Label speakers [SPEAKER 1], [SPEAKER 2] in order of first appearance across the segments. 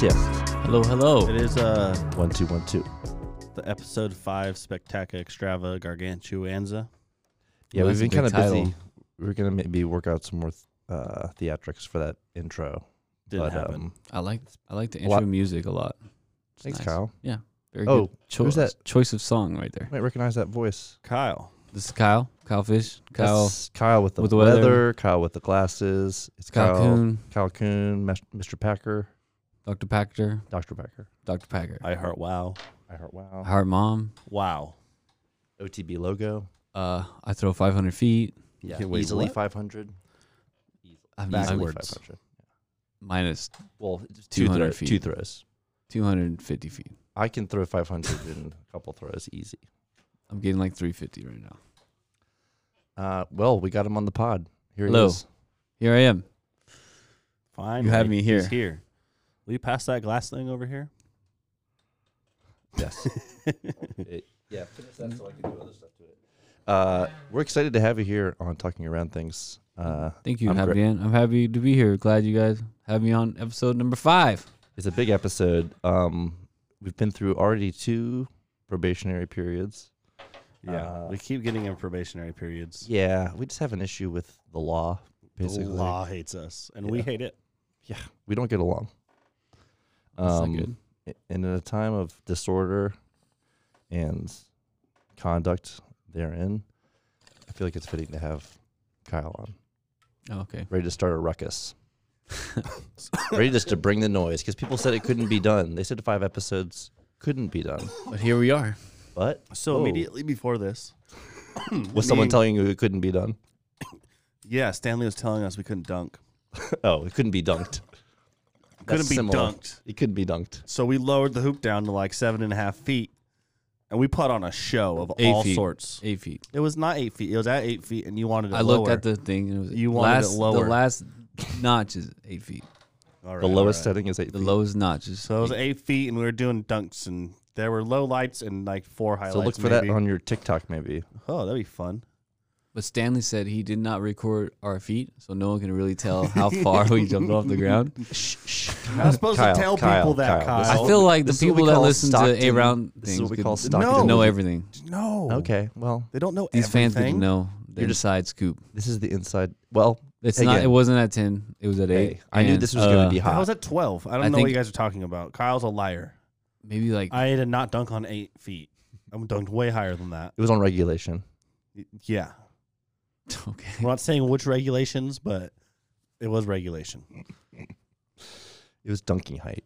[SPEAKER 1] Yes.
[SPEAKER 2] Hello, hello.
[SPEAKER 1] It is uh one two one two. The episode five Spectaca Extrava Gargantuanza.
[SPEAKER 2] Yeah, we've been
[SPEAKER 1] kinda
[SPEAKER 2] kind of busy.
[SPEAKER 1] busy.
[SPEAKER 2] We're gonna maybe work out some more th- uh, theatrics for that intro.
[SPEAKER 1] Didn't
[SPEAKER 2] but,
[SPEAKER 1] happen.
[SPEAKER 2] um,
[SPEAKER 3] I like I like the
[SPEAKER 2] A lot-
[SPEAKER 3] intro music a lot. It's
[SPEAKER 2] thanks,
[SPEAKER 3] nice.
[SPEAKER 2] Kyle.
[SPEAKER 3] Very
[SPEAKER 2] Oh,
[SPEAKER 3] good choice.
[SPEAKER 2] who's that?
[SPEAKER 3] Choice of song right there.
[SPEAKER 2] Might recognize that voice.
[SPEAKER 1] Kyle.
[SPEAKER 3] This is Kyle. Kyle Fish. Kyle.
[SPEAKER 2] That's Kyle with the,
[SPEAKER 3] with the
[SPEAKER 2] weather.
[SPEAKER 3] weather.
[SPEAKER 2] Kyle with the glasses. It's
[SPEAKER 3] Kyle Coon.
[SPEAKER 2] Kyle Coon, Mes- Mr. Packer,
[SPEAKER 3] Dr. Packer.
[SPEAKER 2] Dr. Packer.
[SPEAKER 3] Dr. Packer.
[SPEAKER 1] I heart wow.
[SPEAKER 2] I heart wow.
[SPEAKER 3] Heart Mom.
[SPEAKER 1] Wow.
[SPEAKER 2] OTB logo.
[SPEAKER 3] Uh, I throw 500 feet.
[SPEAKER 2] Yeah,
[SPEAKER 1] Yeah, wait,
[SPEAKER 2] easily
[SPEAKER 1] what?
[SPEAKER 2] 500.
[SPEAKER 3] I've
[SPEAKER 2] Easily
[SPEAKER 1] Backwards.
[SPEAKER 2] 500.
[SPEAKER 3] minus
[SPEAKER 2] Well, it's two, throw-
[SPEAKER 3] 200 feet.
[SPEAKER 2] two throws.
[SPEAKER 3] 250 feet.
[SPEAKER 2] I can throw 500 in a couple throws easy.
[SPEAKER 3] I'm getting like 350 right now.
[SPEAKER 2] Uh, well, we got him on the pod. Here he
[SPEAKER 3] Hello.
[SPEAKER 2] is.
[SPEAKER 3] Here I am.
[SPEAKER 1] Fine.
[SPEAKER 3] You have me here.
[SPEAKER 1] He's here. Will you pass that glass thing over here?
[SPEAKER 2] Yes. It- yeah, finish that so I can do other stuff to it. Uh, we're excited to have you here on Talking Around Things. Uh,
[SPEAKER 3] Thank you,
[SPEAKER 2] I'm
[SPEAKER 3] Happy
[SPEAKER 2] great.
[SPEAKER 3] Dan. I'm happy to be here. Glad you guys have me on episode number five.
[SPEAKER 2] it's a big episode. Um, we've been through already two probationary periods.
[SPEAKER 1] Yeah.
[SPEAKER 2] Uh,
[SPEAKER 1] we keep getting in probationary periods.
[SPEAKER 2] Yeah, we just have an issue with the law, basically.
[SPEAKER 1] The law hates us and we
[SPEAKER 2] Yeah.
[SPEAKER 1] hate it.
[SPEAKER 2] We don't get along.
[SPEAKER 3] That's not
[SPEAKER 2] Um,
[SPEAKER 3] good.
[SPEAKER 2] i- and in a time of disorder and conduct therein, I feel like it's fitting to have Kyle on.
[SPEAKER 3] Oh, okay.
[SPEAKER 2] ready to start a ruckus. ready just to bring the noise because people said it couldn't be done. They said five episodes couldn't be done.
[SPEAKER 3] But here we are.
[SPEAKER 2] But
[SPEAKER 1] So
[SPEAKER 2] Whoa.
[SPEAKER 1] immediately before this
[SPEAKER 2] was Oh. someone
[SPEAKER 1] me-
[SPEAKER 2] telling you it couldn't be done?
[SPEAKER 1] Yeah, Stanley was telling us we couldn't dunk.
[SPEAKER 2] Oh, it couldn't be dunked. That's
[SPEAKER 1] couldn't be
[SPEAKER 2] similar.
[SPEAKER 1] dunked.
[SPEAKER 2] It couldn't be dunked.
[SPEAKER 1] So we lowered the hoop down to like seven and a half feet. And we put on a show of
[SPEAKER 3] Eight
[SPEAKER 1] all
[SPEAKER 3] feet.
[SPEAKER 1] sorts.
[SPEAKER 3] Eight feet.
[SPEAKER 1] It was not eight feet. It was at eight feet, and you wanted it
[SPEAKER 3] I
[SPEAKER 1] lower.
[SPEAKER 3] looked at the thing. And it was
[SPEAKER 1] You wanted it
[SPEAKER 3] last, The
[SPEAKER 1] lower.
[SPEAKER 3] last notch is eight feet.
[SPEAKER 1] All right,
[SPEAKER 2] The
[SPEAKER 1] all
[SPEAKER 2] lowest
[SPEAKER 1] right.
[SPEAKER 2] setting is eight.
[SPEAKER 3] The
[SPEAKER 2] feet.
[SPEAKER 3] lowest notch is
[SPEAKER 1] So it was
[SPEAKER 3] eight.
[SPEAKER 1] eight feet, and we were doing dunks, and there were low lights and like four highlights.
[SPEAKER 2] so look for
[SPEAKER 1] maybe.
[SPEAKER 2] that on your TikTok maybe.
[SPEAKER 1] Oh, that'd be fun.
[SPEAKER 3] But Stanley said he did not record our feet, so no one can really tell how far we jumped off the ground.
[SPEAKER 2] Shh, shh.
[SPEAKER 1] I'm not supposed to tell people that,
[SPEAKER 2] This
[SPEAKER 1] Kyle.
[SPEAKER 3] I
[SPEAKER 2] is
[SPEAKER 1] Oh,
[SPEAKER 2] what
[SPEAKER 3] feel
[SPEAKER 2] we-
[SPEAKER 3] like the
[SPEAKER 2] this is what
[SPEAKER 3] people
[SPEAKER 2] we
[SPEAKER 3] that
[SPEAKER 2] call
[SPEAKER 3] listen
[SPEAKER 2] Stockton-
[SPEAKER 3] to A Round
[SPEAKER 2] This is
[SPEAKER 3] things
[SPEAKER 2] what we
[SPEAKER 3] could
[SPEAKER 2] call
[SPEAKER 3] d-
[SPEAKER 2] Stockton.
[SPEAKER 1] No.
[SPEAKER 3] know everything.
[SPEAKER 1] No.
[SPEAKER 2] Okay, well,
[SPEAKER 1] They don't know
[SPEAKER 3] These
[SPEAKER 1] everything.
[SPEAKER 3] fans need to know the
[SPEAKER 2] You're just-
[SPEAKER 3] inside scoop.
[SPEAKER 2] this is the inside. Well,
[SPEAKER 3] It's not.
[SPEAKER 2] again,
[SPEAKER 3] It wasn't at ten. It was at
[SPEAKER 2] hey,
[SPEAKER 3] eight.
[SPEAKER 2] I knew
[SPEAKER 3] and,
[SPEAKER 2] this was going
[SPEAKER 3] uh,
[SPEAKER 2] to be
[SPEAKER 1] I
[SPEAKER 2] hot.
[SPEAKER 1] was at twelve. I don't
[SPEAKER 3] I
[SPEAKER 1] know what
[SPEAKER 3] think-
[SPEAKER 1] you guys are talking about. Kyle's a liar.
[SPEAKER 3] maybe like
[SPEAKER 1] I did not dunk on eight feet. I'm dunked way higher than that.
[SPEAKER 2] It was on regulation.
[SPEAKER 1] Y- Yeah, I'm
[SPEAKER 3] okay.
[SPEAKER 1] not saying which regulations, but it was regulation.
[SPEAKER 2] It was dunking height.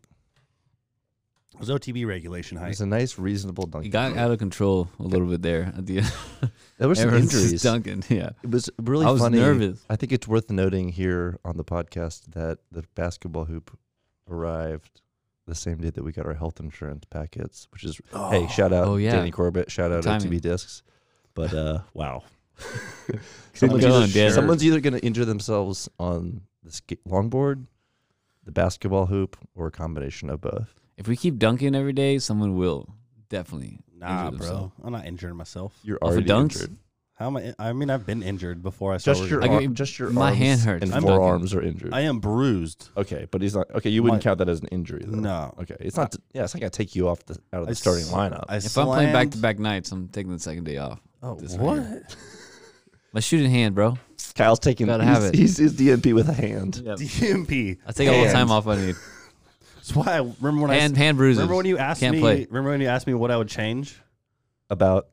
[SPEAKER 1] It was OTB regulation
[SPEAKER 2] It
[SPEAKER 1] height.
[SPEAKER 2] was a nice, reasonable
[SPEAKER 3] It
[SPEAKER 2] dunking.
[SPEAKER 3] got out of control a little bit there at the end.
[SPEAKER 2] there were some
[SPEAKER 3] Everyone's just
[SPEAKER 2] injuries.
[SPEAKER 3] Dunking. Yeah,
[SPEAKER 2] It was really
[SPEAKER 3] I was
[SPEAKER 2] funny.
[SPEAKER 3] nervous.
[SPEAKER 2] I think it's worth noting here on the podcast that the basketball hoop arrived the same day that we got our health insurance packets, which is hey, shout out
[SPEAKER 3] Oh, yeah.
[SPEAKER 2] Danny Corbett, shout out
[SPEAKER 3] Good timing.
[SPEAKER 2] OTB Discs. But uh, wow,
[SPEAKER 3] Someone's either- going, Dan.
[SPEAKER 2] someone's either going to injure themselves on the sk- longboard, the basketball hoop, or a combination of both.
[SPEAKER 3] If we keep dunking every day, someone will definitely.
[SPEAKER 1] Nah,
[SPEAKER 3] injure
[SPEAKER 1] bro.
[SPEAKER 3] themselves.
[SPEAKER 1] I'm not injuring myself.
[SPEAKER 2] You're
[SPEAKER 3] Off of
[SPEAKER 2] already
[SPEAKER 3] dunks?
[SPEAKER 2] injured.
[SPEAKER 1] How am I? I mean, I've been injured before. I started.
[SPEAKER 2] Just your,
[SPEAKER 3] I
[SPEAKER 2] arm,
[SPEAKER 3] mean,
[SPEAKER 2] just your
[SPEAKER 3] my
[SPEAKER 2] arms
[SPEAKER 3] hand hurts.
[SPEAKER 2] and
[SPEAKER 3] I'm dunking.
[SPEAKER 2] forearms are injured.
[SPEAKER 1] I am bruised.
[SPEAKER 2] okay, but he's not. Okay, you wouldn't
[SPEAKER 1] My-
[SPEAKER 2] count that as an injury. Though.
[SPEAKER 1] No.
[SPEAKER 2] Okay, it's not. Yeah, it's not gonna take you off the out of the
[SPEAKER 1] I
[SPEAKER 2] starting
[SPEAKER 1] s-
[SPEAKER 2] lineup.
[SPEAKER 1] I
[SPEAKER 3] If I'm playing back
[SPEAKER 1] slammed-
[SPEAKER 3] to back nights, I'm taking the second day off.
[SPEAKER 1] Oh,
[SPEAKER 3] this
[SPEAKER 1] what?
[SPEAKER 3] right My shooting hand, bro.
[SPEAKER 2] Kyle's taking.
[SPEAKER 3] Gotta
[SPEAKER 2] he's,
[SPEAKER 3] have it.
[SPEAKER 2] He's, he's DNP with a hand.
[SPEAKER 1] DMP.
[SPEAKER 3] I take all the
[SPEAKER 2] Hand.
[SPEAKER 3] time off I need.
[SPEAKER 1] That's why I remember when I
[SPEAKER 3] Hand,
[SPEAKER 1] s-
[SPEAKER 3] hand bruises.
[SPEAKER 1] remember when you asked
[SPEAKER 3] Can't
[SPEAKER 1] me.
[SPEAKER 3] play.
[SPEAKER 1] Remember when you asked me what I would change
[SPEAKER 2] About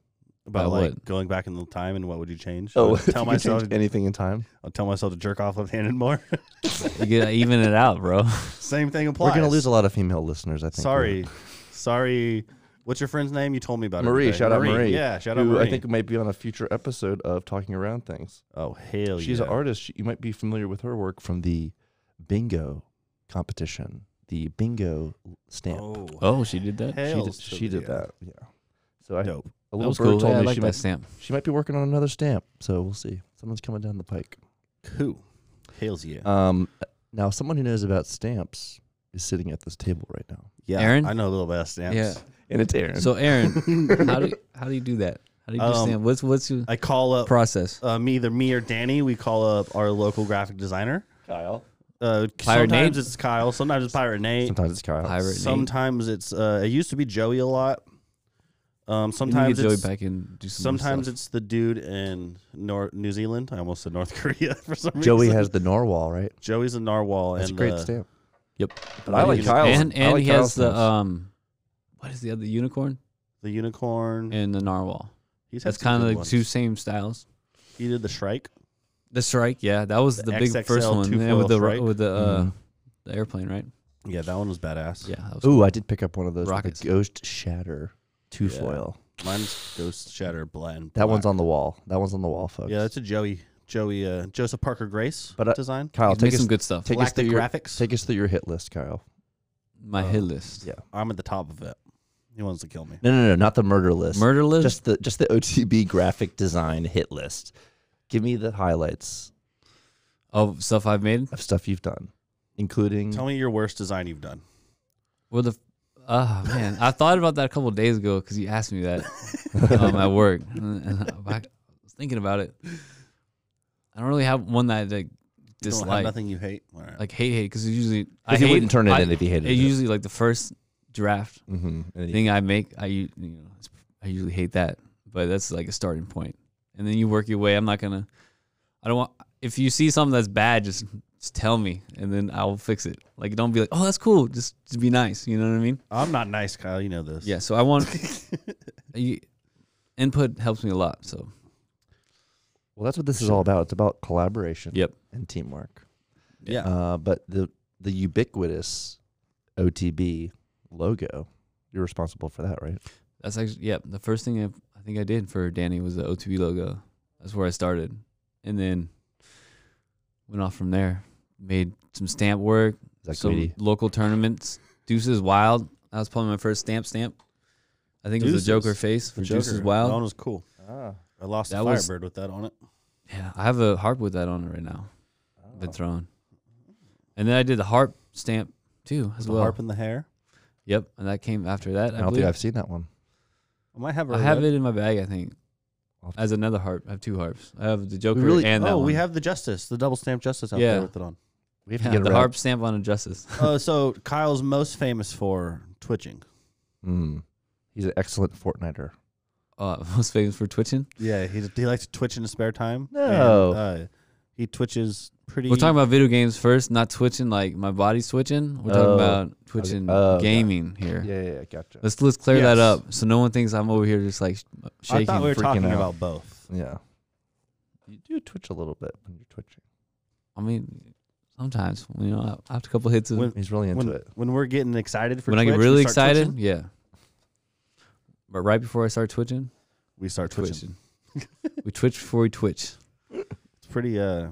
[SPEAKER 1] about
[SPEAKER 3] About
[SPEAKER 1] like
[SPEAKER 3] what?
[SPEAKER 1] going back in the time and what would you change?
[SPEAKER 2] oh,
[SPEAKER 1] I'll
[SPEAKER 2] if you
[SPEAKER 1] tell
[SPEAKER 2] could
[SPEAKER 1] myself.
[SPEAKER 2] change anything in time.
[SPEAKER 1] I'll tell myself to jerk off left-handed more.
[SPEAKER 3] You get even it out, bro.
[SPEAKER 1] Same thing applies.
[SPEAKER 2] We're gonna lose a lot of female listeners. I think.
[SPEAKER 1] Sorry, sorry. What's your friend's name? You told me about her
[SPEAKER 2] Marie.
[SPEAKER 1] today.
[SPEAKER 2] Shout out Marie.
[SPEAKER 1] Yeah, shout out
[SPEAKER 2] who
[SPEAKER 1] Marie.
[SPEAKER 2] I think might be on a future episode of Talking Around Things.
[SPEAKER 1] oh hell
[SPEAKER 2] She's
[SPEAKER 1] yeah.
[SPEAKER 2] an artist. She- You might be familiar with her work from the bingo competition. The bingo stamp.
[SPEAKER 1] Oh,
[SPEAKER 3] Oh, she did that.
[SPEAKER 2] she
[SPEAKER 1] hell
[SPEAKER 2] did,
[SPEAKER 1] to
[SPEAKER 2] she did
[SPEAKER 1] yeah.
[SPEAKER 2] that. Yeah. So I,
[SPEAKER 1] Dope.
[SPEAKER 2] a
[SPEAKER 3] That
[SPEAKER 2] little
[SPEAKER 3] was
[SPEAKER 2] bird
[SPEAKER 3] cool.
[SPEAKER 2] told
[SPEAKER 3] Yeah, I
[SPEAKER 2] me
[SPEAKER 3] like
[SPEAKER 2] she
[SPEAKER 3] that
[SPEAKER 2] might,
[SPEAKER 3] stamp.
[SPEAKER 2] she might be working on another stamp. So we'll see. Someone's coming down the pike.
[SPEAKER 1] Who? Hails yeah.
[SPEAKER 2] Um, now, someone who knows about stamps is sitting at this table right now,
[SPEAKER 1] yeah.
[SPEAKER 3] Aaron?
[SPEAKER 1] I know a little about stamps.
[SPEAKER 3] Yeah.
[SPEAKER 2] and it's Aaron.
[SPEAKER 3] So Aaron, how do you, how do you do that? How do you do
[SPEAKER 1] Um,
[SPEAKER 3] stamp? What's what's your
[SPEAKER 1] I call up
[SPEAKER 3] process?
[SPEAKER 1] um, either me or Danny. We call up our local graphic designer.
[SPEAKER 2] Kyle,
[SPEAKER 1] Uh,
[SPEAKER 3] Pirate
[SPEAKER 1] sometimes
[SPEAKER 3] Nate?
[SPEAKER 1] it's Kyle. Sometimes it's Pirate Nate.
[SPEAKER 2] Sometimes it's Kyle.
[SPEAKER 3] Pirate Nate.
[SPEAKER 1] Sometimes it's. Uh, it used to be Joey a lot. Um,
[SPEAKER 3] We need to
[SPEAKER 1] sometimes
[SPEAKER 3] get Joey
[SPEAKER 1] it's,
[SPEAKER 3] back and do some more
[SPEAKER 1] sometimes
[SPEAKER 3] stuff.
[SPEAKER 1] it's the dude in Nor- New Zealand. I almost said North Korea for some reason.
[SPEAKER 2] Joey has the narwhal, right?
[SPEAKER 1] Joey's a narwhal.
[SPEAKER 2] That's a
[SPEAKER 1] and
[SPEAKER 2] great
[SPEAKER 1] the-
[SPEAKER 2] stamp.
[SPEAKER 3] Yep.
[SPEAKER 2] But I like
[SPEAKER 1] And-
[SPEAKER 2] Kyle's.
[SPEAKER 3] and
[SPEAKER 2] I
[SPEAKER 3] and
[SPEAKER 2] like
[SPEAKER 3] he
[SPEAKER 2] Kyle's
[SPEAKER 3] has the
[SPEAKER 2] stamps.
[SPEAKER 3] um, what is the other unicorn
[SPEAKER 1] The unicorn.
[SPEAKER 3] and the narwhal?
[SPEAKER 1] He's had
[SPEAKER 3] That's
[SPEAKER 1] some
[SPEAKER 3] kind
[SPEAKER 1] good
[SPEAKER 3] of like
[SPEAKER 1] ones.
[SPEAKER 3] two same styles.
[SPEAKER 1] He did the Shrike.
[SPEAKER 3] The strike, yeah, that was
[SPEAKER 1] The
[SPEAKER 3] the, big first
[SPEAKER 1] XXL
[SPEAKER 3] one and
[SPEAKER 1] two-foil
[SPEAKER 3] with the
[SPEAKER 1] strike.
[SPEAKER 3] with the uh,
[SPEAKER 2] Mhm.
[SPEAKER 3] the airplane, right?
[SPEAKER 1] Yeah, that one was badass.
[SPEAKER 3] Yeah. That was
[SPEAKER 2] Ooh, I did pick up one of those. with
[SPEAKER 3] Rockets.
[SPEAKER 2] The Ghost Shatter two
[SPEAKER 1] Yeah.
[SPEAKER 2] foil.
[SPEAKER 1] Mine's Ghost Shatter Blend.
[SPEAKER 2] That one's on the wall. That one's on the wall, folks.
[SPEAKER 1] Yeah, that's a Joey Joey uh, Joseph Parker Grace
[SPEAKER 2] But, uh,
[SPEAKER 1] design.
[SPEAKER 2] Kyle,
[SPEAKER 3] He's made
[SPEAKER 2] take
[SPEAKER 3] some
[SPEAKER 2] us,
[SPEAKER 3] good stuff.
[SPEAKER 2] take us
[SPEAKER 1] Galactic
[SPEAKER 2] through your
[SPEAKER 1] graphics.
[SPEAKER 2] take us through your hit list, Kyle.
[SPEAKER 3] My hit list.
[SPEAKER 2] Uh, yeah.
[SPEAKER 1] I'm at the top of it. He wants to kill me.
[SPEAKER 2] No, no, no, not the murder list.
[SPEAKER 3] Murder list.
[SPEAKER 2] Just the just the OTB graphic design hit list. Give me the highlights
[SPEAKER 3] of Oh, stuff I've made.
[SPEAKER 2] of stuff you've done,
[SPEAKER 3] Mm.
[SPEAKER 2] including
[SPEAKER 1] Tell me your worst design you've done.
[SPEAKER 3] Well, the oh man, I thought about that a couple days ago because you asked me that um, at work, and, and I, I was thinking about it. I don't really have one that I like,
[SPEAKER 1] You don't have
[SPEAKER 3] dislike,
[SPEAKER 1] nothing you hate. All right.
[SPEAKER 3] like hate hate, because usually I
[SPEAKER 2] 'Cause he
[SPEAKER 3] hate,
[SPEAKER 2] wouldn't turn it
[SPEAKER 3] I-
[SPEAKER 2] in if he hated it.
[SPEAKER 3] usually like the first draft
[SPEAKER 2] Mhm, and he-
[SPEAKER 3] thing I make, I u- you know it's- I usually hate that, but that's like a starting point, and then you work your way. I'm not gonna, I don't want if you see something that's bad, just just tell me, and then I'll fix it. Like don't be like, oh that's cool, just, just be nice. You know what I mean?
[SPEAKER 1] I'm not nice, Kyle. You know this.
[SPEAKER 3] Yeah, so I want you, input helps me a lot. So
[SPEAKER 2] Well, that's what this is all about. It's about collaboration
[SPEAKER 3] yep,
[SPEAKER 2] and teamwork.
[SPEAKER 1] Yeah.
[SPEAKER 2] Uh, but the the ubiquitous OTB logo, you're responsible for that, right?
[SPEAKER 3] that's actually yep. The first thing I, I think I did for Danny was the O2B logo. That's where I started, and then went off from there. Made some stamp work,
[SPEAKER 2] Zach
[SPEAKER 3] some
[SPEAKER 2] Tweedy.
[SPEAKER 3] local tournaments. Deuces Wild. That was probably my first stamp stamp. I think it was
[SPEAKER 1] Deuces.
[SPEAKER 3] the Joker face for
[SPEAKER 1] The Joker.
[SPEAKER 3] Deuces
[SPEAKER 1] That one
[SPEAKER 3] Wild.
[SPEAKER 1] was cool.
[SPEAKER 2] Ah,
[SPEAKER 1] I lost a
[SPEAKER 3] That was-
[SPEAKER 1] Firebird with that on it.
[SPEAKER 3] Yeah, I have a harp with that on it right now. Been thrown, and then I did the harp stamp too as
[SPEAKER 1] The
[SPEAKER 3] well.
[SPEAKER 1] harp and the hair.
[SPEAKER 3] Yep, and that came after that.
[SPEAKER 2] I,
[SPEAKER 3] I,
[SPEAKER 2] don't
[SPEAKER 3] believe.
[SPEAKER 2] think I've seen that one.
[SPEAKER 1] I might have.
[SPEAKER 3] I have it in my bag, I think.
[SPEAKER 2] I'll have
[SPEAKER 3] As another harp, I have two harps. I have the Joker
[SPEAKER 2] really-
[SPEAKER 3] and that
[SPEAKER 1] oh, we
[SPEAKER 3] one.
[SPEAKER 1] have the Justice, the double stamp Justice out
[SPEAKER 3] Yeah.
[SPEAKER 1] there with it on.
[SPEAKER 2] We have
[SPEAKER 3] Yeah,
[SPEAKER 2] to get
[SPEAKER 3] the
[SPEAKER 2] around-
[SPEAKER 3] harp stamp on Injustice.
[SPEAKER 1] Uh, so Kyle's most famous for twitching.
[SPEAKER 2] Mm. He's an excellent Fortniter.
[SPEAKER 3] Uh, most famous for twitching.
[SPEAKER 1] Yeah, he he likes to twitch in his spare time.
[SPEAKER 2] No.
[SPEAKER 1] and, uh, he twitches pretty.
[SPEAKER 3] We're talking about video games first, not twitching like my body twitching. We're talking
[SPEAKER 2] Oh.
[SPEAKER 3] about twitching
[SPEAKER 2] Oh, got it.
[SPEAKER 3] gaming here.
[SPEAKER 2] Yeah, yeah, yeah gotcha.
[SPEAKER 3] Let's let's clear that
[SPEAKER 1] Yes.
[SPEAKER 3] up so no one thinks I'm over here just like sh- uh,
[SPEAKER 1] I
[SPEAKER 3] shaking.
[SPEAKER 1] thought we were
[SPEAKER 2] freaking
[SPEAKER 1] talking
[SPEAKER 2] out.
[SPEAKER 1] about both.
[SPEAKER 2] Yeah. You do twitch a little bit when you're twitching.
[SPEAKER 3] I mean, sometimes you know I- after a couple hits of
[SPEAKER 1] When-
[SPEAKER 3] when,
[SPEAKER 2] He's really into
[SPEAKER 1] When,
[SPEAKER 2] it.
[SPEAKER 1] when we're getting excited for
[SPEAKER 3] I
[SPEAKER 1] Twitch,
[SPEAKER 3] get
[SPEAKER 1] we
[SPEAKER 3] really
[SPEAKER 1] start
[SPEAKER 3] excited,
[SPEAKER 1] twitching,
[SPEAKER 3] yeah. But right before I start twitching,
[SPEAKER 1] we start twitching.
[SPEAKER 3] twitching. we twitch before we twitch.
[SPEAKER 1] It's pretty. uh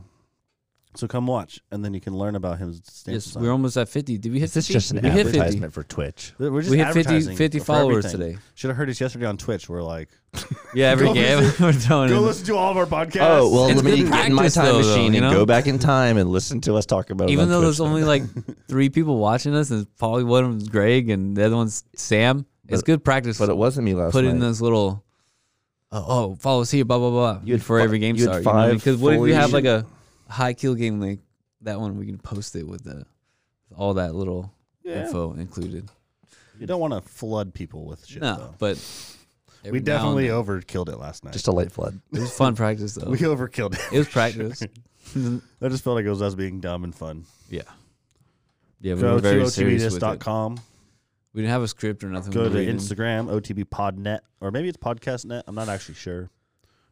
[SPEAKER 1] So come watch, and then you can learn about him.
[SPEAKER 3] Yes, we're almost at 50. Did we hit
[SPEAKER 2] Is this
[SPEAKER 3] 50?
[SPEAKER 2] just an
[SPEAKER 3] we hit 50.
[SPEAKER 2] advertisement for Twitch?
[SPEAKER 1] We're just
[SPEAKER 3] We hit 50,
[SPEAKER 1] advertising
[SPEAKER 3] 50
[SPEAKER 1] for
[SPEAKER 3] followers
[SPEAKER 1] everything.
[SPEAKER 3] today.
[SPEAKER 1] Should have heard us yesterday on Twitch. We're like,
[SPEAKER 3] Yeah, every
[SPEAKER 1] Go
[SPEAKER 3] game we're throwing
[SPEAKER 1] go
[SPEAKER 3] in.
[SPEAKER 1] listen to all of our podcasts.
[SPEAKER 2] Oh well,
[SPEAKER 3] It's
[SPEAKER 2] let me
[SPEAKER 3] good
[SPEAKER 2] get in my
[SPEAKER 3] practice,
[SPEAKER 2] time
[SPEAKER 3] though, though,
[SPEAKER 2] machine
[SPEAKER 3] you
[SPEAKER 2] and
[SPEAKER 3] know?
[SPEAKER 2] go back in time and listen to us talk about. it
[SPEAKER 3] Even
[SPEAKER 2] on
[SPEAKER 3] though
[SPEAKER 2] Twitch
[SPEAKER 3] there's only like three people watching us, and probably one of them's Greg and the other one's Sam. It's
[SPEAKER 2] But-
[SPEAKER 3] good practice.
[SPEAKER 2] but it wasn't me last
[SPEAKER 3] put
[SPEAKER 2] night.
[SPEAKER 3] in those little, oh, oh, follow us here, blah blah blah.
[SPEAKER 2] You had
[SPEAKER 3] before
[SPEAKER 2] fi-
[SPEAKER 3] every game
[SPEAKER 2] you had
[SPEAKER 3] start, you know what I mean?
[SPEAKER 2] five
[SPEAKER 3] 'Cause what if
[SPEAKER 2] fully-
[SPEAKER 3] we have like a high kill game like that one? We can post it with the all that little
[SPEAKER 1] Yeah.
[SPEAKER 3] info included.
[SPEAKER 1] you don't want to flood people with shit.
[SPEAKER 3] no,
[SPEAKER 1] though.
[SPEAKER 3] but
[SPEAKER 1] we
[SPEAKER 3] every now and
[SPEAKER 1] definitely
[SPEAKER 3] then. uh,
[SPEAKER 1] overkilled it last night.
[SPEAKER 2] just a light flood.
[SPEAKER 3] it was fun practice though.
[SPEAKER 1] we overkilled it.
[SPEAKER 3] it was practice.
[SPEAKER 1] I just felt like it was us being dumb and fun.
[SPEAKER 3] yeah, yeah. We
[SPEAKER 1] Go to
[SPEAKER 3] were very serious with it.
[SPEAKER 1] otbdis.com.
[SPEAKER 3] We didn't have a script or nothing.
[SPEAKER 1] Go
[SPEAKER 3] we
[SPEAKER 1] to
[SPEAKER 3] were reading.
[SPEAKER 1] Instagram, OTBPodNet, or maybe it's PodcastNet. I'm not actually sure,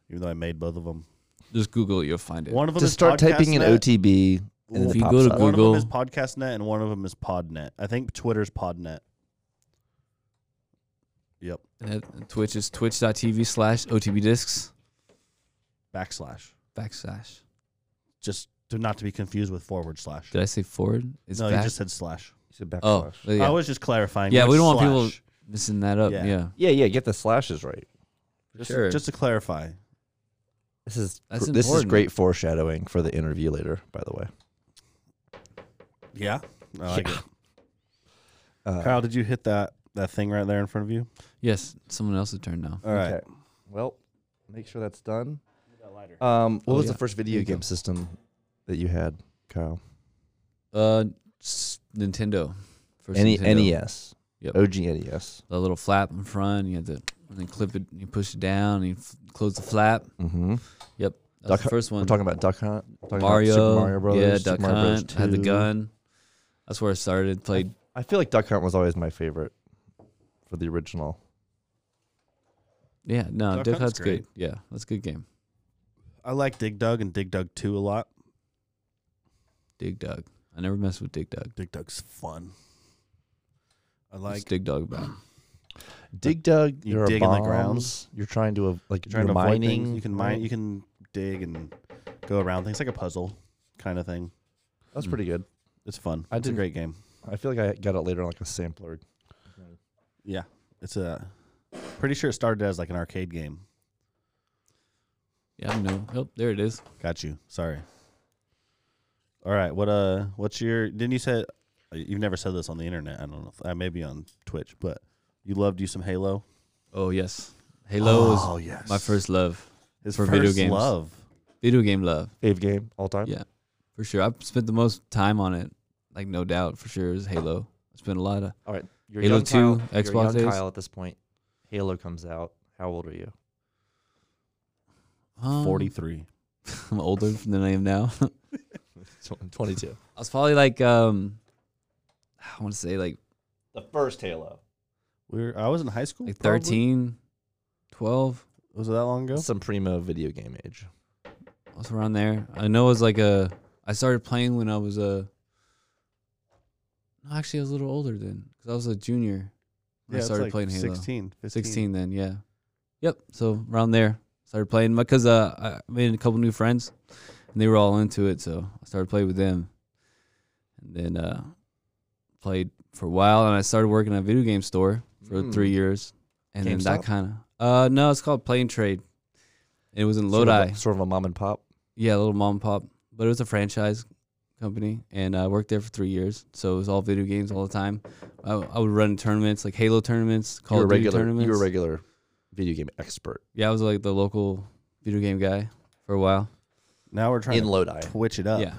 [SPEAKER 1] even though I made both of them.
[SPEAKER 3] Just Google, it, you'll find it.
[SPEAKER 1] One of them
[SPEAKER 2] Just
[SPEAKER 1] is
[SPEAKER 2] start typing in
[SPEAKER 1] PodcastNet,
[SPEAKER 2] OTB. And then
[SPEAKER 3] If
[SPEAKER 2] it
[SPEAKER 3] you
[SPEAKER 2] pops
[SPEAKER 3] go to
[SPEAKER 2] up.
[SPEAKER 1] One
[SPEAKER 3] Google.
[SPEAKER 1] of them is PodcastNet, and one of them is PodNet. I think Twitter's PodNet. Yep,
[SPEAKER 3] And that- Twitch is twitch.tv slash OTB discs
[SPEAKER 1] backslash.
[SPEAKER 3] backslash.
[SPEAKER 1] Just to not to be confused with forward slash.
[SPEAKER 3] Did I say forward? It's
[SPEAKER 1] no,
[SPEAKER 3] back.
[SPEAKER 1] you just said slash.
[SPEAKER 2] You said
[SPEAKER 3] oh,
[SPEAKER 2] backslash.
[SPEAKER 3] yeah.
[SPEAKER 1] I was just clarifying.
[SPEAKER 3] yeah,
[SPEAKER 1] which
[SPEAKER 3] we don't want people
[SPEAKER 1] slash.
[SPEAKER 3] missing that up.
[SPEAKER 1] Yeah.
[SPEAKER 3] Yeah.
[SPEAKER 2] Yeah, yeah. Get the slashes right.
[SPEAKER 1] Just,
[SPEAKER 3] sure.
[SPEAKER 1] just to clarify,
[SPEAKER 2] This is
[SPEAKER 3] That's
[SPEAKER 2] gr- this is
[SPEAKER 3] important.
[SPEAKER 2] great foreshadowing for the interview later. By the way,
[SPEAKER 1] yeah. Oh, I like it.
[SPEAKER 2] Uh,
[SPEAKER 1] Kyle, did you hit that that thing right there in front of you?
[SPEAKER 3] Yes, someone else's turn now.
[SPEAKER 1] All right.
[SPEAKER 2] Okay. Well, make sure that's done. Um, what
[SPEAKER 3] Oh,
[SPEAKER 2] was
[SPEAKER 3] yeah.
[SPEAKER 2] the first
[SPEAKER 3] There
[SPEAKER 2] video
[SPEAKER 3] you go.
[SPEAKER 2] game system that you had, Kyle?
[SPEAKER 3] Uh, s- Nintendo. First
[SPEAKER 2] Any
[SPEAKER 3] Nintendo.
[SPEAKER 2] NES.
[SPEAKER 3] Yep.
[SPEAKER 2] OG NES.
[SPEAKER 3] The little flap in front. You had to and then clip it. You push it down. And you f- close the flap.
[SPEAKER 2] Mm-hmm.
[SPEAKER 3] Yep. That was
[SPEAKER 2] Duck
[SPEAKER 3] the
[SPEAKER 2] Hunt-
[SPEAKER 3] first one.
[SPEAKER 2] We're talking about Duck Hunt. Talking
[SPEAKER 3] Um, Mario.
[SPEAKER 2] About Super Mario Brothers.
[SPEAKER 3] Yeah,
[SPEAKER 2] Super
[SPEAKER 3] Duck
[SPEAKER 2] Mario Bros.
[SPEAKER 3] Hunt. Had the
[SPEAKER 2] 2.
[SPEAKER 3] gun. That's where I started. Played.
[SPEAKER 2] I feel like Duck Hunt was always my favorite for the original.
[SPEAKER 3] Yeah, no,
[SPEAKER 1] Duck
[SPEAKER 3] Duck
[SPEAKER 1] Hunt's
[SPEAKER 3] Hunt's
[SPEAKER 1] great.
[SPEAKER 3] good. Yeah, that's a good game.
[SPEAKER 1] I like Dig Dug and Dig Dug 2 a lot.
[SPEAKER 3] Dig Dug. I never messed with Dig Dug.
[SPEAKER 1] Dig Dug's fun. I
[SPEAKER 3] What's
[SPEAKER 1] like
[SPEAKER 3] Dig Dug about?
[SPEAKER 2] Dig dug.
[SPEAKER 1] you
[SPEAKER 2] there are
[SPEAKER 1] dig in the
[SPEAKER 2] bombs.
[SPEAKER 1] grounds.
[SPEAKER 2] You're trying to av- like
[SPEAKER 1] trying
[SPEAKER 2] you're
[SPEAKER 1] to avoid
[SPEAKER 2] mining.
[SPEAKER 1] things. You can mine, you can dig and go around things like a puzzle kind of thing.
[SPEAKER 3] Hmm.
[SPEAKER 2] That's pretty good.
[SPEAKER 1] It's fun.
[SPEAKER 2] I
[SPEAKER 1] it's a
[SPEAKER 2] didn't-
[SPEAKER 1] great game.
[SPEAKER 2] I feel like I got it later on like a sampler.
[SPEAKER 1] Yeah, it's a. Pretty sure it started as like an arcade game.
[SPEAKER 3] Yeah, I don't know. Oh, there it is.
[SPEAKER 1] Got you. Sorry. All right. What uh? What's your? Didn't you say? uh, You've never said this on the internet. I don't know. If, I may be on Twitch, but you loved you some Halo.
[SPEAKER 3] Oh yes,
[SPEAKER 2] Oh,
[SPEAKER 3] Halo was
[SPEAKER 2] yes.
[SPEAKER 3] my first love.
[SPEAKER 1] His
[SPEAKER 3] For
[SPEAKER 1] first
[SPEAKER 3] video games.
[SPEAKER 1] love.
[SPEAKER 3] Video game love.
[SPEAKER 2] fave game all time.
[SPEAKER 3] Yeah, for sure. I've spent the most time on it, like no doubt for sure. Is Halo. I spent a lot of.
[SPEAKER 2] All right. You're
[SPEAKER 3] Halo
[SPEAKER 2] young
[SPEAKER 3] 2,
[SPEAKER 2] Kyle,
[SPEAKER 3] Xbox
[SPEAKER 2] you're young
[SPEAKER 3] days.
[SPEAKER 2] Kyle at this point. Halo comes out. How old are you?
[SPEAKER 3] um,
[SPEAKER 1] Forty three.
[SPEAKER 3] I'm older than I am now. I
[SPEAKER 2] 22.
[SPEAKER 3] was probably like, um, I want to say like
[SPEAKER 2] The first Halo.
[SPEAKER 1] We were. I was in high school.
[SPEAKER 3] like
[SPEAKER 1] probably.
[SPEAKER 3] 13, 12.
[SPEAKER 1] Was it that long ago?
[SPEAKER 2] Some primo video game age.
[SPEAKER 3] I was around there. I know it was like a. I started playing when I was a. No, actually, I was a little older then because I was a junior. when I
[SPEAKER 1] it's
[SPEAKER 3] started
[SPEAKER 1] like
[SPEAKER 3] playing Halo.
[SPEAKER 1] 16, 15.
[SPEAKER 3] 16 then yeah yep so around there started playing because uh, i made a couple new friends and they were all into it so i started playing with them and then uh, played for a while and i started working at a video game store for
[SPEAKER 2] Mm.
[SPEAKER 3] three years and then that
[SPEAKER 2] GameStop?
[SPEAKER 3] kind of uh no it's called play and trade it was in
[SPEAKER 2] Sort of a-
[SPEAKER 3] lodi
[SPEAKER 2] Sort of, a, mom and pop.
[SPEAKER 3] yeah, a little mom and pop, but it was a franchise company, and I worked there for three years. So it was all video games all the time. I, I would run tournaments like Halo tournaments,
[SPEAKER 2] You
[SPEAKER 3] Call
[SPEAKER 2] were
[SPEAKER 3] of Duty
[SPEAKER 2] regular.
[SPEAKER 3] tournaments.
[SPEAKER 2] You were a regular video game expert
[SPEAKER 3] yeah, I was like the local video game guy for a while.
[SPEAKER 1] Now we're trying
[SPEAKER 2] in
[SPEAKER 1] to
[SPEAKER 2] Lodi.
[SPEAKER 1] twitch
[SPEAKER 2] Uh,
[SPEAKER 1] it up.
[SPEAKER 3] Yeah,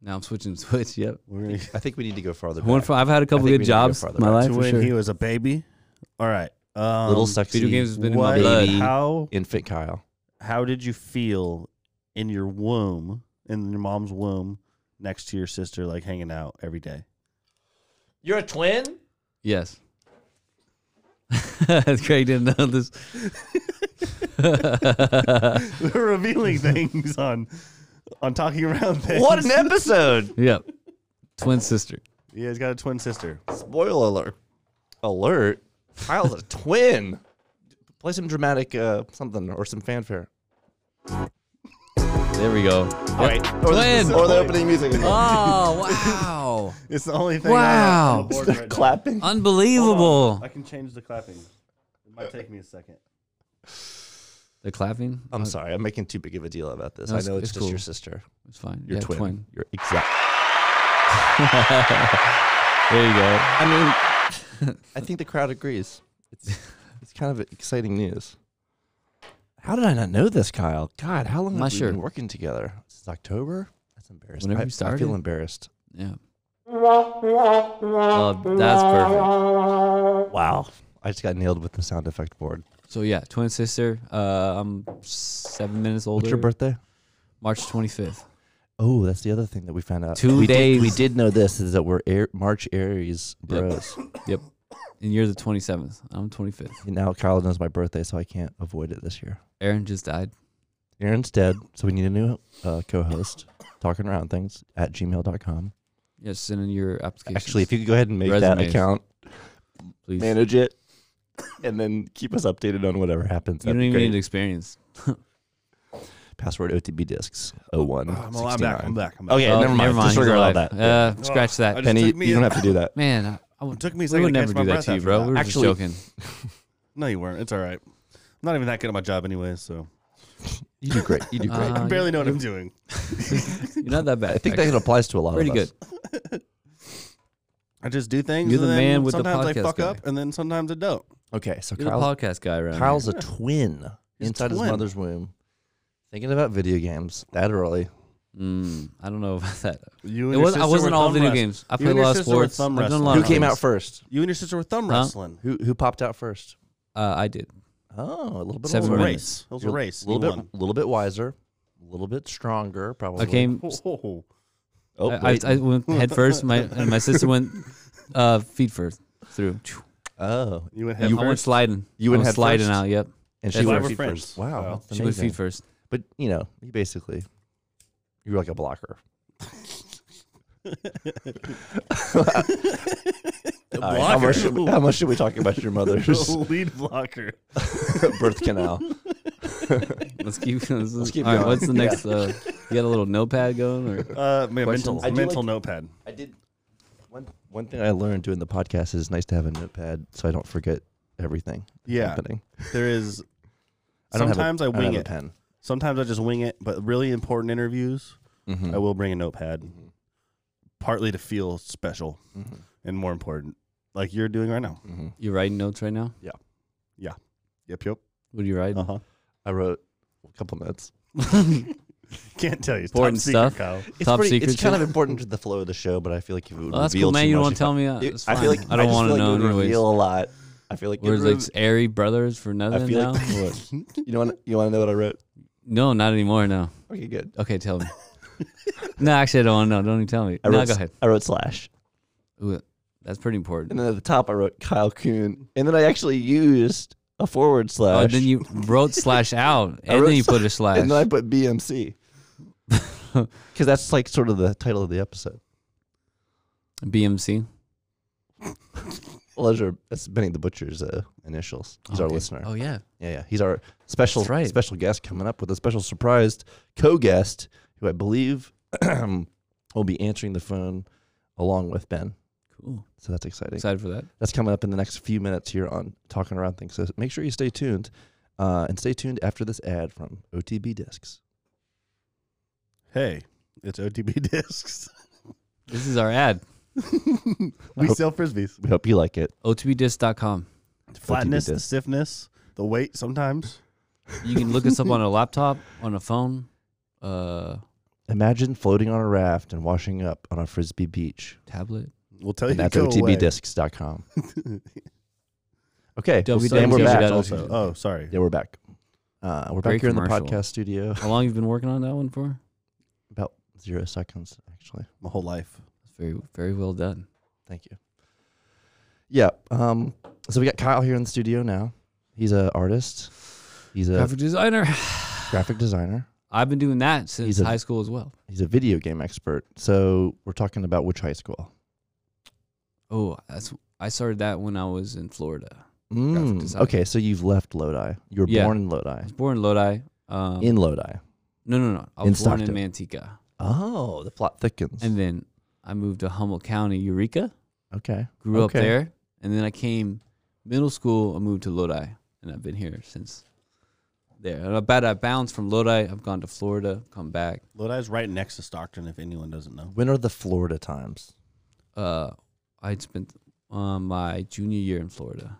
[SPEAKER 3] now I'm switching to Switch. Yep,
[SPEAKER 1] We're gonna-
[SPEAKER 2] I think we need to go farther.
[SPEAKER 3] One
[SPEAKER 2] back.
[SPEAKER 3] for, I've had a couple
[SPEAKER 2] think we
[SPEAKER 3] good
[SPEAKER 2] need to go
[SPEAKER 3] jobs
[SPEAKER 2] farther
[SPEAKER 3] in my
[SPEAKER 2] back.
[SPEAKER 3] life
[SPEAKER 1] to
[SPEAKER 3] for
[SPEAKER 1] when
[SPEAKER 3] sure.
[SPEAKER 1] he was a baby. All right. Um,
[SPEAKER 2] Little sexy
[SPEAKER 3] video games has been in my
[SPEAKER 1] what-
[SPEAKER 3] blood.
[SPEAKER 2] baby.
[SPEAKER 1] How
[SPEAKER 2] infant Kyle.
[SPEAKER 1] how did you feel in your womb, in your mom's womb, next to your sister, like hanging out every day?
[SPEAKER 2] You're a twin.
[SPEAKER 3] Yes. Craig didn't know this.
[SPEAKER 1] We're revealing things on on talking around things.
[SPEAKER 2] What an episode!
[SPEAKER 3] Yep, twin sister.
[SPEAKER 1] Yeah, he's got a twin sister.
[SPEAKER 2] Spoiler alert! Alert! Kyle's a twin. Play some dramatic uh, something or some fanfare.
[SPEAKER 3] There we go.
[SPEAKER 2] All right. Or
[SPEAKER 3] Twin.
[SPEAKER 2] The, or the opening music. again.
[SPEAKER 3] Oh wow.
[SPEAKER 1] It's the only thing.
[SPEAKER 3] Wow.
[SPEAKER 1] I have on the board right now.
[SPEAKER 2] Clapping.
[SPEAKER 3] Unbelievable.
[SPEAKER 1] I can change the clapping. It might take me a second.
[SPEAKER 3] They're clapping.
[SPEAKER 2] I'm sorry. I'm making too big of a deal about this.
[SPEAKER 3] No,
[SPEAKER 2] I
[SPEAKER 3] it's-
[SPEAKER 2] know Uh, it's,
[SPEAKER 3] it's
[SPEAKER 2] just
[SPEAKER 3] cool.
[SPEAKER 2] your sister.
[SPEAKER 3] It's fine.
[SPEAKER 2] Your
[SPEAKER 3] yeah,
[SPEAKER 2] twin.
[SPEAKER 3] twin.
[SPEAKER 2] Your exact.
[SPEAKER 3] There you go.
[SPEAKER 2] I mean, I think the crowd agrees. It's it's kind of exciting news. How did I not know this, Kyle? God, how long
[SPEAKER 3] I'm
[SPEAKER 2] have
[SPEAKER 3] not
[SPEAKER 2] we
[SPEAKER 3] sure.
[SPEAKER 2] been working together? Since October? That's embarrassing.
[SPEAKER 3] Whenever
[SPEAKER 2] I,
[SPEAKER 3] you
[SPEAKER 2] I
[SPEAKER 3] started?
[SPEAKER 2] feel embarrassed.
[SPEAKER 3] Yeah. Oh, that's perfect.
[SPEAKER 2] Wow. I just got nailed with the sound effect board.
[SPEAKER 3] So yeah, twin sister. Uh, I'm seven minutes older.
[SPEAKER 2] What's your birthday?
[SPEAKER 3] March 25th.
[SPEAKER 2] Oh, that's the other thing that we found out.
[SPEAKER 3] Two
[SPEAKER 2] we Did,
[SPEAKER 3] days.
[SPEAKER 2] we did know this is that we're Air, March Aries
[SPEAKER 3] Yep.
[SPEAKER 2] bros.
[SPEAKER 3] Yep. And you're the 27th. I'm 25th.
[SPEAKER 2] and now Kyle knows my birthday, so I can't avoid it this year.
[SPEAKER 3] Aaron just died.
[SPEAKER 2] Aaron's dead, so we need a new uh, co-host. Talking around things at gmail.com.
[SPEAKER 3] Yeah, send in your application.
[SPEAKER 2] Actually, if you could go ahead and make that
[SPEAKER 3] Resumes.
[SPEAKER 2] account,
[SPEAKER 3] please.
[SPEAKER 2] manage it, and then keep us updated on whatever happens.
[SPEAKER 3] you
[SPEAKER 2] that'd
[SPEAKER 3] don't
[SPEAKER 2] be
[SPEAKER 3] even
[SPEAKER 2] great.
[SPEAKER 3] need experience.
[SPEAKER 2] Password OTB discs 01.
[SPEAKER 1] I'm, I'm back. I'm back. I'm back.
[SPEAKER 2] Okay,
[SPEAKER 3] Oh,
[SPEAKER 2] never mind. Just
[SPEAKER 3] he's
[SPEAKER 2] forget all
[SPEAKER 3] alive.
[SPEAKER 2] that.
[SPEAKER 3] Uh,
[SPEAKER 2] Yeah.
[SPEAKER 3] Scratch
[SPEAKER 1] Oh, I
[SPEAKER 3] that.
[SPEAKER 1] just
[SPEAKER 2] Penny,
[SPEAKER 1] took me
[SPEAKER 2] you don't
[SPEAKER 1] a-
[SPEAKER 2] have to do that.
[SPEAKER 3] Man, I, I would,
[SPEAKER 1] It took me a
[SPEAKER 3] we
[SPEAKER 1] second
[SPEAKER 3] would
[SPEAKER 1] to
[SPEAKER 3] never
[SPEAKER 1] catch my
[SPEAKER 3] do that
[SPEAKER 1] breath
[SPEAKER 3] to you,
[SPEAKER 1] after
[SPEAKER 3] bro.
[SPEAKER 1] that.
[SPEAKER 3] We were
[SPEAKER 2] Actually-
[SPEAKER 3] just joking.
[SPEAKER 1] No, you weren't. It's all right. I'm not even that good at my job anyway, so
[SPEAKER 2] You do great. You do great.
[SPEAKER 3] Uh,
[SPEAKER 1] I barely know what I'm doing.
[SPEAKER 3] You're not that bad.
[SPEAKER 2] I think that applies to a lot
[SPEAKER 3] pretty
[SPEAKER 2] of us.
[SPEAKER 3] good.
[SPEAKER 1] I just do things.
[SPEAKER 3] You're the
[SPEAKER 1] and then
[SPEAKER 3] man with the
[SPEAKER 1] sometimes I
[SPEAKER 3] podcast
[SPEAKER 1] fuck
[SPEAKER 3] guy.
[SPEAKER 1] up, and then sometimes I don't.
[SPEAKER 2] Okay, so
[SPEAKER 3] You're the
[SPEAKER 2] Kyle's,
[SPEAKER 3] podcast guy around
[SPEAKER 2] Kyle's
[SPEAKER 3] here.
[SPEAKER 2] a twin
[SPEAKER 1] He's a
[SPEAKER 2] inside his
[SPEAKER 1] twin.
[SPEAKER 2] mother's womb, thinking about video games that early.
[SPEAKER 3] Mm, I don't know about that.
[SPEAKER 1] You
[SPEAKER 3] It
[SPEAKER 1] your
[SPEAKER 3] was, I
[SPEAKER 1] sister
[SPEAKER 3] wasn't
[SPEAKER 1] were
[SPEAKER 3] all
[SPEAKER 1] thumb
[SPEAKER 3] video
[SPEAKER 1] wrestling.
[SPEAKER 3] games. I
[SPEAKER 1] You
[SPEAKER 3] played
[SPEAKER 1] and
[SPEAKER 3] a
[SPEAKER 1] your
[SPEAKER 3] lot of
[SPEAKER 1] sister were
[SPEAKER 3] sports.
[SPEAKER 1] thumb
[SPEAKER 3] I've done a lot
[SPEAKER 1] wrestling.
[SPEAKER 2] Who
[SPEAKER 3] of
[SPEAKER 2] came out
[SPEAKER 3] things.
[SPEAKER 2] first?
[SPEAKER 1] You and your sister were thumb
[SPEAKER 3] Huh?
[SPEAKER 1] wrestling.
[SPEAKER 2] Who who popped out first?
[SPEAKER 3] Uh, I did.
[SPEAKER 2] Oh, a little bit
[SPEAKER 3] Seven
[SPEAKER 1] It was a
[SPEAKER 2] older.
[SPEAKER 3] minutes.
[SPEAKER 1] race. It was a race.
[SPEAKER 2] A little
[SPEAKER 1] you
[SPEAKER 2] bit, a little bit wiser, a little bit stronger, probably.
[SPEAKER 3] I came.
[SPEAKER 1] Won. Oh,
[SPEAKER 2] Oh,
[SPEAKER 3] I, I,
[SPEAKER 2] wait.
[SPEAKER 3] I went head first. My and my sister went uh, feet first through.
[SPEAKER 2] oh,
[SPEAKER 1] you went
[SPEAKER 3] I
[SPEAKER 1] head
[SPEAKER 3] went
[SPEAKER 1] first.
[SPEAKER 3] sliding.
[SPEAKER 2] You
[SPEAKER 3] I
[SPEAKER 2] went
[SPEAKER 3] was
[SPEAKER 2] head
[SPEAKER 3] sliding
[SPEAKER 2] first?
[SPEAKER 3] out. Yep.
[SPEAKER 2] and
[SPEAKER 3] That's
[SPEAKER 2] she
[SPEAKER 3] why
[SPEAKER 2] went
[SPEAKER 1] we're
[SPEAKER 2] feet
[SPEAKER 1] friends.
[SPEAKER 2] first. Wow,
[SPEAKER 1] Wow.
[SPEAKER 2] that's
[SPEAKER 3] She went
[SPEAKER 2] amazing.
[SPEAKER 3] feet first.
[SPEAKER 2] But you know, you basically you were like a blocker. All right, how, much should we, how much should we talk about your mother's
[SPEAKER 1] lead blocker.
[SPEAKER 2] birth canal?
[SPEAKER 3] Let's keep. Let's,
[SPEAKER 2] Let's keep
[SPEAKER 3] all right,
[SPEAKER 2] going.
[SPEAKER 3] What's the
[SPEAKER 2] Yeah.
[SPEAKER 3] next? Uh, you got a little notepad going, or
[SPEAKER 1] Uh, my mental,
[SPEAKER 3] Questions?
[SPEAKER 2] I do
[SPEAKER 1] mental notepad.
[SPEAKER 2] I did one one thing I learned doing the podcast is it's nice to have a notepad so I don't forget everything
[SPEAKER 1] Yeah,
[SPEAKER 2] happening.
[SPEAKER 1] there is.
[SPEAKER 2] I don't
[SPEAKER 1] sometimes I
[SPEAKER 2] have a,
[SPEAKER 1] wing
[SPEAKER 2] I
[SPEAKER 1] it.
[SPEAKER 2] don't have
[SPEAKER 1] Sometimes I just wing it. But really important interviews,
[SPEAKER 2] a
[SPEAKER 3] Mm-hmm.
[SPEAKER 2] pen.
[SPEAKER 1] I will bring a notepad, partly to feel special
[SPEAKER 3] Mm-hmm.
[SPEAKER 1] and more important, like you're doing right now.
[SPEAKER 3] you writing notes right now?
[SPEAKER 1] Yep, yep.
[SPEAKER 3] What are you writing?
[SPEAKER 1] Uh
[SPEAKER 2] Oh.
[SPEAKER 1] huh.
[SPEAKER 2] I wrote a couple notes.
[SPEAKER 1] Can't tell you. It's
[SPEAKER 3] Important
[SPEAKER 1] top secret,
[SPEAKER 3] stuff.
[SPEAKER 1] Kyle.
[SPEAKER 2] It's
[SPEAKER 3] Top
[SPEAKER 2] pretty,
[SPEAKER 3] secret
[SPEAKER 2] It's kind
[SPEAKER 3] shit?
[SPEAKER 2] of important to the flow of the show, but I feel like if it would
[SPEAKER 3] Well, that's
[SPEAKER 2] reveal
[SPEAKER 3] cool, man.
[SPEAKER 2] too
[SPEAKER 3] You don't
[SPEAKER 2] much,
[SPEAKER 3] want to
[SPEAKER 2] if
[SPEAKER 3] tell me. That.
[SPEAKER 2] It-
[SPEAKER 3] It's
[SPEAKER 2] I feel
[SPEAKER 3] fine.
[SPEAKER 2] like
[SPEAKER 3] I don't
[SPEAKER 2] just
[SPEAKER 3] want
[SPEAKER 2] feel
[SPEAKER 3] to
[SPEAKER 2] like it
[SPEAKER 3] know
[SPEAKER 2] would
[SPEAKER 3] anyways.
[SPEAKER 2] Reveal a lot. I feel like it
[SPEAKER 3] We're
[SPEAKER 2] would-
[SPEAKER 3] like airy brothers for nothing
[SPEAKER 2] feel
[SPEAKER 3] now.
[SPEAKER 2] like-
[SPEAKER 3] What?
[SPEAKER 2] you know. What, you want to know what I wrote?
[SPEAKER 3] No, not anymore. No.
[SPEAKER 2] Okay, good.
[SPEAKER 3] Okay, tell me. no, actually, I don't want to know. Don't even tell me.
[SPEAKER 2] I
[SPEAKER 3] no,
[SPEAKER 2] wrote,
[SPEAKER 3] go ahead.
[SPEAKER 2] I wrote slash,
[SPEAKER 3] Ooh, that's pretty important.
[SPEAKER 2] and then at the top I wrote Kyle Kuhn, and then I actually used a forward slash.
[SPEAKER 3] Oh, then you wrote slash out, and
[SPEAKER 2] wrote
[SPEAKER 3] then you put a slash.
[SPEAKER 2] and then I put BMC because that's like sort of the title of the episode.
[SPEAKER 3] BMC.
[SPEAKER 2] Well, those are that's Benny the Butcher's uh, initials. He's our
[SPEAKER 3] Okay.
[SPEAKER 2] listener.
[SPEAKER 3] Oh yeah.
[SPEAKER 2] Yeah, yeah. He's our special
[SPEAKER 3] That's right.
[SPEAKER 2] special guest coming up with a special surprised co-guest who I believe will be answering the phone along with Ben.
[SPEAKER 3] Cool.
[SPEAKER 2] So that's exciting.
[SPEAKER 3] Excited for that.
[SPEAKER 2] That's coming up in the next few minutes here on Talking Around Things. So make sure you stay tuned. Uh, and stay tuned after this ad from OTB Discs.
[SPEAKER 1] Hey, it's OTB discs.
[SPEAKER 3] This is our ad.
[SPEAKER 1] We
[SPEAKER 2] hope-
[SPEAKER 1] sell frisbees.
[SPEAKER 2] We hope you like it.
[SPEAKER 3] OTBDisc.com.
[SPEAKER 1] Flatness,
[SPEAKER 2] OTB
[SPEAKER 1] the
[SPEAKER 2] discs.
[SPEAKER 1] stiffness, the weight. Sometimes
[SPEAKER 3] You can look us up on a laptop, on a phone. Uh,
[SPEAKER 2] Imagine floating on a raft and washing up on a frisbee beach.
[SPEAKER 3] tablet.
[SPEAKER 1] we'll tell you.
[SPEAKER 2] And
[SPEAKER 1] to
[SPEAKER 2] that's
[SPEAKER 1] go away.
[SPEAKER 2] OTBDiscs.com. okay.
[SPEAKER 3] Don't be
[SPEAKER 2] and we're
[SPEAKER 3] dumb.
[SPEAKER 2] back.
[SPEAKER 3] Don't
[SPEAKER 1] Also, oh, sorry.
[SPEAKER 2] Yeah, we're back. Uh, we're
[SPEAKER 3] Great
[SPEAKER 2] back here in the
[SPEAKER 3] commercial.
[SPEAKER 2] podcast studio.
[SPEAKER 3] How long you been working on that one for?
[SPEAKER 2] About zero seconds, actually.
[SPEAKER 1] My whole life.
[SPEAKER 3] That's very, very well done.
[SPEAKER 2] Thank you. Yeah. Um, so we got Kyle here in the studio now. He's an artist. He's a graphic,
[SPEAKER 3] Graphic designer.
[SPEAKER 2] designer.
[SPEAKER 3] I've been doing that since
[SPEAKER 2] He's a-
[SPEAKER 3] high school as well.
[SPEAKER 2] He's a video game expert. So we're talking about which high school?
[SPEAKER 3] Oh, that's I started that when I was in Florida.
[SPEAKER 2] Mm,
[SPEAKER 3] design.
[SPEAKER 2] okay, so you've left Lodi. You were
[SPEAKER 3] Yeah.
[SPEAKER 2] born in
[SPEAKER 3] I
[SPEAKER 2] Lodi.
[SPEAKER 3] was born in Lodi. Um,
[SPEAKER 2] In Lodi.
[SPEAKER 3] no, no, no. I
[SPEAKER 2] in
[SPEAKER 3] was born
[SPEAKER 2] Stockton.
[SPEAKER 3] in Manteca,
[SPEAKER 2] Oh, the plot thickens.
[SPEAKER 3] and then I moved to Humboldt County, Eureka.
[SPEAKER 2] okay.
[SPEAKER 3] Grew up
[SPEAKER 2] Okay.
[SPEAKER 3] there, and then I came middle school. I moved to Lodi, and I've been here since there. And about I bounced from Lodi. I've gone to Florida, come back.
[SPEAKER 1] Lodi's right next to Stockton. If anyone doesn't know,
[SPEAKER 2] When are the Florida times?
[SPEAKER 3] Uh, I'd spent uh, my junior year in Florida.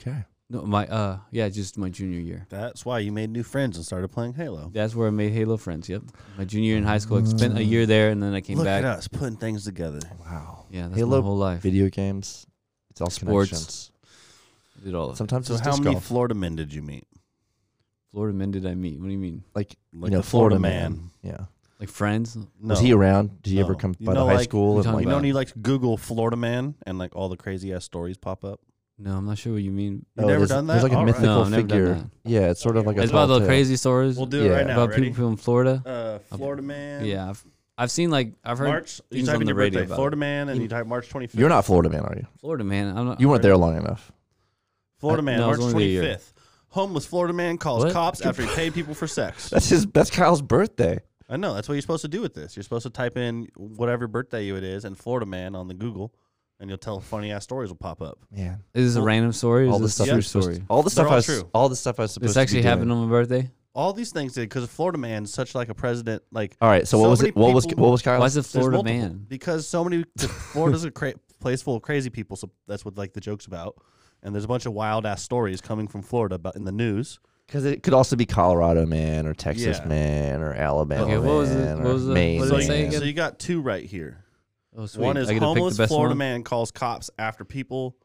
[SPEAKER 2] Okay.
[SPEAKER 3] No, my uh, yeah, just my junior year.
[SPEAKER 1] that's why you made new friends and started playing Halo.
[SPEAKER 3] That's where I made Halo friends. Yep, my junior year in high school. I spent a year there, and then I came
[SPEAKER 1] Look
[SPEAKER 3] back.
[SPEAKER 1] at us putting things together.
[SPEAKER 2] Wow.
[SPEAKER 3] Yeah, that's
[SPEAKER 2] Halo
[SPEAKER 3] my whole life.
[SPEAKER 2] Video games. It's all
[SPEAKER 3] Sports.
[SPEAKER 2] connections.
[SPEAKER 3] I did all of it.
[SPEAKER 2] Sometimes
[SPEAKER 1] So
[SPEAKER 2] it's
[SPEAKER 1] how
[SPEAKER 2] disc
[SPEAKER 1] many
[SPEAKER 2] golf.
[SPEAKER 1] Florida men did you meet?
[SPEAKER 3] Florida men did I meet? What do you mean?
[SPEAKER 2] like
[SPEAKER 1] Like
[SPEAKER 2] you know,
[SPEAKER 1] the Florida,
[SPEAKER 2] Florida
[SPEAKER 1] man.
[SPEAKER 2] man. yeah.
[SPEAKER 3] Like friends?
[SPEAKER 1] No.
[SPEAKER 2] Was he around? Did he ever
[SPEAKER 1] No.
[SPEAKER 2] come
[SPEAKER 1] You
[SPEAKER 2] by the
[SPEAKER 1] know,
[SPEAKER 2] high
[SPEAKER 1] like-
[SPEAKER 2] school
[SPEAKER 3] You're
[SPEAKER 2] and
[SPEAKER 3] talking
[SPEAKER 2] like
[SPEAKER 1] You know,
[SPEAKER 3] about-
[SPEAKER 1] when you like Google Florida man and like all the crazy ass stories pop up.
[SPEAKER 3] No, I'm not sure what you mean.
[SPEAKER 1] You've
[SPEAKER 2] Oh,
[SPEAKER 1] never
[SPEAKER 2] there's-
[SPEAKER 1] done that?
[SPEAKER 2] There's like a
[SPEAKER 1] All right.
[SPEAKER 2] mythical
[SPEAKER 3] No, I've never done
[SPEAKER 2] figure.
[SPEAKER 3] that.
[SPEAKER 2] Yeah, it's sort of like a
[SPEAKER 3] It's about
[SPEAKER 2] tall
[SPEAKER 3] the
[SPEAKER 2] tale.
[SPEAKER 3] crazy stories
[SPEAKER 1] We'll do it right
[SPEAKER 2] Yeah.
[SPEAKER 1] now.
[SPEAKER 3] about
[SPEAKER 1] Ready?
[SPEAKER 3] people in Florida.
[SPEAKER 1] Uh, Florida man.
[SPEAKER 3] Yeah, I've, I've seen like I've heard
[SPEAKER 1] March. You
[SPEAKER 3] things
[SPEAKER 1] type
[SPEAKER 3] on
[SPEAKER 1] in
[SPEAKER 3] the
[SPEAKER 1] your
[SPEAKER 3] radio
[SPEAKER 1] birthday,
[SPEAKER 3] about
[SPEAKER 1] Florida man, and
[SPEAKER 3] You-
[SPEAKER 1] you type March 25th.
[SPEAKER 2] You're not Florida man, are you?
[SPEAKER 3] Florida man. I'm not.
[SPEAKER 2] You weren't there long enough.
[SPEAKER 1] Florida man,
[SPEAKER 3] No, I
[SPEAKER 1] March
[SPEAKER 3] was only a year.
[SPEAKER 1] 25th. Homeless Florida man calls
[SPEAKER 3] What?
[SPEAKER 1] cops after he paid people for sex.
[SPEAKER 2] That's his. That's Kyle's birthday.
[SPEAKER 1] I know. That's what you're supposed to do with this. You're supposed to type in whatever birthday you it is and Florida man on the Google, and you'll tell funny ass stories will pop up.
[SPEAKER 2] Man,
[SPEAKER 3] Is this a random story? Or
[SPEAKER 2] all
[SPEAKER 3] is
[SPEAKER 2] the
[SPEAKER 3] this a
[SPEAKER 2] stuff
[SPEAKER 1] Yeah.
[SPEAKER 3] true
[SPEAKER 2] you're
[SPEAKER 3] story?
[SPEAKER 2] supposed. all the stuff
[SPEAKER 1] all
[SPEAKER 2] I was.
[SPEAKER 1] true.
[SPEAKER 2] All the stuff I was supposed.
[SPEAKER 3] this actually
[SPEAKER 2] to be
[SPEAKER 3] happened
[SPEAKER 2] Doing.
[SPEAKER 3] on my birthday.
[SPEAKER 1] All these things did because Florida man is such like a president. Like
[SPEAKER 2] All right. So,
[SPEAKER 1] So
[SPEAKER 2] what was
[SPEAKER 1] many
[SPEAKER 2] it? What was
[SPEAKER 1] people-
[SPEAKER 2] what was Kyle's?
[SPEAKER 3] Why is it
[SPEAKER 1] there's
[SPEAKER 3] Florida
[SPEAKER 1] multiple-
[SPEAKER 3] man?
[SPEAKER 1] Because so many 'cause Florida's a cra- place full of crazy people. So that's what like the jokes about. And there's a bunch of wild ass stories coming from Florida about in the news.
[SPEAKER 2] Because it could also be Colorado man or Texas
[SPEAKER 1] Yeah.
[SPEAKER 2] man or Alabama
[SPEAKER 3] Okay, what was it-
[SPEAKER 2] man
[SPEAKER 3] what was the-
[SPEAKER 2] or Maine
[SPEAKER 3] what
[SPEAKER 1] so,
[SPEAKER 3] did it say
[SPEAKER 2] man.
[SPEAKER 1] you,
[SPEAKER 3] again?
[SPEAKER 1] so you got two right here.
[SPEAKER 3] Oh, sweet.
[SPEAKER 1] One is
[SPEAKER 3] I get to pick the
[SPEAKER 1] homeless
[SPEAKER 3] best
[SPEAKER 1] Florida
[SPEAKER 3] one?
[SPEAKER 1] man calls cops after people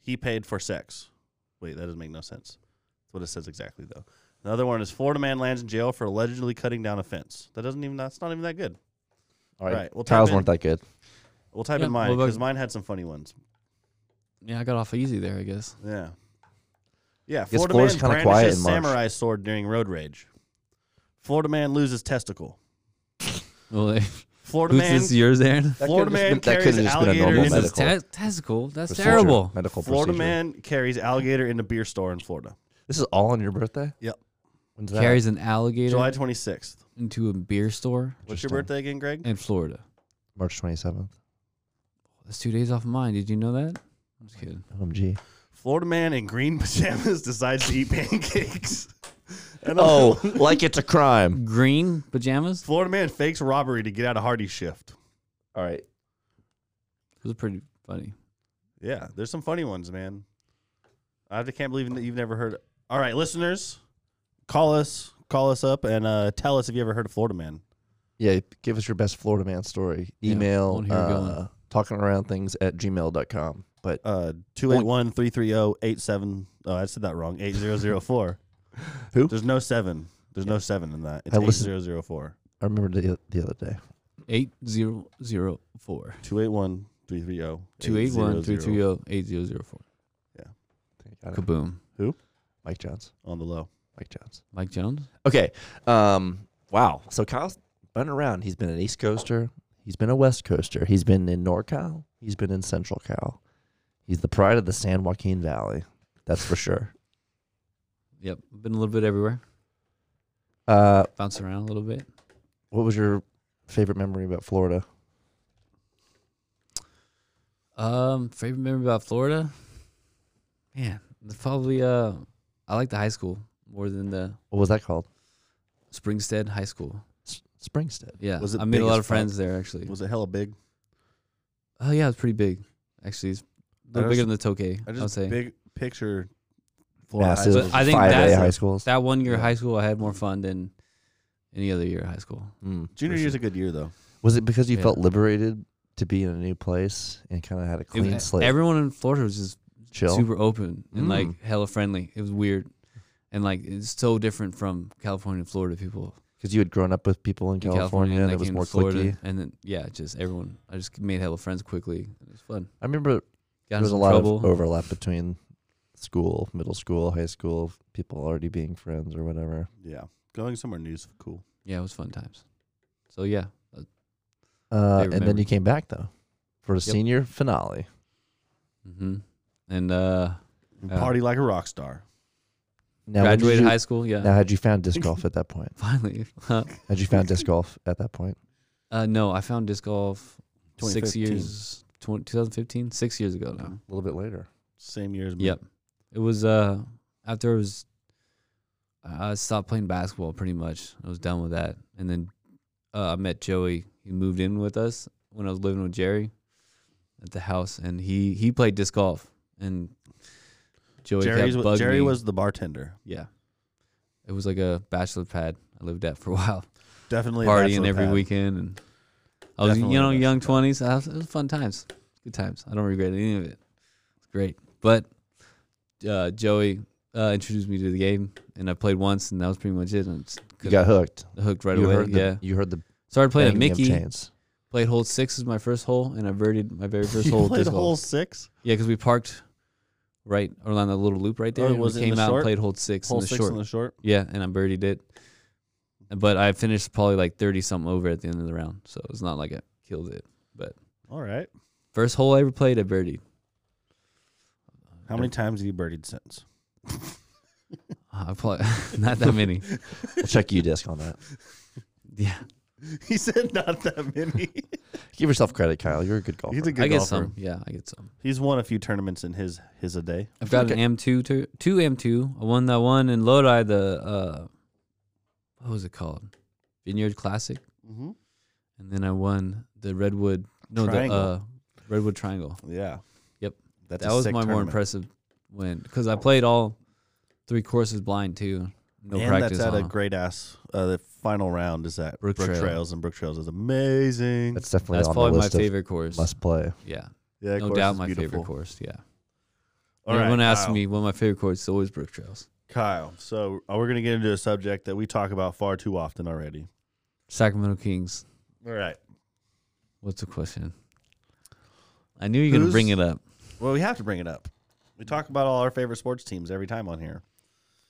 [SPEAKER 1] he paid for sex. Wait, that doesn't make no sense. That's what it says exactly though. Another one is Florida man lands in jail for allegedly cutting down a fence. That doesn't even that's not even that good.
[SPEAKER 2] All right.
[SPEAKER 1] We'll type
[SPEAKER 2] Tiles
[SPEAKER 1] in,
[SPEAKER 2] weren't that good.
[SPEAKER 1] we'll type
[SPEAKER 3] Yeah,
[SPEAKER 1] in mine
[SPEAKER 3] what about-
[SPEAKER 1] because mine had some funny ones.
[SPEAKER 3] Yeah, I got off easy there, I guess.
[SPEAKER 1] Yeah. Yeah,
[SPEAKER 2] guess
[SPEAKER 1] Florida man
[SPEAKER 2] Florida's kinda
[SPEAKER 1] brandishes
[SPEAKER 2] quiet in March.
[SPEAKER 1] samurai sword during road rage. Florida man loses testicle.
[SPEAKER 3] Well,
[SPEAKER 1] Florida
[SPEAKER 3] who's
[SPEAKER 1] man
[SPEAKER 3] this yours, Aaron?
[SPEAKER 2] That
[SPEAKER 1] Florida
[SPEAKER 2] could've just
[SPEAKER 1] man
[SPEAKER 2] been- that could've
[SPEAKER 1] carries
[SPEAKER 2] just been a
[SPEAKER 1] alligator
[SPEAKER 2] normal
[SPEAKER 1] into
[SPEAKER 3] This
[SPEAKER 1] the
[SPEAKER 3] is
[SPEAKER 2] medical
[SPEAKER 3] te- testicle. That's
[SPEAKER 2] procedure,
[SPEAKER 3] terrible.
[SPEAKER 2] Medical
[SPEAKER 1] Florida
[SPEAKER 2] procedure.
[SPEAKER 1] man carries alligator into beer store in Florida.
[SPEAKER 2] This is all on your birthday?
[SPEAKER 1] Yep.
[SPEAKER 2] When's that?
[SPEAKER 3] Carries an alligator
[SPEAKER 1] July 26th.
[SPEAKER 3] into a beer store
[SPEAKER 1] What's your
[SPEAKER 2] Interesting.
[SPEAKER 1] birthday again, Greg?
[SPEAKER 3] in Florida.
[SPEAKER 2] March 27th.
[SPEAKER 3] That's two days off of mine. Did you know that? I'm just kidding.
[SPEAKER 2] OMG.
[SPEAKER 1] Florida man in green pajamas decides to eat pancakes. And
[SPEAKER 2] Oh, like it's a crime.
[SPEAKER 3] Green pajamas.
[SPEAKER 1] Florida man fakes robbery to get out of Hardy shift.
[SPEAKER 2] All right.
[SPEAKER 3] It was pretty funny.
[SPEAKER 1] Yeah, there's some funny ones, man. I just can't believe that you've never heard. All right, listeners, call us, call us up, and uh, tell us if you ever heard of Florida man.
[SPEAKER 2] Yeah, give us your best Florida man story.
[SPEAKER 3] Yeah, I
[SPEAKER 2] Email
[SPEAKER 3] wanna hear it going.
[SPEAKER 2] uh, talking around things at gmail.com. But
[SPEAKER 1] Uh, 281-330-87 oh, I said that wrong. 8004.
[SPEAKER 2] Who?
[SPEAKER 1] There's no 7. There's no 7 in that. It's
[SPEAKER 2] I listened-
[SPEAKER 1] 8004.
[SPEAKER 2] I remember the, the other day.
[SPEAKER 3] Eight zero zero four.
[SPEAKER 1] 281-330-8004.
[SPEAKER 3] Two oh, eight one
[SPEAKER 1] oh.
[SPEAKER 3] three two zero eight zero zero four.
[SPEAKER 2] Got it.
[SPEAKER 3] Kaboom.
[SPEAKER 2] Mike Johns.
[SPEAKER 1] on the low.
[SPEAKER 2] Mike Johns.
[SPEAKER 3] Mike Jones.
[SPEAKER 2] Okay. Um. Wow. So Kyle's been around. He's been an East Coaster. He's been a West Coaster. He's been in NorCal. He's been in Central Cal. He's the pride of the San Joaquin Valley. That's for sure.
[SPEAKER 3] Yep. Been a little bit everywhere.
[SPEAKER 2] Uh,
[SPEAKER 3] Bounce around a little bit.
[SPEAKER 2] what was your favorite memory about Florida?
[SPEAKER 3] Um, favorite memory about Florida? Man, it's probably uh, I like the high school more than the
[SPEAKER 2] What was that called?
[SPEAKER 3] Springstead High School.
[SPEAKER 2] S- Springstead.
[SPEAKER 3] Yeah,
[SPEAKER 1] Was it
[SPEAKER 3] I made
[SPEAKER 1] big
[SPEAKER 3] a lot
[SPEAKER 1] as
[SPEAKER 3] of friends there actually.
[SPEAKER 1] Was it hella big?
[SPEAKER 3] Oh yeah, it's pretty big. Actually, it's a little
[SPEAKER 1] I just-
[SPEAKER 3] bigger than the Tokay. I,
[SPEAKER 1] I
[SPEAKER 3] would
[SPEAKER 1] just
[SPEAKER 3] say
[SPEAKER 1] big picture. Florida high
[SPEAKER 2] Massive.
[SPEAKER 1] schools.
[SPEAKER 3] But I think
[SPEAKER 2] 5A
[SPEAKER 3] that's-
[SPEAKER 2] high schools.
[SPEAKER 3] that one year of
[SPEAKER 1] Yeah.
[SPEAKER 3] high school I had more fun than any other year of high school.
[SPEAKER 2] Mm, for
[SPEAKER 1] Junior
[SPEAKER 2] sure.
[SPEAKER 1] year's a good year though.
[SPEAKER 2] Was it because you
[SPEAKER 3] Yeah.
[SPEAKER 2] felt liberated to be in a new place and kind of had a
[SPEAKER 3] It was-
[SPEAKER 2] clean slate?
[SPEAKER 3] Everyone in Florida was just
[SPEAKER 2] chill.
[SPEAKER 3] super open and
[SPEAKER 2] Mm.
[SPEAKER 3] like hella friendly. It was weird. And like it's so different from California and Florida people
[SPEAKER 2] Because you had grown up with people in
[SPEAKER 3] in
[SPEAKER 2] California, and
[SPEAKER 3] I
[SPEAKER 2] it was
[SPEAKER 3] came to
[SPEAKER 2] more
[SPEAKER 3] Florida,
[SPEAKER 2] cliquey.
[SPEAKER 3] And then yeah, just everyone. I just made hella friends quickly. It was fun.
[SPEAKER 2] I remember
[SPEAKER 3] Got
[SPEAKER 2] there was
[SPEAKER 3] into
[SPEAKER 2] a lot
[SPEAKER 3] trouble.
[SPEAKER 2] of overlap between school, middle school, high school, people already being friends or whatever.
[SPEAKER 1] Yeah, going somewhere new's cool.
[SPEAKER 3] yeah, it was fun times. So yeah,
[SPEAKER 2] Uh, and
[SPEAKER 3] Favorite
[SPEAKER 2] then you
[SPEAKER 3] memory.
[SPEAKER 2] came back though for a senior finale.
[SPEAKER 3] hmm and uh,
[SPEAKER 1] And
[SPEAKER 3] Yeah.
[SPEAKER 1] Party like a rock star.
[SPEAKER 2] Now when did
[SPEAKER 3] graduated
[SPEAKER 2] you,
[SPEAKER 3] high school. Yeah,
[SPEAKER 2] Now had you found disc golf at that point?
[SPEAKER 3] finally. uh,
[SPEAKER 2] Had you found disc golf at that point?
[SPEAKER 3] no, I found disc golf six
[SPEAKER 1] 2015.
[SPEAKER 3] years, tw- 2015, six years ago now.
[SPEAKER 2] A little bit later.
[SPEAKER 1] Same year as me.
[SPEAKER 3] Yep, it was uh after it was. I I stopped playing basketball pretty much. I was done with that, and then uh, I met Joey. He moved in with us when I was living with Jerry at the house, and he he played disc golf. And Joey
[SPEAKER 1] Jerry's,
[SPEAKER 3] kept
[SPEAKER 1] wa-
[SPEAKER 3] bugging
[SPEAKER 1] Jerry
[SPEAKER 3] me.
[SPEAKER 1] was the bartender.
[SPEAKER 3] Yeah. It was like a bachelor pad I lived at for a while.
[SPEAKER 1] Definitely a
[SPEAKER 3] Partying
[SPEAKER 1] bachelor
[SPEAKER 3] every
[SPEAKER 1] pad.
[SPEAKER 3] weekend and I was
[SPEAKER 1] Definitely
[SPEAKER 3] you know,
[SPEAKER 1] a
[SPEAKER 3] young
[SPEAKER 1] bachelor pad.
[SPEAKER 3] twenties. It was fun times. Good times. I don't regret any of it. It's great. But uh, Joey uh, introduced me to the game and I played once and that was pretty much it. And it's
[SPEAKER 2] You got hooked.
[SPEAKER 3] hooked right
[SPEAKER 2] you
[SPEAKER 3] away.
[SPEAKER 2] heard the
[SPEAKER 3] yeah.
[SPEAKER 2] you heard the
[SPEAKER 3] Started playing at
[SPEAKER 2] banging of
[SPEAKER 3] Mickey.
[SPEAKER 2] chains.
[SPEAKER 3] Played hole six is my first hole and I birdied my very first
[SPEAKER 1] You
[SPEAKER 3] hole. at
[SPEAKER 1] played
[SPEAKER 3] disc golf.
[SPEAKER 1] hole six.
[SPEAKER 3] Yeah, because we parked right around that little loop right there.
[SPEAKER 1] Oh,
[SPEAKER 3] and
[SPEAKER 1] was it
[SPEAKER 3] we
[SPEAKER 1] in
[SPEAKER 3] came
[SPEAKER 1] the
[SPEAKER 3] out
[SPEAKER 1] short?
[SPEAKER 3] and played hole six
[SPEAKER 1] Hole
[SPEAKER 3] in the
[SPEAKER 1] six
[SPEAKER 3] short.
[SPEAKER 1] in the short.
[SPEAKER 3] Yeah, and I birdied it. But I finished probably like 30 something over at the end of the round. So it's not like I killed it.
[SPEAKER 1] All right.
[SPEAKER 3] First hole I ever played, I birdied.
[SPEAKER 1] How many times have you birdied since?
[SPEAKER 3] I probably, not that many.
[SPEAKER 2] We'll check you disc on that.
[SPEAKER 3] Yeah.
[SPEAKER 1] he said not that many.
[SPEAKER 2] Give yourself credit, Kyle. You're a good golfer.
[SPEAKER 1] He's a good
[SPEAKER 3] I
[SPEAKER 1] golfer.
[SPEAKER 3] get some. Yeah, I get some.
[SPEAKER 1] He's won a few tournaments in his his a day.
[SPEAKER 3] I've got
[SPEAKER 2] Okay.
[SPEAKER 3] an M2, two, two M2. I won that one in Lodi, the, uh, what was it called? Vineyard Classic.
[SPEAKER 1] Mm-hmm.
[SPEAKER 3] And then I won the Redwood, no,
[SPEAKER 1] Triangle.
[SPEAKER 3] the uh, Redwood Triangle.
[SPEAKER 1] Yeah.
[SPEAKER 3] Yep.
[SPEAKER 1] That's
[SPEAKER 3] that
[SPEAKER 1] a
[SPEAKER 3] was
[SPEAKER 1] sick
[SPEAKER 3] my more
[SPEAKER 1] tournament.
[SPEAKER 3] impressive win because I played all three courses blind too. No
[SPEAKER 1] and
[SPEAKER 3] practice.
[SPEAKER 1] that's at
[SPEAKER 3] on
[SPEAKER 1] a
[SPEAKER 3] 'em.
[SPEAKER 1] great ass. Uh, the final round is at
[SPEAKER 3] Brook
[SPEAKER 1] Brook,
[SPEAKER 3] Trail.
[SPEAKER 1] Trails, and Brook Trails is amazing.
[SPEAKER 2] That's definitely
[SPEAKER 3] That's
[SPEAKER 2] on
[SPEAKER 3] probably
[SPEAKER 2] the
[SPEAKER 3] my
[SPEAKER 2] list of
[SPEAKER 3] favorite course.
[SPEAKER 2] must play.
[SPEAKER 3] Yeah,
[SPEAKER 1] yeah, that
[SPEAKER 3] no
[SPEAKER 1] course
[SPEAKER 3] doubt
[SPEAKER 1] is
[SPEAKER 3] my
[SPEAKER 1] beautiful.
[SPEAKER 3] favorite course. Yeah.
[SPEAKER 1] All right,
[SPEAKER 3] Everyone asks
[SPEAKER 1] Kyle.
[SPEAKER 3] me what my favorite course is always Brook Trails.
[SPEAKER 1] Kyle. So uh, we're gonna get into a subject that we talk about far too often already.
[SPEAKER 3] Sacramento Kings.
[SPEAKER 1] All right.
[SPEAKER 3] What's the question? I knew you were gonna bring
[SPEAKER 1] Who's-
[SPEAKER 3] it up.
[SPEAKER 1] Well, we have to bring it up. We talk about all our favorite sports teams every time on here.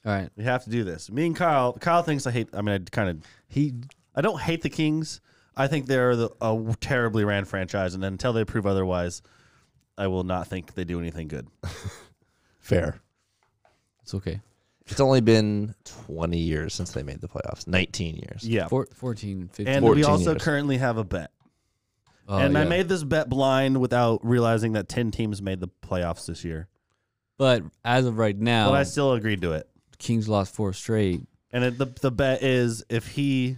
[SPEAKER 3] All right.
[SPEAKER 1] We have to do this. Me and Kyle. Kyle thinks I hate. I mean, I kind of.
[SPEAKER 3] He
[SPEAKER 1] I don't hate the Kings. I think they're the, a terribly ran franchise, and until they prove otherwise, I will not think they do anything good.
[SPEAKER 2] Fair.
[SPEAKER 3] it's okay.
[SPEAKER 2] It's only been 20 years since they made the playoffs. 19 years.
[SPEAKER 1] Yeah.
[SPEAKER 3] Four, 14, 15.
[SPEAKER 1] and we
[SPEAKER 2] 14
[SPEAKER 1] also
[SPEAKER 2] years.
[SPEAKER 1] currently have a bet.
[SPEAKER 3] Oh,
[SPEAKER 1] and I
[SPEAKER 3] yeah.
[SPEAKER 1] made this bet blind without realizing that 10 teams made the playoffs this year.
[SPEAKER 3] But as of right now,
[SPEAKER 1] But I still agreed to it.
[SPEAKER 3] Kings lost four straight.
[SPEAKER 1] And it, the the bet is if he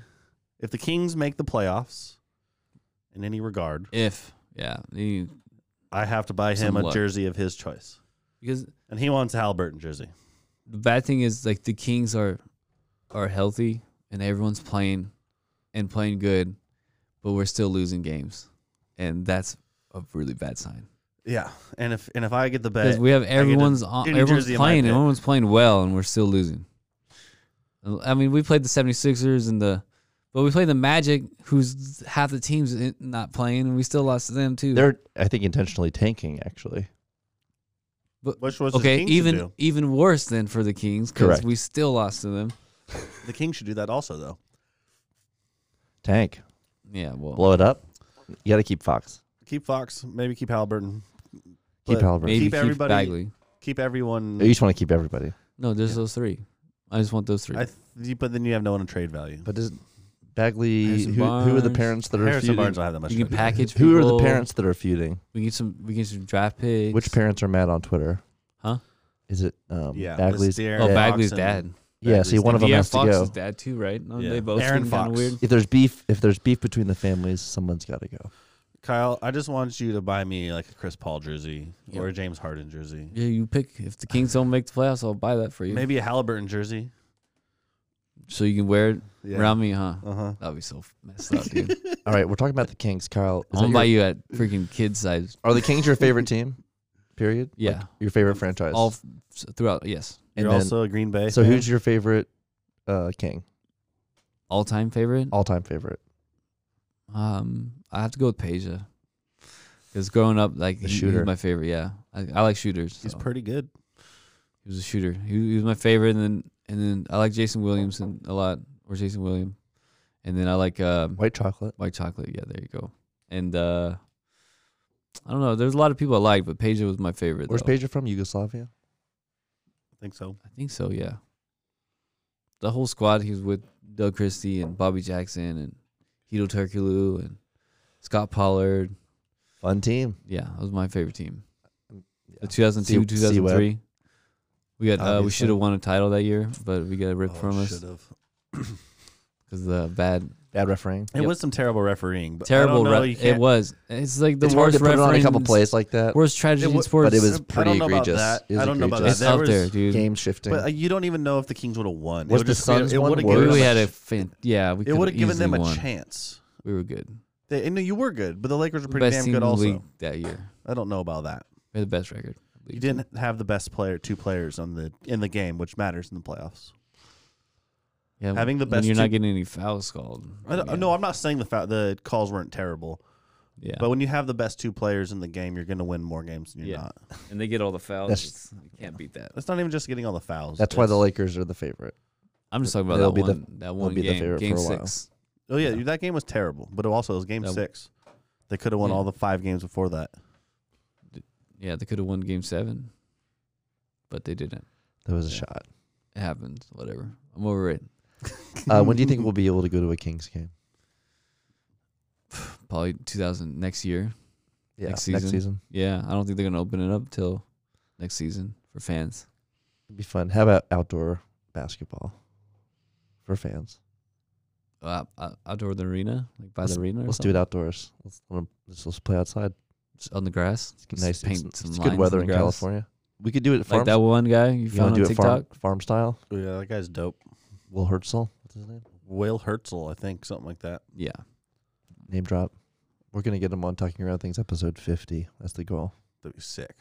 [SPEAKER 1] if the Kings make the playoffs in any regard,
[SPEAKER 3] If yeah, he-
[SPEAKER 1] I have to buy him
[SPEAKER 3] Some
[SPEAKER 1] a
[SPEAKER 3] luck.
[SPEAKER 1] jersey of his choice.
[SPEAKER 3] because
[SPEAKER 1] And he wants a Halliburton jersey.
[SPEAKER 3] the bad thing is like the Kings are are healthy and everyone's playing and playing good, but we're still losing games, and that's a really bad sign
[SPEAKER 1] Yeah. And if and if I get the
[SPEAKER 3] because
[SPEAKER 1] bet,
[SPEAKER 3] we have
[SPEAKER 1] a-
[SPEAKER 3] everyone's on,
[SPEAKER 1] any
[SPEAKER 3] everyone's
[SPEAKER 1] jersey in my
[SPEAKER 3] playing and
[SPEAKER 1] pick.
[SPEAKER 3] everyone's playing well, and we're still losing. I mean, we played the 76ers and the. But we played the Magic, who's half the team's in- not playing, and we still lost to them too.
[SPEAKER 2] They're, I think, intentionally tanking, actually.
[SPEAKER 1] which was
[SPEAKER 3] okay,
[SPEAKER 1] the Kings should
[SPEAKER 3] even
[SPEAKER 1] do.
[SPEAKER 3] even worse than for the Kings because
[SPEAKER 2] Correct.
[SPEAKER 3] we still lost to them.
[SPEAKER 1] The Kings should do that also though.
[SPEAKER 2] Tank.
[SPEAKER 3] Yeah, well,
[SPEAKER 2] Blow it up. You got to keep Fox.
[SPEAKER 1] Keep Fox, maybe keep Halliburton.
[SPEAKER 2] Keep
[SPEAKER 1] But
[SPEAKER 2] Halliburton.
[SPEAKER 3] maybe
[SPEAKER 1] keep
[SPEAKER 3] keep,
[SPEAKER 1] everybody-
[SPEAKER 3] Bagley.
[SPEAKER 1] Keep everyone.
[SPEAKER 2] You just want to keep everybody.
[SPEAKER 3] No, just
[SPEAKER 1] Yeah.
[SPEAKER 3] those three. I just want those three.
[SPEAKER 1] I th- but then you have no one to trade value.
[SPEAKER 2] But does Bagley,
[SPEAKER 3] Harrison
[SPEAKER 2] who, who are the
[SPEAKER 3] Barnes.
[SPEAKER 2] parents that are
[SPEAKER 1] Harrison
[SPEAKER 2] feuding?
[SPEAKER 1] Barnes don't have that much.
[SPEAKER 3] you can
[SPEAKER 1] trade
[SPEAKER 3] package.
[SPEAKER 2] Who are the
[SPEAKER 3] people.
[SPEAKER 2] parents that are feuding?
[SPEAKER 3] We get some. We get some draft picks.
[SPEAKER 2] Which parents are mad on Twitter?
[SPEAKER 3] Huh?
[SPEAKER 2] Is it um,
[SPEAKER 1] Yeah,
[SPEAKER 2] Bagley's?
[SPEAKER 1] Lister,
[SPEAKER 3] Oh,
[SPEAKER 1] Aaron
[SPEAKER 3] Bagley's
[SPEAKER 1] Fox
[SPEAKER 3] dad.
[SPEAKER 1] and-
[SPEAKER 2] Yeah, see,
[SPEAKER 1] Bagley's
[SPEAKER 2] one of
[SPEAKER 3] And
[SPEAKER 2] them
[SPEAKER 3] De'Aaron
[SPEAKER 2] has to
[SPEAKER 3] Fox's
[SPEAKER 2] go.
[SPEAKER 3] dad too, right? No,
[SPEAKER 1] Yeah.
[SPEAKER 3] Oh, They both
[SPEAKER 1] Aaron
[SPEAKER 3] seem kinda
[SPEAKER 1] Fox.
[SPEAKER 3] Weird.
[SPEAKER 2] If there's beef, if there's beef between the families, someone's got to go.
[SPEAKER 1] Kyle, I just want you to buy me like a Chris Paul jersey
[SPEAKER 3] Yeah.
[SPEAKER 1] or a James Harden jersey.
[SPEAKER 3] Yeah, you pick. If the Kings don't make the playoffs, I'll buy that for you.
[SPEAKER 1] Maybe a Halliburton jersey.
[SPEAKER 3] So you can wear it around me, huh?
[SPEAKER 1] Uh huh.
[SPEAKER 3] That'd be so messed up, dude.
[SPEAKER 2] All right, we're talking about the Kings, Kyle. Is
[SPEAKER 3] I'm gonna
[SPEAKER 2] that
[SPEAKER 3] buy
[SPEAKER 2] your-
[SPEAKER 3] you at freaking kid size.
[SPEAKER 2] Are the Kings your favorite team? Period.
[SPEAKER 3] Yeah,
[SPEAKER 2] Like, your favorite franchise.
[SPEAKER 3] all f- throughout. Yes,
[SPEAKER 2] And
[SPEAKER 1] You're
[SPEAKER 2] then-
[SPEAKER 1] also a Green Bay.
[SPEAKER 2] so
[SPEAKER 1] fan?
[SPEAKER 2] who's your favorite uh, King?
[SPEAKER 3] all time favorite.
[SPEAKER 2] All time favorite.
[SPEAKER 3] Um, I have to go with Peja. Because growing up, like
[SPEAKER 2] The
[SPEAKER 3] he, he
[SPEAKER 2] shooter.
[SPEAKER 3] was my favorite. Yeah, I, I like shooters.
[SPEAKER 1] He's
[SPEAKER 3] so
[SPEAKER 1] pretty good.
[SPEAKER 3] he was a shooter. He, he was my favorite, and then and then I like Jason Williamson a lot, or Jason William, and then I like um,
[SPEAKER 2] White chocolate.
[SPEAKER 3] white chocolate. Yeah, there you go. And uh, I don't know. There's a lot of people I liked, but Peja was my favorite.
[SPEAKER 2] Where's
[SPEAKER 3] though.
[SPEAKER 2] Pedro from? Yugoslavia.
[SPEAKER 1] I think so.
[SPEAKER 3] I think so. Yeah. The whole squad. He was with Doug Christie and Bobby Jackson and Hito Turkoglu and Scott Pollard.
[SPEAKER 2] Fun team.
[SPEAKER 3] Yeah, that was my favorite team.
[SPEAKER 2] Yeah.
[SPEAKER 3] The
[SPEAKER 2] C-
[SPEAKER 3] 2002,
[SPEAKER 2] C-Web.
[SPEAKER 3] 2003. We got uh, we
[SPEAKER 2] Obviously. Oh,
[SPEAKER 3] should have won a title that year, but we got ripped from us
[SPEAKER 1] Should've.
[SPEAKER 3] because the bad,
[SPEAKER 2] Bad refereeing.
[SPEAKER 1] It
[SPEAKER 3] Yep.
[SPEAKER 1] was some terrible refereeing, but
[SPEAKER 3] terrible.
[SPEAKER 1] I don't know,
[SPEAKER 3] re-
[SPEAKER 1] you
[SPEAKER 3] it
[SPEAKER 1] can't-
[SPEAKER 3] was. It's like the
[SPEAKER 2] it's hard
[SPEAKER 3] worst
[SPEAKER 2] to put it on a couple
[SPEAKER 3] referees-
[SPEAKER 2] plays like that,
[SPEAKER 3] Worst tragedy
[SPEAKER 1] wa-
[SPEAKER 3] in sports.
[SPEAKER 2] but it was
[SPEAKER 1] I
[SPEAKER 2] pretty
[SPEAKER 1] don't know about
[SPEAKER 2] egregious.
[SPEAKER 1] that.
[SPEAKER 2] It was
[SPEAKER 1] I don't know about
[SPEAKER 2] egregious.
[SPEAKER 3] it's
[SPEAKER 1] that. There
[SPEAKER 3] up
[SPEAKER 1] was-
[SPEAKER 3] there, dude.
[SPEAKER 2] game shifting.
[SPEAKER 1] But uh, you don't even know if the Kings would have won. It
[SPEAKER 2] Was
[SPEAKER 1] would
[SPEAKER 2] the
[SPEAKER 1] just- it-
[SPEAKER 2] Suns
[SPEAKER 1] It
[SPEAKER 2] one
[SPEAKER 1] would have
[SPEAKER 2] worse?
[SPEAKER 1] given,
[SPEAKER 3] we
[SPEAKER 1] them
[SPEAKER 3] had
[SPEAKER 1] a-
[SPEAKER 3] a fan. Yeah, we
[SPEAKER 1] it
[SPEAKER 3] could
[SPEAKER 1] would've given them a
[SPEAKER 3] won.
[SPEAKER 1] chance.
[SPEAKER 3] We were good.
[SPEAKER 1] They, and you were good, but the Lakers were pretty
[SPEAKER 3] best
[SPEAKER 1] damn
[SPEAKER 3] team
[SPEAKER 1] good
[SPEAKER 3] in the
[SPEAKER 1] also.
[SPEAKER 3] league that year.
[SPEAKER 1] I don't know about that.
[SPEAKER 3] We had the best record.
[SPEAKER 1] You didn't have the best player, two players on the in the game, which matters in the playoffs.
[SPEAKER 3] Yeah,
[SPEAKER 1] having the
[SPEAKER 3] when
[SPEAKER 1] best
[SPEAKER 3] You're not
[SPEAKER 1] team-
[SPEAKER 3] getting any fouls called.
[SPEAKER 1] I don't,
[SPEAKER 3] Yeah.
[SPEAKER 1] No, I'm not saying the fa- the calls weren't terrible,
[SPEAKER 3] Yeah,
[SPEAKER 1] but when you have the best two players in the game, you're going to win more games than you're
[SPEAKER 3] Yeah.
[SPEAKER 1] not.
[SPEAKER 3] and they get all the fouls.
[SPEAKER 2] That's-
[SPEAKER 3] It's- you can't beat that.
[SPEAKER 1] That's not even just getting all the fouls.
[SPEAKER 2] That's why the
[SPEAKER 1] It's-
[SPEAKER 2] Lakers are the favorite.
[SPEAKER 3] I'm just talking about
[SPEAKER 2] They'll
[SPEAKER 3] that
[SPEAKER 2] be the-
[SPEAKER 3] one. that one
[SPEAKER 2] be the
[SPEAKER 3] game,
[SPEAKER 2] favorite
[SPEAKER 3] game
[SPEAKER 2] for a while.
[SPEAKER 3] six.
[SPEAKER 1] oh yeah, that game was terrible, but it also it was game
[SPEAKER 3] That-
[SPEAKER 1] six. They could have won
[SPEAKER 3] Yeah.
[SPEAKER 1] all the five games before that.
[SPEAKER 3] Yeah, they could have won game seven, but they didn't.
[SPEAKER 2] That was a
[SPEAKER 3] Yeah.
[SPEAKER 2] shot.
[SPEAKER 3] It happened. Whatever. I'm over it.
[SPEAKER 2] Uh, when do you think we'll be able to go to a Kings game?
[SPEAKER 3] Probably 2000 next year.
[SPEAKER 2] Yeah,
[SPEAKER 3] Next
[SPEAKER 2] next
[SPEAKER 3] season.
[SPEAKER 2] season.
[SPEAKER 3] Yeah, I don't think they're gonna open it up till next season for fans.
[SPEAKER 2] It'd be fun. How about outdoor basketball for fans?
[SPEAKER 3] Uh, out- outdoor the arena, like by the arena. Or
[SPEAKER 2] Let's do it outdoors. Let's, let's, let's play outside.
[SPEAKER 3] do it on the grass.
[SPEAKER 2] It's nice.
[SPEAKER 3] paint
[SPEAKER 2] it's
[SPEAKER 3] some
[SPEAKER 2] it's
[SPEAKER 3] lines
[SPEAKER 2] good
[SPEAKER 3] on
[SPEAKER 2] weather
[SPEAKER 3] the
[SPEAKER 2] in
[SPEAKER 3] grass.
[SPEAKER 2] California. We could do it at farm.
[SPEAKER 3] Like that one guy you,
[SPEAKER 2] you want
[SPEAKER 3] found
[SPEAKER 2] to
[SPEAKER 3] on
[SPEAKER 2] do it farm,
[SPEAKER 3] TikTok.
[SPEAKER 2] farm style?
[SPEAKER 1] Oh, yeah, that guy's dope.
[SPEAKER 2] Will Herzl. What's his name?
[SPEAKER 1] Will Herzl, I think, something like that.
[SPEAKER 3] Yeah,
[SPEAKER 2] Name drop. We're gonna get him on talking around things episode fifty. That's the goal.
[SPEAKER 1] That'd be sick.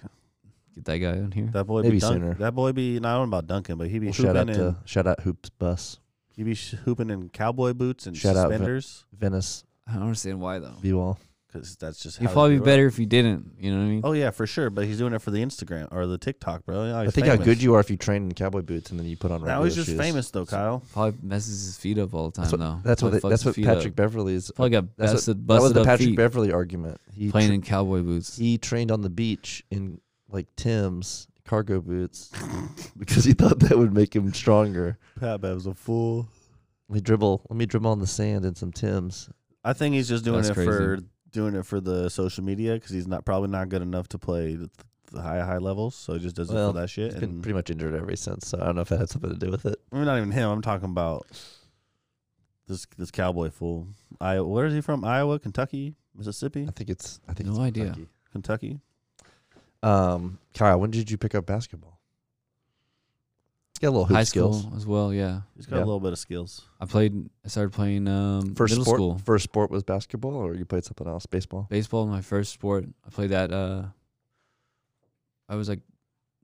[SPEAKER 3] get that guy on here.
[SPEAKER 1] That boy
[SPEAKER 2] Maybe
[SPEAKER 1] be dunk-
[SPEAKER 2] sooner.
[SPEAKER 1] That boy be not on about Duncan, but he be
[SPEAKER 2] Well,
[SPEAKER 1] hooping
[SPEAKER 2] shout out
[SPEAKER 1] in
[SPEAKER 2] to shout out Hoops Bus
[SPEAKER 1] he be sh- hooping in cowboy boots and
[SPEAKER 2] Shout out Vin-
[SPEAKER 1] suspenders
[SPEAKER 2] Venice
[SPEAKER 3] I don't understand why though.
[SPEAKER 2] V Wall.
[SPEAKER 1] because that's just
[SPEAKER 3] He'd
[SPEAKER 1] how they
[SPEAKER 3] probably be
[SPEAKER 1] grew up.
[SPEAKER 3] better if he didn't. You know what I mean?
[SPEAKER 1] Oh yeah, for sure. But he's doing it for the Instagram or the TikTok, bro. Now
[SPEAKER 2] I
[SPEAKER 1] Oh, he's
[SPEAKER 2] think
[SPEAKER 1] famous.
[SPEAKER 2] how good you are if you train in cowboy boots and then you put on regular
[SPEAKER 1] Now he's just
[SPEAKER 2] shoes.
[SPEAKER 1] famous though, Kyle.
[SPEAKER 3] Probably messes his feet up all the time
[SPEAKER 2] That's what,
[SPEAKER 3] though.
[SPEAKER 2] that's what, they,
[SPEAKER 3] fucks
[SPEAKER 2] that's
[SPEAKER 3] his
[SPEAKER 2] what
[SPEAKER 3] feet up.
[SPEAKER 2] Patrick Beverly's.
[SPEAKER 3] Probably got
[SPEAKER 2] That's what, that
[SPEAKER 3] busted,
[SPEAKER 2] was
[SPEAKER 3] busted
[SPEAKER 2] the
[SPEAKER 3] up
[SPEAKER 2] Patrick
[SPEAKER 3] feet
[SPEAKER 2] Beverly argument. He
[SPEAKER 3] playing
[SPEAKER 2] tra-
[SPEAKER 3] in cowboy boots.
[SPEAKER 2] he trained on the beach in like Tim's cargo boots because he thought that would make him stronger.
[SPEAKER 1] Pat Bev's a fool.
[SPEAKER 2] Let me dribble. Let me dribble on the sand in some Tim's.
[SPEAKER 1] I think he's just doing
[SPEAKER 3] That's
[SPEAKER 1] it
[SPEAKER 3] crazy.
[SPEAKER 1] for doing it for the social media because he's not probably not good enough to play the, the high high levels, so he just does
[SPEAKER 2] Well,
[SPEAKER 1] it for that shit.
[SPEAKER 2] He's been
[SPEAKER 1] And
[SPEAKER 2] pretty much injured ever since, so I don't know if that had something to do with it.
[SPEAKER 1] I mean, not even him. I'm talking about this this cowboy fool. I where is he from? Iowa, Kentucky, Mississippi,
[SPEAKER 2] I think it's. I think
[SPEAKER 3] No
[SPEAKER 2] it's
[SPEAKER 3] idea.
[SPEAKER 2] Kentucky.
[SPEAKER 1] Kentucky.
[SPEAKER 2] Um, Kyle, when did you pick up basketball? Got a little hoop
[SPEAKER 3] High
[SPEAKER 2] skills.
[SPEAKER 3] school as well. Yeah,
[SPEAKER 1] He's got
[SPEAKER 2] Yeah.
[SPEAKER 1] a little bit of skills.
[SPEAKER 3] I played. I started playing um,
[SPEAKER 2] First
[SPEAKER 3] middle
[SPEAKER 2] sport.
[SPEAKER 3] school
[SPEAKER 2] First sport was basketball, or you played something else? Baseball.
[SPEAKER 3] baseball. My first sport. I played that. Uh, I was like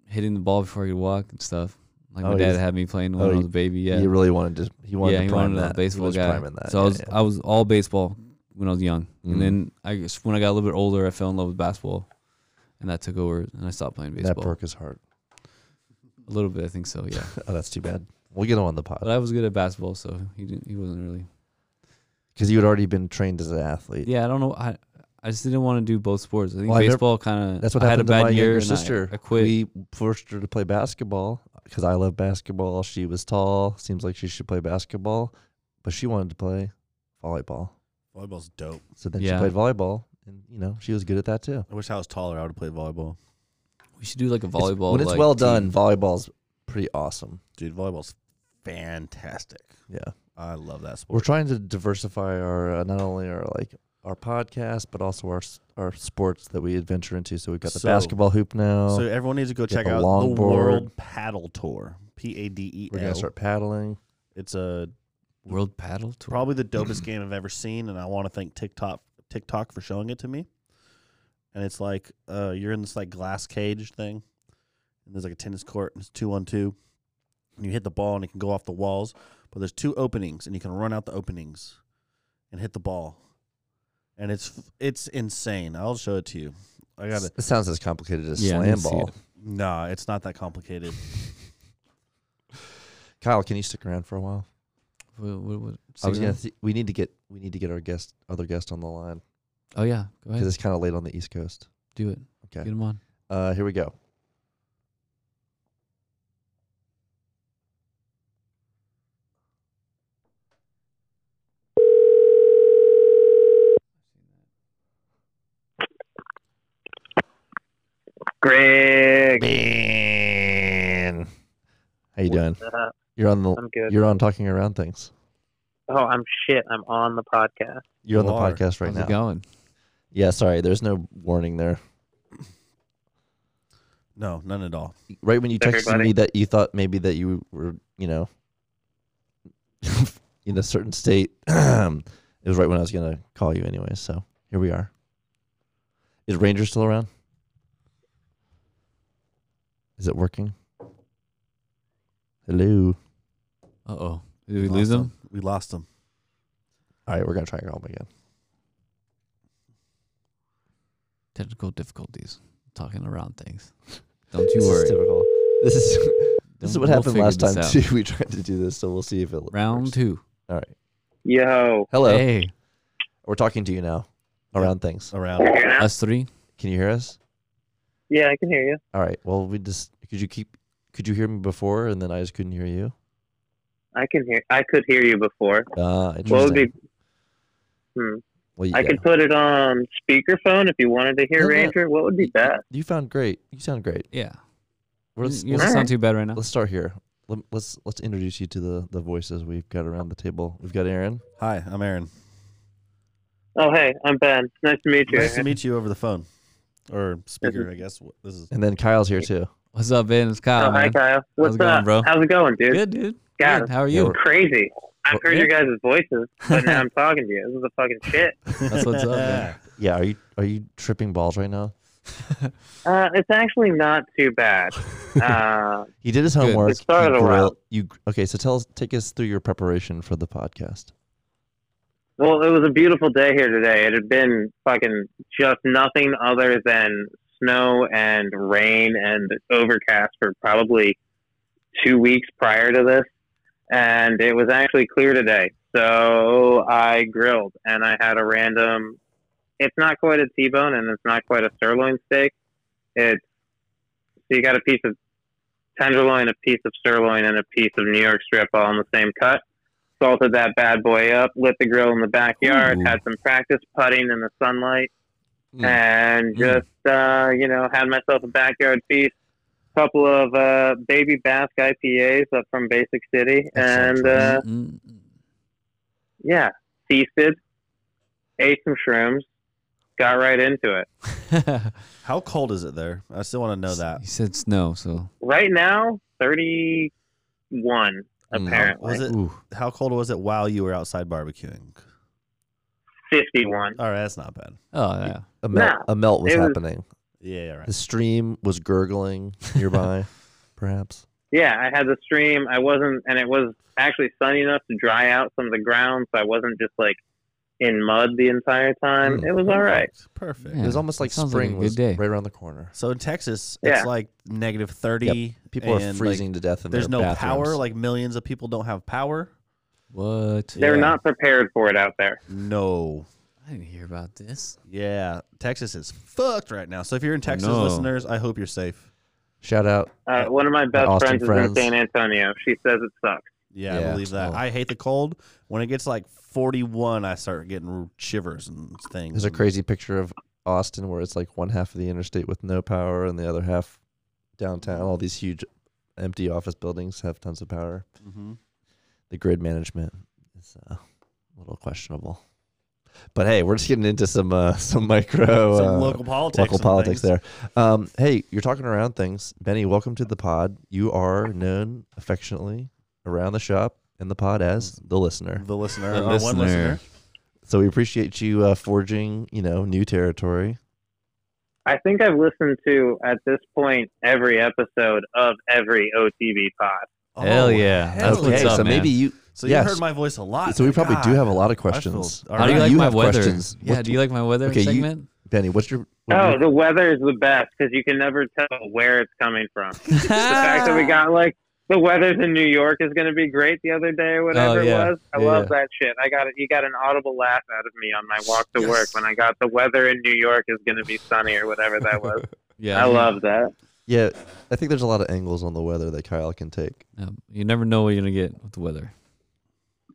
[SPEAKER 3] hitting the ball before I could walk and stuff. Like
[SPEAKER 2] Oh,
[SPEAKER 3] my dad
[SPEAKER 2] he's-
[SPEAKER 3] had me playing when
[SPEAKER 2] oh,
[SPEAKER 3] I
[SPEAKER 2] he-
[SPEAKER 3] was a baby. Yeah,
[SPEAKER 2] He really wanted to. He wanted
[SPEAKER 3] yeah,
[SPEAKER 2] to
[SPEAKER 3] he
[SPEAKER 2] prime
[SPEAKER 3] wanted
[SPEAKER 2] that.
[SPEAKER 3] a baseball
[SPEAKER 2] he was
[SPEAKER 3] guy.
[SPEAKER 2] priming that.
[SPEAKER 3] So I
[SPEAKER 2] yeah,
[SPEAKER 3] was
[SPEAKER 2] yeah.
[SPEAKER 3] I was all baseball when I was young,
[SPEAKER 2] Mm.
[SPEAKER 3] and then I guess when I got a little bit older, I fell in love with basketball, and that took over, and I stopped playing
[SPEAKER 2] that
[SPEAKER 3] baseball.
[SPEAKER 2] broke his heart.
[SPEAKER 3] A little bit, I think so. Yeah,
[SPEAKER 2] Oh, that's too bad. We'll get him on the pod.
[SPEAKER 3] but I was good at basketball, so he didn't. He wasn't really.
[SPEAKER 2] because you had already been trained as an athlete.
[SPEAKER 3] Yeah, I don't know. I I just didn't want to do both sports. I think
[SPEAKER 2] Well, I never-
[SPEAKER 3] baseball kind of.
[SPEAKER 2] That's what
[SPEAKER 3] I had a
[SPEAKER 2] happened to
[SPEAKER 3] bad
[SPEAKER 2] my
[SPEAKER 3] year
[SPEAKER 2] younger
[SPEAKER 3] and I-
[SPEAKER 2] sister.
[SPEAKER 3] I, quit.
[SPEAKER 2] We forced her to play basketball because I love basketball. She was tall. Seems like she should play basketball, but she wanted to play volleyball.
[SPEAKER 1] Volleyball's dope.
[SPEAKER 2] So then she
[SPEAKER 3] Yeah.
[SPEAKER 2] played volleyball, and you know she was good at that too.
[SPEAKER 1] I wish I was taller. I would have played volleyball.
[SPEAKER 3] we should do like a
[SPEAKER 2] It's-
[SPEAKER 3] volleyball.
[SPEAKER 2] when it's
[SPEAKER 3] like,
[SPEAKER 2] well
[SPEAKER 3] team.
[SPEAKER 2] done, volleyball's pretty awesome.
[SPEAKER 1] Dude, volleyball's fantastic.
[SPEAKER 2] Yeah,
[SPEAKER 1] I love that sport.
[SPEAKER 2] we're trying to diversify our uh, not only our like our podcast but also our s- our sports that we adventure into. So we've got the
[SPEAKER 1] So-
[SPEAKER 2] basketball hoop now.
[SPEAKER 1] So everyone needs to go
[SPEAKER 2] Get
[SPEAKER 1] check
[SPEAKER 2] the
[SPEAKER 1] out
[SPEAKER 2] longboard.
[SPEAKER 1] the World Paddle Tour. P A D E
[SPEAKER 2] we're gonna
[SPEAKER 1] L.
[SPEAKER 2] start paddling.
[SPEAKER 1] It's a
[SPEAKER 3] World paddle tour.
[SPEAKER 1] probably the dopest game I've ever seen, and I want to thank TikTok TikTok for showing it to me. And it's like uh, you're in this like glass cage thing, and there's like a tennis court, and it's two on two, and you hit the ball, and it can go off the walls. But there's two openings, and you can run out the openings, and hit the ball, and it's it's insane. I'll show it to you. I got it.
[SPEAKER 2] It sounds as complicated as
[SPEAKER 3] Yeah, I
[SPEAKER 2] slam
[SPEAKER 3] didn't see
[SPEAKER 2] ball.
[SPEAKER 1] Nah, it's not that complicated.
[SPEAKER 2] Kyle, can you stick around for a while?
[SPEAKER 3] What, what, what,
[SPEAKER 2] I was gonna
[SPEAKER 3] signal?
[SPEAKER 2] th- we need to get we need to get our guest other guest on the line
[SPEAKER 3] Oh yeah, go
[SPEAKER 2] because
[SPEAKER 3] ahead,
[SPEAKER 2] it's kind of late on the East Coast.
[SPEAKER 3] do it.
[SPEAKER 2] Okay.
[SPEAKER 3] Get him on.
[SPEAKER 2] Uh, here we go.
[SPEAKER 4] Greg.
[SPEAKER 2] Man, how you doing?
[SPEAKER 4] What's up?
[SPEAKER 2] You're on the
[SPEAKER 4] Uh, I'm good.
[SPEAKER 2] you're on talking around things.
[SPEAKER 4] Oh, I'm shit. I'm on the podcast.
[SPEAKER 2] You're on
[SPEAKER 1] You
[SPEAKER 2] the
[SPEAKER 1] are.
[SPEAKER 2] podcast right
[SPEAKER 3] How's
[SPEAKER 2] now.
[SPEAKER 3] it going?
[SPEAKER 2] Yeah, sorry. There's no warning there.
[SPEAKER 1] No, none at all.
[SPEAKER 2] Right when you texted
[SPEAKER 4] Everybody.
[SPEAKER 2] me that you thought maybe that you were you know in a certain state, it was right when I was gonna call you anyway. So here we are. Is Ranger still around? Is it working? Hello.
[SPEAKER 3] Uh oh, did we lose
[SPEAKER 1] Lost
[SPEAKER 3] him?
[SPEAKER 1] We lost him.
[SPEAKER 2] All right, we're gonna try and call him again.
[SPEAKER 3] Technical difficulties. Talking around things. Don't you
[SPEAKER 2] This is
[SPEAKER 3] worry.
[SPEAKER 2] typical. This is this is
[SPEAKER 3] Don't-
[SPEAKER 2] what
[SPEAKER 3] we'll
[SPEAKER 2] happened
[SPEAKER 3] figure
[SPEAKER 2] last
[SPEAKER 3] this
[SPEAKER 2] time
[SPEAKER 3] out.
[SPEAKER 2] too. We tried to do this, so we'll see if it
[SPEAKER 3] Round
[SPEAKER 2] works.
[SPEAKER 3] two.
[SPEAKER 2] All right.
[SPEAKER 4] Yo.
[SPEAKER 2] Hello.
[SPEAKER 3] Hey,
[SPEAKER 2] We're talking to you now around things.
[SPEAKER 1] Around.
[SPEAKER 3] us three.
[SPEAKER 2] Can you hear us?
[SPEAKER 4] Yeah, I can hear you.
[SPEAKER 2] All right. Well, we just could you keep could you hear me before and then I just couldn't hear you?
[SPEAKER 4] I can hear. I could hear you before.
[SPEAKER 2] Uh,
[SPEAKER 4] What would
[SPEAKER 2] interesting.
[SPEAKER 4] be? Hmm.
[SPEAKER 2] Well,
[SPEAKER 4] I
[SPEAKER 2] yeah.
[SPEAKER 4] could put it on speakerphone if you wanted to hear
[SPEAKER 2] No, no.
[SPEAKER 4] Ranger. What would be best?
[SPEAKER 2] You found great. You sound great.
[SPEAKER 3] Yeah,
[SPEAKER 2] Well, Let's, let's,
[SPEAKER 3] you don't
[SPEAKER 4] Alright.
[SPEAKER 3] sound too bad right now.
[SPEAKER 2] let's start here. Let, let's let's introduce you to the the voices we've got around the table. We've got Aaron.
[SPEAKER 1] Hi, I'm Aaron.
[SPEAKER 4] Oh, hey, I'm Ben. Nice to meet you.
[SPEAKER 1] Nice to meet you over the phone or speaker, I guess. Wh- This is
[SPEAKER 2] And then Kyle's here too.
[SPEAKER 3] What's up, Ben? It's Kyle.
[SPEAKER 4] oh, hi,
[SPEAKER 3] man.
[SPEAKER 4] Kyle. What's
[SPEAKER 3] it going,
[SPEAKER 4] up?
[SPEAKER 3] bro?
[SPEAKER 4] How's it going, dude?
[SPEAKER 3] Good, dude.
[SPEAKER 4] God,
[SPEAKER 3] Good. How are
[SPEAKER 2] Yeah,
[SPEAKER 3] you?
[SPEAKER 2] we're-
[SPEAKER 4] Crazy. I've
[SPEAKER 3] Well,
[SPEAKER 4] heard your
[SPEAKER 3] yeah.
[SPEAKER 4] guys' voices, but now I'm talking to you. This is the fucking shit.
[SPEAKER 3] That's what's up, man.
[SPEAKER 2] Yeah, are you are you tripping balls right now?
[SPEAKER 4] Uh, it's actually not too bad. Uh,
[SPEAKER 2] He did his
[SPEAKER 3] Good.
[SPEAKER 2] homework.
[SPEAKER 4] It started
[SPEAKER 2] you
[SPEAKER 4] a while.
[SPEAKER 2] grill- You okay? So tell us, take us through your preparation for the podcast.
[SPEAKER 4] well, it was a beautiful day here today. It had been fucking just nothing other than snow and rain and overcast for probably two weeks prior to this. And it was actually clear today. So I grilled and I had a random, it's not quite a T bone and it's not quite a sirloin steak. It's, so you got a piece of tenderloin, a piece of sirloin, and a piece of New York strip all in the same cut. Salted that bad boy up, lit the grill in the backyard,
[SPEAKER 2] Ooh.
[SPEAKER 4] had some practice putting in the sunlight
[SPEAKER 2] Mm.
[SPEAKER 4] and just uh, you know had myself a backyard feast couple of uh, baby basque ipas up from basic city
[SPEAKER 2] Excellent
[SPEAKER 4] and uh,
[SPEAKER 3] Mm, mm,
[SPEAKER 4] yeah feasted ate some shrooms got right into it
[SPEAKER 3] mm.
[SPEAKER 1] How cold is it there? I still want to know that.
[SPEAKER 3] He said snow, so
[SPEAKER 4] right now 31
[SPEAKER 2] Mm.
[SPEAKER 4] apparently
[SPEAKER 1] Was it how cold was it while you were outside barbecuing?
[SPEAKER 4] 51
[SPEAKER 1] All right, that's not bad.
[SPEAKER 3] oh yeah.
[SPEAKER 2] A melt,
[SPEAKER 4] Nah,
[SPEAKER 2] a melt was
[SPEAKER 4] it was-
[SPEAKER 2] happening.
[SPEAKER 1] Yeah, yeah, right.
[SPEAKER 2] The stream was gurgling nearby, perhaps.
[SPEAKER 4] yeah i had the stream i wasn't and it was actually sunny enough to dry out some of the ground so i wasn't just like in mud the entire time
[SPEAKER 2] Mm.
[SPEAKER 4] it was all right
[SPEAKER 1] Perfect, Perfect.
[SPEAKER 2] it was
[SPEAKER 3] Yeah,
[SPEAKER 2] almost
[SPEAKER 3] that
[SPEAKER 2] like
[SPEAKER 3] sounds like a
[SPEAKER 2] spring
[SPEAKER 3] good
[SPEAKER 2] was
[SPEAKER 3] day.
[SPEAKER 2] right around the corner.
[SPEAKER 1] So in Texas,
[SPEAKER 4] Yeah.
[SPEAKER 1] it's like negative thirty.
[SPEAKER 2] People are
[SPEAKER 1] and, like,
[SPEAKER 2] freezing to death in
[SPEAKER 1] there's
[SPEAKER 2] their
[SPEAKER 1] no
[SPEAKER 2] bathrooms.
[SPEAKER 1] power. Like millions of people don't have power.
[SPEAKER 3] What?
[SPEAKER 4] They're
[SPEAKER 1] Yeah.
[SPEAKER 4] not prepared for it out there.
[SPEAKER 1] No.
[SPEAKER 3] I didn't hear about this.
[SPEAKER 1] Yeah, Texas is fucked right now. So if you're in Texas,
[SPEAKER 3] no.
[SPEAKER 1] listeners, I hope you're safe.
[SPEAKER 2] Shout out.
[SPEAKER 4] Uh, one of my best
[SPEAKER 2] Austin
[SPEAKER 4] friends,
[SPEAKER 2] friends.
[SPEAKER 4] is in San Antonio. She says it sucks.
[SPEAKER 1] Yeah,
[SPEAKER 2] Yeah.
[SPEAKER 1] I believe that.
[SPEAKER 2] Oh.
[SPEAKER 1] I hate the cold. When it gets like 41, I start getting shivers and things.
[SPEAKER 2] There's a
[SPEAKER 1] and-
[SPEAKER 2] crazy picture of Austin where it's like one half of the interstate with no power and the other half downtown. All these huge empty office buildings have tons of power.
[SPEAKER 1] Mhm.
[SPEAKER 2] The grid management is uh, a little questionable. But hey, we're just getting into some uh, some micro
[SPEAKER 1] Some
[SPEAKER 2] uh,
[SPEAKER 1] local politics.
[SPEAKER 2] local
[SPEAKER 1] and
[SPEAKER 2] politics
[SPEAKER 1] things.
[SPEAKER 2] there. Um, hey, you're talking around things. Benny, welcome to the pod. You are known affectionately around the shop and the pod as the listener.
[SPEAKER 1] The listener,
[SPEAKER 3] The
[SPEAKER 1] our one
[SPEAKER 3] listener.
[SPEAKER 1] listener.
[SPEAKER 2] So we appreciate you uh, forging, you know, new territory.
[SPEAKER 4] I think I've listened to, at this point, every episode of every OTV pod.
[SPEAKER 3] Hell yeah. That's
[SPEAKER 1] Oh, hell
[SPEAKER 3] what's
[SPEAKER 1] yeah.
[SPEAKER 3] up,
[SPEAKER 2] so
[SPEAKER 3] man.
[SPEAKER 2] maybe you.
[SPEAKER 1] So you
[SPEAKER 2] Yes.
[SPEAKER 1] heard my voice a lot.
[SPEAKER 2] So we probably do
[SPEAKER 1] God.
[SPEAKER 2] have a lot of
[SPEAKER 1] I feel-
[SPEAKER 2] questions.
[SPEAKER 1] all
[SPEAKER 3] How do
[SPEAKER 1] right.
[SPEAKER 3] you like
[SPEAKER 2] You
[SPEAKER 3] my
[SPEAKER 2] have
[SPEAKER 3] weather?
[SPEAKER 2] questions.
[SPEAKER 3] Yeah,
[SPEAKER 2] What-
[SPEAKER 3] do you like my weather
[SPEAKER 2] Okay, you-
[SPEAKER 3] segment?
[SPEAKER 2] Benny, what's your? what are
[SPEAKER 4] Oh,
[SPEAKER 2] your-
[SPEAKER 4] the weather is the best because you can never tell where it's coming from. the fact that we got, like, the weather's in New York is going to be great the other day or whatever
[SPEAKER 3] Oh, yeah.
[SPEAKER 4] it was. I
[SPEAKER 3] Yeah,
[SPEAKER 4] love that shit. I got it. You got an audible laugh out of me on my walk to work when I got the weather in New York is going to be sunny or whatever that was.
[SPEAKER 3] yeah,
[SPEAKER 4] I love that.
[SPEAKER 2] yeah, I think there's a lot of angles on the weather that Kyle can take,
[SPEAKER 3] Um, you never know what you're gonna get with the weather.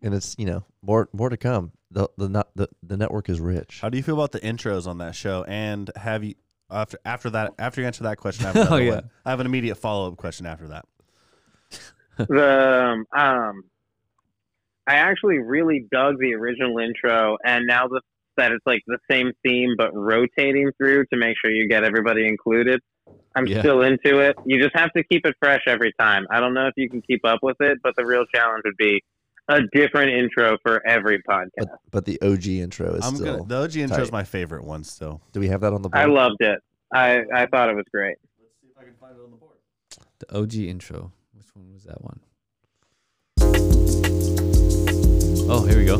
[SPEAKER 2] and it's you know more more to come. The the not the, the network is rich.
[SPEAKER 1] How do you feel about the intros on that show? And have you after after that after you answer that question? I have
[SPEAKER 3] Oh,
[SPEAKER 1] another
[SPEAKER 3] yeah.
[SPEAKER 1] one. I have an immediate follow up question after that.
[SPEAKER 4] the um, um, I actually really dug the original intro, and now the, that it's like the same theme but rotating through to make sure you get everybody included. I'm
[SPEAKER 3] Yeah.
[SPEAKER 4] still into it. You just have to keep it fresh every time. I don't know if you can keep up with it, but the real challenge would be a different intro for every podcast.
[SPEAKER 2] But but the OG intro is
[SPEAKER 1] I'm
[SPEAKER 2] still.
[SPEAKER 1] gonna, the OG intro is
[SPEAKER 2] tight.
[SPEAKER 1] my favorite one still.
[SPEAKER 2] do we have that on the board?
[SPEAKER 4] I loved it. I, I thought it was great.
[SPEAKER 1] Let's see if I can find it on the board.
[SPEAKER 3] The OG intro. Which one was that one? Oh, here we go.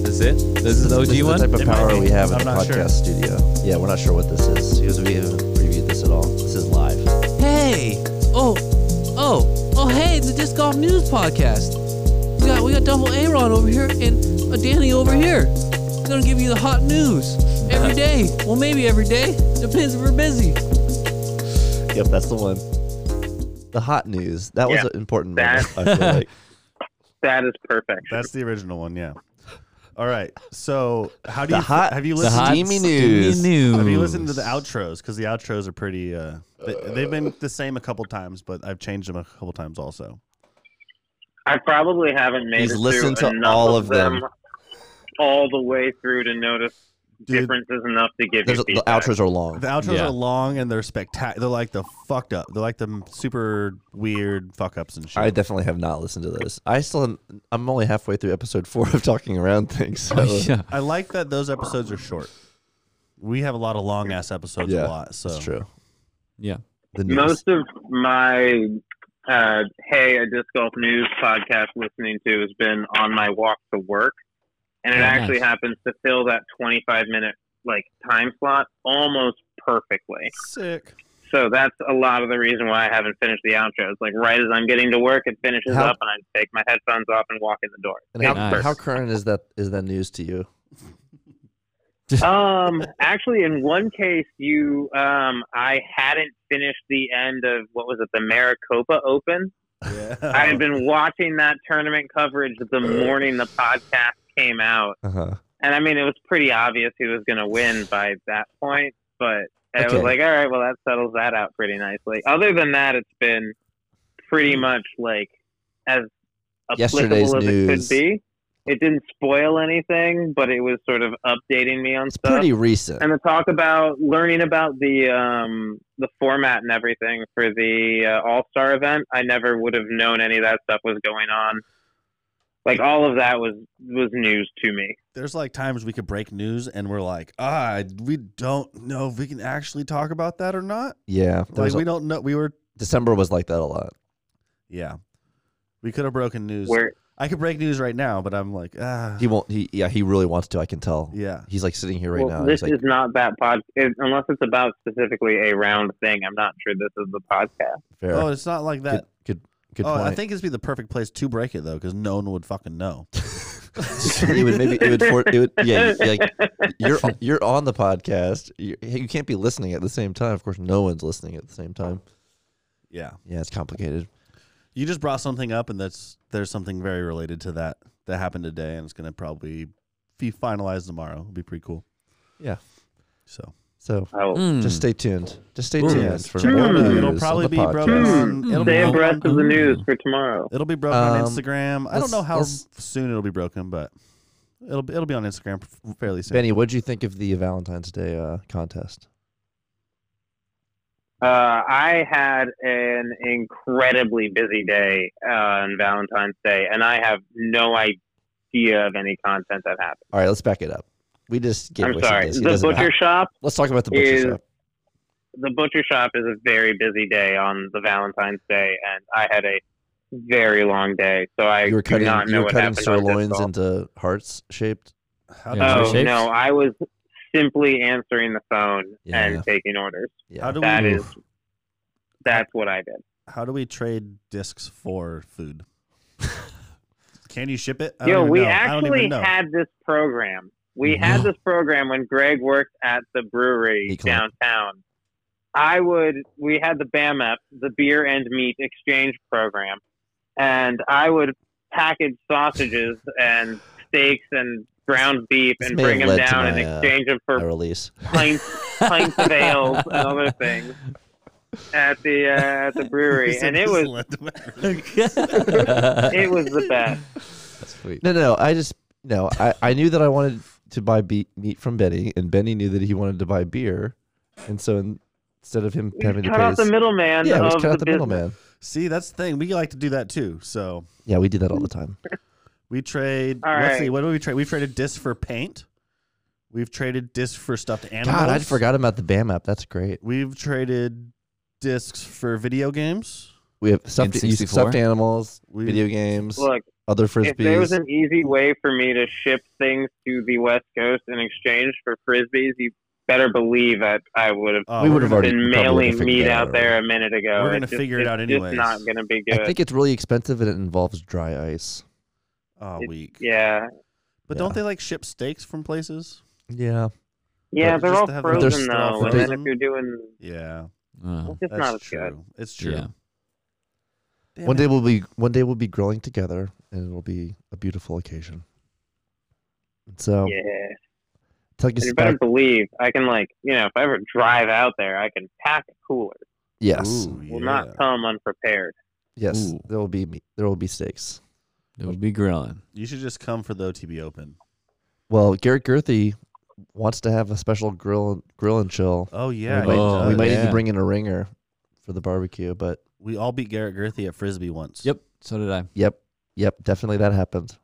[SPEAKER 3] That's it. This is the
[SPEAKER 2] this
[SPEAKER 3] OG
[SPEAKER 2] is
[SPEAKER 3] one.
[SPEAKER 2] The type of
[SPEAKER 1] It might
[SPEAKER 2] power
[SPEAKER 1] be.
[SPEAKER 2] we have in
[SPEAKER 1] I'm
[SPEAKER 2] the
[SPEAKER 1] not sure.
[SPEAKER 2] podcast studio. Yeah, we're not sure what this is because we haven't previewed this at all. This is live.
[SPEAKER 5] Hey! Oh, oh, oh! Hey, the Disc Golf News podcast. We got we got double Aaron over here
[SPEAKER 3] uh,
[SPEAKER 5] and a Danny over here. Gonna give you the hot news every day. well, maybe every day. Depends if we're busy.
[SPEAKER 2] Yep, that's the one. The hot news. That was
[SPEAKER 4] Yeah.
[SPEAKER 2] an important moment.
[SPEAKER 4] That-
[SPEAKER 2] I feel like.
[SPEAKER 4] That is perfect.
[SPEAKER 1] That's the original one. Yeah. All right. So how do
[SPEAKER 2] The
[SPEAKER 1] you
[SPEAKER 2] hot-
[SPEAKER 1] have you
[SPEAKER 3] the
[SPEAKER 1] listened?
[SPEAKER 3] hot
[SPEAKER 2] Steamy
[SPEAKER 3] steamy
[SPEAKER 2] news.
[SPEAKER 3] news.
[SPEAKER 1] Have you listened to the outros? Because the outros are pretty. Uh, they, they've been the same a couple times, but I've changed them a couple times also.
[SPEAKER 4] I probably haven't made
[SPEAKER 2] He's
[SPEAKER 4] it
[SPEAKER 2] listened
[SPEAKER 4] through
[SPEAKER 2] to
[SPEAKER 4] enough
[SPEAKER 2] all
[SPEAKER 4] of
[SPEAKER 2] of them.
[SPEAKER 4] them all the way through to notice
[SPEAKER 1] Dude.
[SPEAKER 4] difference is enough to give
[SPEAKER 2] There's,
[SPEAKER 4] you
[SPEAKER 2] the
[SPEAKER 4] feedback.
[SPEAKER 2] outros are long.
[SPEAKER 1] The outros
[SPEAKER 3] Yeah.
[SPEAKER 1] are long and they're spectacular. They're like the fucked up. They're like the m- super weird fuck ups and shit.
[SPEAKER 2] I definitely have not listened to those. I still am, I'm only halfway through episode four of talking around things. So.
[SPEAKER 3] yeah.
[SPEAKER 1] I like that those episodes are short. We have a lot of long ass episodes a
[SPEAKER 2] Yeah,
[SPEAKER 1] lot. So
[SPEAKER 2] That's true.
[SPEAKER 3] Yeah.
[SPEAKER 2] The news.
[SPEAKER 4] Most of my uh, hey, a disc golf news podcast listening to has been on my walk to work, and it
[SPEAKER 3] Oh, nice.
[SPEAKER 4] actually happens to fill that twenty five minute like time slot almost perfectly.
[SPEAKER 1] sick.
[SPEAKER 4] So that's a lot of the reason why I haven't finished the outro. It's like right as I'm getting to work, it finishes
[SPEAKER 2] How-
[SPEAKER 4] up, and I take my headphones off and walk in the door.
[SPEAKER 2] and how,
[SPEAKER 3] Nice.
[SPEAKER 2] how current is that? Is that news to you?
[SPEAKER 4] um, actually, in one case, you, um, I hadn't finished the end of what was it, the Maricopa Open.
[SPEAKER 1] Yeah.
[SPEAKER 4] I had
[SPEAKER 2] Uh-huh.
[SPEAKER 4] been watching that tournament coverage the morning the podcast came out,
[SPEAKER 2] Uh
[SPEAKER 1] Uh-huh.
[SPEAKER 2] huh.
[SPEAKER 4] and I mean, it was pretty obvious who was going to win by that point. But I
[SPEAKER 2] Okay.
[SPEAKER 4] was like, all right, well, that settles that out pretty nicely. Other than that, it's been pretty much like as
[SPEAKER 2] Mm.
[SPEAKER 4] applicable
[SPEAKER 2] Yesterday's
[SPEAKER 4] as
[SPEAKER 2] news.
[SPEAKER 4] it could be. It didn't spoil anything, but it was sort of updating me on
[SPEAKER 2] It's
[SPEAKER 4] stuff
[SPEAKER 2] pretty recent.
[SPEAKER 4] and the talk about learning about the um, the format and everything for the uh, All Star event. I never would have known any of that stuff was going on. Like all of that was was news to me.
[SPEAKER 1] There's like times we could break news and we're like, ah, we don't know if we can actually talk about that or not.
[SPEAKER 2] Yeah. There
[SPEAKER 1] Like
[SPEAKER 2] was a-
[SPEAKER 1] we don't know. We were
[SPEAKER 2] December was like that a lot.
[SPEAKER 1] yeah. We could have broken news.
[SPEAKER 4] Where
[SPEAKER 1] I could break news right now, but I'm like ah.
[SPEAKER 2] He won't. He yeah. He really wants to. I can tell.
[SPEAKER 1] yeah.
[SPEAKER 2] He's like sitting here right
[SPEAKER 4] well,
[SPEAKER 2] now.
[SPEAKER 4] this
[SPEAKER 2] He's like,
[SPEAKER 4] is not that pod it, unless it's about specifically a round thing. I'm not sure this is the podcast.
[SPEAKER 2] fair.
[SPEAKER 1] Oh, it's not like that.
[SPEAKER 2] good. Good, good
[SPEAKER 1] oh,
[SPEAKER 2] point.
[SPEAKER 1] I think this would be the perfect place to break it though, because no one would fucking know.
[SPEAKER 2] it would maybe it would, for, it would yeah you- like you're you're on the podcast you you can't be listening at the same time of course no one's listening at the same time
[SPEAKER 1] Yeah.
[SPEAKER 2] yeah it's complicated
[SPEAKER 1] You just brought something up, and that's there's something very related to that that happened today, and it's gonna probably be finalized tomorrow. It'll be pretty cool.
[SPEAKER 2] Yeah.
[SPEAKER 1] So
[SPEAKER 2] so
[SPEAKER 4] Oh,
[SPEAKER 3] Mm. Hmm.
[SPEAKER 2] just stay tuned just stay
[SPEAKER 3] Ooh.
[SPEAKER 2] tuned for
[SPEAKER 4] Hmm.
[SPEAKER 2] more
[SPEAKER 4] It'll
[SPEAKER 2] news
[SPEAKER 1] it'll probably
[SPEAKER 2] on the
[SPEAKER 1] be broken
[SPEAKER 2] podcast.
[SPEAKER 1] on.
[SPEAKER 3] Hmm.
[SPEAKER 1] It'll
[SPEAKER 4] stay
[SPEAKER 1] be
[SPEAKER 3] Damn,
[SPEAKER 1] broken,
[SPEAKER 4] abreast of the
[SPEAKER 3] Mm.
[SPEAKER 4] news for tomorrow.
[SPEAKER 1] it'll be broken
[SPEAKER 2] Um,
[SPEAKER 1] on Instagram. I
[SPEAKER 2] let's-
[SPEAKER 1] don't know how
[SPEAKER 2] let's-
[SPEAKER 1] soon it'll be broken, but it'll be, it'll be on Instagram f- fairly soon.
[SPEAKER 2] Benny what do you think of the Valentine's Day uh, contest
[SPEAKER 4] Uh, I had an incredibly busy day uh, on Valentine's Day, and I have no idea of any content that happened.
[SPEAKER 2] all right let's back it up we just gave
[SPEAKER 4] I'm
[SPEAKER 2] away some
[SPEAKER 4] sorry.
[SPEAKER 2] days. He
[SPEAKER 4] The
[SPEAKER 2] doesn't know
[SPEAKER 4] butcher shop,
[SPEAKER 2] how- let's talk about the butcher
[SPEAKER 4] is-
[SPEAKER 2] shop
[SPEAKER 4] the butcher shop is a very busy day on the Valentine's Day, and I had a very long day, so I
[SPEAKER 2] you were
[SPEAKER 4] do
[SPEAKER 2] cutting
[SPEAKER 4] not know
[SPEAKER 2] you were
[SPEAKER 4] what
[SPEAKER 2] cutting
[SPEAKER 4] happened on this
[SPEAKER 2] sirloins
[SPEAKER 4] call.
[SPEAKER 2] into hearts shaped
[SPEAKER 1] How
[SPEAKER 3] Yeah,
[SPEAKER 1] do,
[SPEAKER 3] no
[SPEAKER 4] Oh
[SPEAKER 3] shakes?
[SPEAKER 4] no, I was simply answering the phone
[SPEAKER 2] Yeah.
[SPEAKER 4] and taking orders.
[SPEAKER 2] yeah
[SPEAKER 1] how do
[SPEAKER 4] Oh, That
[SPEAKER 1] we
[SPEAKER 4] is, that's what I did.
[SPEAKER 1] how do we trade discs for food? Can you ship it? I don't
[SPEAKER 4] Yo,
[SPEAKER 1] even
[SPEAKER 4] we
[SPEAKER 1] know. I don't
[SPEAKER 4] actually
[SPEAKER 1] even know.
[SPEAKER 4] had this program. We
[SPEAKER 2] Mm-hmm.
[SPEAKER 4] had this program when Greg worked at the brewery
[SPEAKER 2] Eat Club.
[SPEAKER 4] downtown. I would, we had the BAMF, the beer and meat exchange program, and I would package sausages and steaks and ground beef
[SPEAKER 2] This
[SPEAKER 4] and
[SPEAKER 2] may have
[SPEAKER 4] bring them
[SPEAKER 2] led to
[SPEAKER 4] down and
[SPEAKER 2] my, uh,
[SPEAKER 4] exchange them
[SPEAKER 2] a
[SPEAKER 4] for
[SPEAKER 2] release
[SPEAKER 4] pints, pints of ales and other things at the uh, at the brewery, and it was it was the best.
[SPEAKER 3] That's sweet.
[SPEAKER 2] No, no, no. I just no. I, I knew that I wanted to buy be- meat from Benny, and Benny knew that he wanted to buy beer, and so in, instead of him
[SPEAKER 4] We
[SPEAKER 2] having to
[SPEAKER 4] cut
[SPEAKER 2] pay,
[SPEAKER 4] out the
[SPEAKER 2] his-
[SPEAKER 4] middleman
[SPEAKER 2] yeah, we
[SPEAKER 4] of
[SPEAKER 2] just cut out the
[SPEAKER 4] business.
[SPEAKER 2] middleman.
[SPEAKER 1] See, that's the thing. We like to do that too. So
[SPEAKER 2] Yeah, we do that all the time.
[SPEAKER 1] We trade.
[SPEAKER 4] All
[SPEAKER 1] let's
[SPEAKER 4] right.
[SPEAKER 1] see. What do we trade? We've traded disc for paint. We've traded disc for stuffed animals.
[SPEAKER 2] God, I forgot about the BAM app. That's great.
[SPEAKER 1] We've traded discs for video games.
[SPEAKER 2] We have stuffed, you-
[SPEAKER 3] N64?
[SPEAKER 2] stuffed animals,
[SPEAKER 1] We-
[SPEAKER 2] video games,
[SPEAKER 4] Look,
[SPEAKER 2] other
[SPEAKER 4] if there was
[SPEAKER 2] frisbees.
[SPEAKER 4] an easy way for me to ship things to the West Coast in exchange for frisbees, you better believe that I would have
[SPEAKER 1] Oh,
[SPEAKER 2] We
[SPEAKER 1] we're
[SPEAKER 2] would've
[SPEAKER 1] gonna-
[SPEAKER 2] already- probably
[SPEAKER 4] been
[SPEAKER 2] would've
[SPEAKER 4] mailing
[SPEAKER 2] figured
[SPEAKER 4] meat
[SPEAKER 2] that out
[SPEAKER 4] out there a minute ago.
[SPEAKER 1] We're gonna
[SPEAKER 4] It's just-
[SPEAKER 1] figure it out
[SPEAKER 4] It's
[SPEAKER 1] anyways.
[SPEAKER 4] just not going to be
[SPEAKER 2] I
[SPEAKER 4] good.
[SPEAKER 2] think it's really expensive and it involves dry ice.
[SPEAKER 1] Oh,
[SPEAKER 4] It-
[SPEAKER 1] weak.
[SPEAKER 4] yeah,
[SPEAKER 1] But
[SPEAKER 2] Yeah.
[SPEAKER 1] don't they like ship steaks from places?
[SPEAKER 2] Yeah,
[SPEAKER 4] yeah,
[SPEAKER 1] But
[SPEAKER 4] they're
[SPEAKER 1] just
[SPEAKER 4] all
[SPEAKER 1] to have
[SPEAKER 2] them-
[SPEAKER 4] frozen
[SPEAKER 2] They're
[SPEAKER 4] though,
[SPEAKER 1] still
[SPEAKER 4] and then if
[SPEAKER 1] frozen?
[SPEAKER 4] you're doing,
[SPEAKER 1] Yeah,
[SPEAKER 3] Uh,
[SPEAKER 4] it's just
[SPEAKER 1] that's
[SPEAKER 4] not as
[SPEAKER 1] true.
[SPEAKER 4] good.
[SPEAKER 1] It's true.
[SPEAKER 3] Yeah.
[SPEAKER 1] Damn
[SPEAKER 2] one
[SPEAKER 1] it.
[SPEAKER 2] day we'll be one day we'll be growing together, and it'll be a beautiful occasion. And so,
[SPEAKER 4] Yeah,
[SPEAKER 2] take us
[SPEAKER 4] and you
[SPEAKER 2] back.
[SPEAKER 4] better believe I can like you know if I ever drive out there, I can pack a cooler.
[SPEAKER 2] Yes,
[SPEAKER 1] Ooh,
[SPEAKER 4] Will
[SPEAKER 1] yeah.
[SPEAKER 4] not come unprepared.
[SPEAKER 2] yes,
[SPEAKER 3] Ooh.
[SPEAKER 2] there will be meat. There will be steaks.
[SPEAKER 3] it would be grilling.
[SPEAKER 1] You should just come for the OTB Open.
[SPEAKER 2] Well, Garrett Gerthy wants to have a special grill grill and chill.
[SPEAKER 1] Oh yeah,
[SPEAKER 2] we might,
[SPEAKER 1] he
[SPEAKER 3] Oh,
[SPEAKER 1] does.
[SPEAKER 2] we might need
[SPEAKER 3] yeah.
[SPEAKER 2] to bring in a ringer for the barbecue. But
[SPEAKER 1] We all beat Garrett Gerthy at frisbee once.
[SPEAKER 3] Yep. So did I.
[SPEAKER 2] yep, yep, definitely that happened.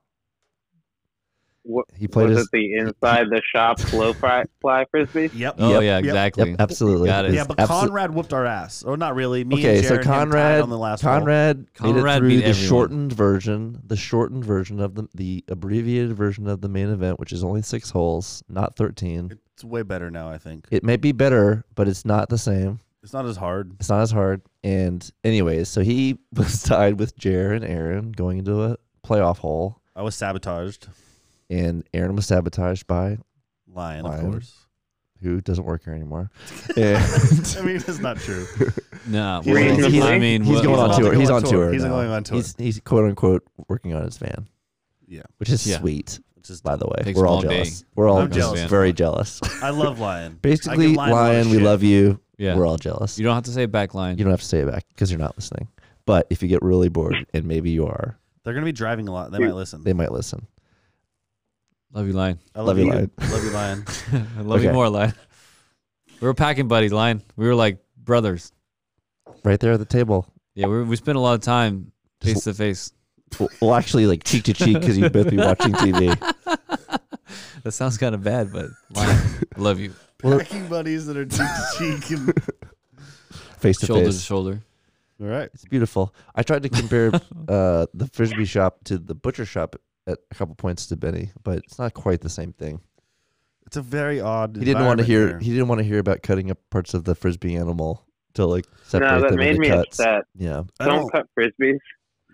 [SPEAKER 4] What,
[SPEAKER 2] He played
[SPEAKER 4] was
[SPEAKER 2] his
[SPEAKER 4] it the inside the shop slow fry, fly frisbee?
[SPEAKER 1] Yep.
[SPEAKER 3] Oh
[SPEAKER 2] Yep.
[SPEAKER 3] yeah,
[SPEAKER 1] Yep.
[SPEAKER 3] exactly.
[SPEAKER 2] yep, absolutely.
[SPEAKER 3] Got it.
[SPEAKER 2] His
[SPEAKER 1] Yeah, but
[SPEAKER 2] absolute-
[SPEAKER 1] Conrad whooped our ass. Or not really. Me
[SPEAKER 2] Okay,
[SPEAKER 1] and
[SPEAKER 2] so
[SPEAKER 1] Jared and him tied
[SPEAKER 2] Conrad-
[SPEAKER 1] on the last hole.
[SPEAKER 2] Conrad, made
[SPEAKER 3] Conrad
[SPEAKER 2] it through
[SPEAKER 3] beat
[SPEAKER 2] the
[SPEAKER 3] everyone.
[SPEAKER 2] shortened version, the shortened version of the the abbreviated version of the main event, which is only six holes, not thirteen.
[SPEAKER 1] It's way better now, I think.
[SPEAKER 2] It may be better, but it's not the same.
[SPEAKER 1] It's not as hard.
[SPEAKER 2] It's not as hard. And anyways, so he was tied with Jer and Aaron going into a playoff hole,
[SPEAKER 1] I was sabotaged.
[SPEAKER 2] and Aaron was sabotaged by
[SPEAKER 1] Lion,
[SPEAKER 2] Lion.
[SPEAKER 1] of course.
[SPEAKER 2] who doesn't work here anymore. And
[SPEAKER 1] I mean, it's not true.
[SPEAKER 3] No,
[SPEAKER 1] He's-
[SPEAKER 3] well,
[SPEAKER 4] he's-
[SPEAKER 3] I mean,
[SPEAKER 2] he's
[SPEAKER 3] what-
[SPEAKER 2] going
[SPEAKER 1] about
[SPEAKER 2] on
[SPEAKER 1] to
[SPEAKER 2] tour.
[SPEAKER 1] go
[SPEAKER 2] He's
[SPEAKER 1] on
[SPEAKER 2] on
[SPEAKER 1] tour.
[SPEAKER 2] tour.
[SPEAKER 1] He's
[SPEAKER 2] now.
[SPEAKER 1] going on tour.
[SPEAKER 2] He's, he's quote unquote working on his van.
[SPEAKER 1] Yeah.
[SPEAKER 2] Which is
[SPEAKER 3] Yeah.
[SPEAKER 2] sweet,
[SPEAKER 1] Which is
[SPEAKER 2] by the way.
[SPEAKER 3] Takes
[SPEAKER 2] We're all
[SPEAKER 3] him all day.
[SPEAKER 2] jealous. We're all
[SPEAKER 1] I'm
[SPEAKER 2] just
[SPEAKER 1] jealous.
[SPEAKER 2] very jealous.
[SPEAKER 1] I love Lion. I
[SPEAKER 2] Basically,
[SPEAKER 1] give Lion a lot of
[SPEAKER 2] Lion, we
[SPEAKER 1] shit.
[SPEAKER 2] love you.
[SPEAKER 3] yeah.
[SPEAKER 2] We're all jealous.
[SPEAKER 3] You
[SPEAKER 2] You
[SPEAKER 3] don't have to say back line.
[SPEAKER 2] don't, have to say it back because you're not listening. But if you get really bored, and maybe you are,
[SPEAKER 1] They're going to be driving a lot. They might listen.
[SPEAKER 2] they might listen.
[SPEAKER 3] Love you, Lion.
[SPEAKER 1] I
[SPEAKER 2] love you, Lion.
[SPEAKER 1] Love you, Lion.
[SPEAKER 3] I love you
[SPEAKER 2] Okay.
[SPEAKER 3] more, Lion. We were packing buddies, Lion. We were like brothers.
[SPEAKER 2] Right there at the table.
[SPEAKER 3] Yeah, we, we spent a lot of time
[SPEAKER 2] Just-
[SPEAKER 3] face to face.
[SPEAKER 2] Well, well, actually, like cheek to cheek because you'd both be watching TV.
[SPEAKER 3] That sounds kind of bad, but Lion, I love you.
[SPEAKER 2] Well,
[SPEAKER 1] Packing buddies that are cheek to cheek. and-
[SPEAKER 2] Face to
[SPEAKER 3] Shoulder to
[SPEAKER 2] face.
[SPEAKER 3] shoulder.
[SPEAKER 1] All right.
[SPEAKER 2] It's beautiful. I tried to compare uh, the frisbee shop to the butcher shop at a couple points to Benny, but it's not quite the same thing.
[SPEAKER 1] It's a very odd.
[SPEAKER 2] He didn't want to
[SPEAKER 1] environment
[SPEAKER 2] hear.
[SPEAKER 1] there.
[SPEAKER 2] He didn't want to hear about cutting up parts of the frisbee animal to like separate
[SPEAKER 4] No, that
[SPEAKER 2] them
[SPEAKER 4] made
[SPEAKER 2] into
[SPEAKER 4] me
[SPEAKER 2] cuts.
[SPEAKER 4] upset.
[SPEAKER 2] Yeah.
[SPEAKER 1] I
[SPEAKER 4] Don't
[SPEAKER 1] don't,
[SPEAKER 4] cut frisbees.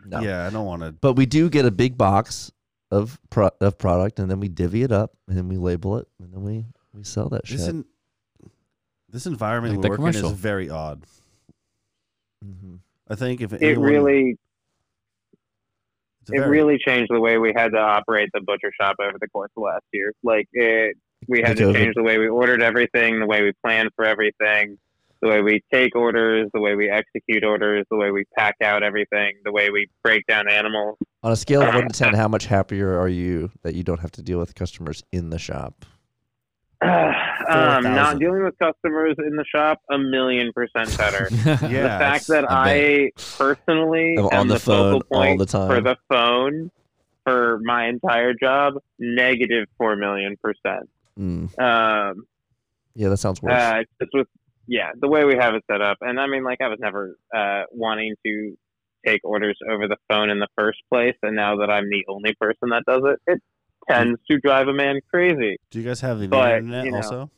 [SPEAKER 2] No.
[SPEAKER 1] Yeah, I don't want to.
[SPEAKER 2] But we do get a big box of pro- of product, and then we divvy it up, and then we label it, and then we we sell that shit.
[SPEAKER 1] This, en- this environment
[SPEAKER 3] Like
[SPEAKER 1] we're
[SPEAKER 3] the
[SPEAKER 1] working
[SPEAKER 3] commercial.
[SPEAKER 1] is very odd.
[SPEAKER 2] Mhm.
[SPEAKER 1] I think if
[SPEAKER 4] It
[SPEAKER 1] anyone-
[SPEAKER 4] really,
[SPEAKER 1] it's a
[SPEAKER 4] it
[SPEAKER 1] very-
[SPEAKER 4] really changed the way we had to operate the butcher shop over the course of last year. Like it, we had
[SPEAKER 2] The
[SPEAKER 4] to
[SPEAKER 2] COVID.
[SPEAKER 4] change the way we ordered everything, the way we planned for everything, the way we take orders, the way we execute orders, the way we pack out everything, the way we break down animals.
[SPEAKER 2] On a scale of one to ten, how much happier are you that you don't have to deal with customers in the shop?
[SPEAKER 4] um,
[SPEAKER 1] 4,000.
[SPEAKER 4] not dealing with customers in the shop, a million percent better.
[SPEAKER 1] Yeah.
[SPEAKER 4] the
[SPEAKER 1] it's-
[SPEAKER 4] fact that I, personally
[SPEAKER 2] I'm
[SPEAKER 4] am
[SPEAKER 2] on the phone
[SPEAKER 4] focal
[SPEAKER 2] all
[SPEAKER 4] point
[SPEAKER 2] the time.
[SPEAKER 4] for the phone for my entire job, negative four million percent.
[SPEAKER 2] Mm.
[SPEAKER 4] Um,
[SPEAKER 2] Yeah, that sounds worse.
[SPEAKER 4] uh, just with yeah, the way we have it set up, and I mean, like I was never uh, wanting to take orders over the phone in the first place, and now that I'm the only person that does it, it tends to drive a man crazy.
[SPEAKER 1] Do you guys have the
[SPEAKER 4] But,
[SPEAKER 1] internet
[SPEAKER 4] you know.
[SPEAKER 1] also?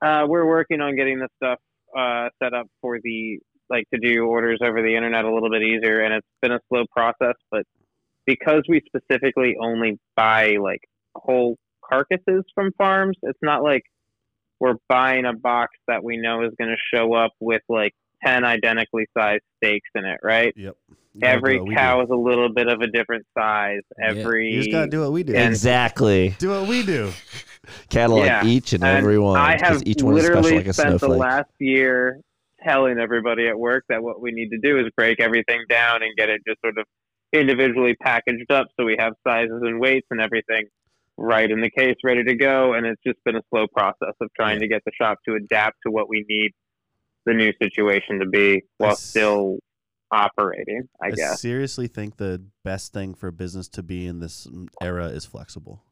[SPEAKER 4] Uh, we're working on getting the stuff uh, set up for the like to do orders over the internet a little bit easier, and it's been a slow process. But because we specifically only buy like whole carcasses from farms, it's not like we're buying a box that we know is going to show up with like ten identically sized steaks in it, right?
[SPEAKER 1] Yep. You gotta do
[SPEAKER 4] Every
[SPEAKER 1] what we do.
[SPEAKER 4] cow is a little bit of a different size.
[SPEAKER 3] Yeah, you
[SPEAKER 4] Every
[SPEAKER 1] You just gotta do what we do.
[SPEAKER 4] and-
[SPEAKER 2] exactly.
[SPEAKER 1] do what we do.
[SPEAKER 2] Catalog
[SPEAKER 4] Yeah,
[SPEAKER 2] each and,
[SPEAKER 4] and
[SPEAKER 2] every one.
[SPEAKER 4] I
[SPEAKER 2] 'cause
[SPEAKER 4] have
[SPEAKER 2] each one is
[SPEAKER 4] literally
[SPEAKER 2] special like a
[SPEAKER 4] spent the
[SPEAKER 2] snowflake.
[SPEAKER 4] last year telling everybody at work that what we need to do is break everything down and get it just sort of individually packaged up so we have sizes and weights and everything right in the case ready to go and it's just been a slow process of trying to get the shop to adapt to what we need the new situation to be while
[SPEAKER 1] s-
[SPEAKER 4] still operating i
[SPEAKER 1] I
[SPEAKER 4] guess
[SPEAKER 1] seriously think the best thing for business to be in this mm, era is flexible.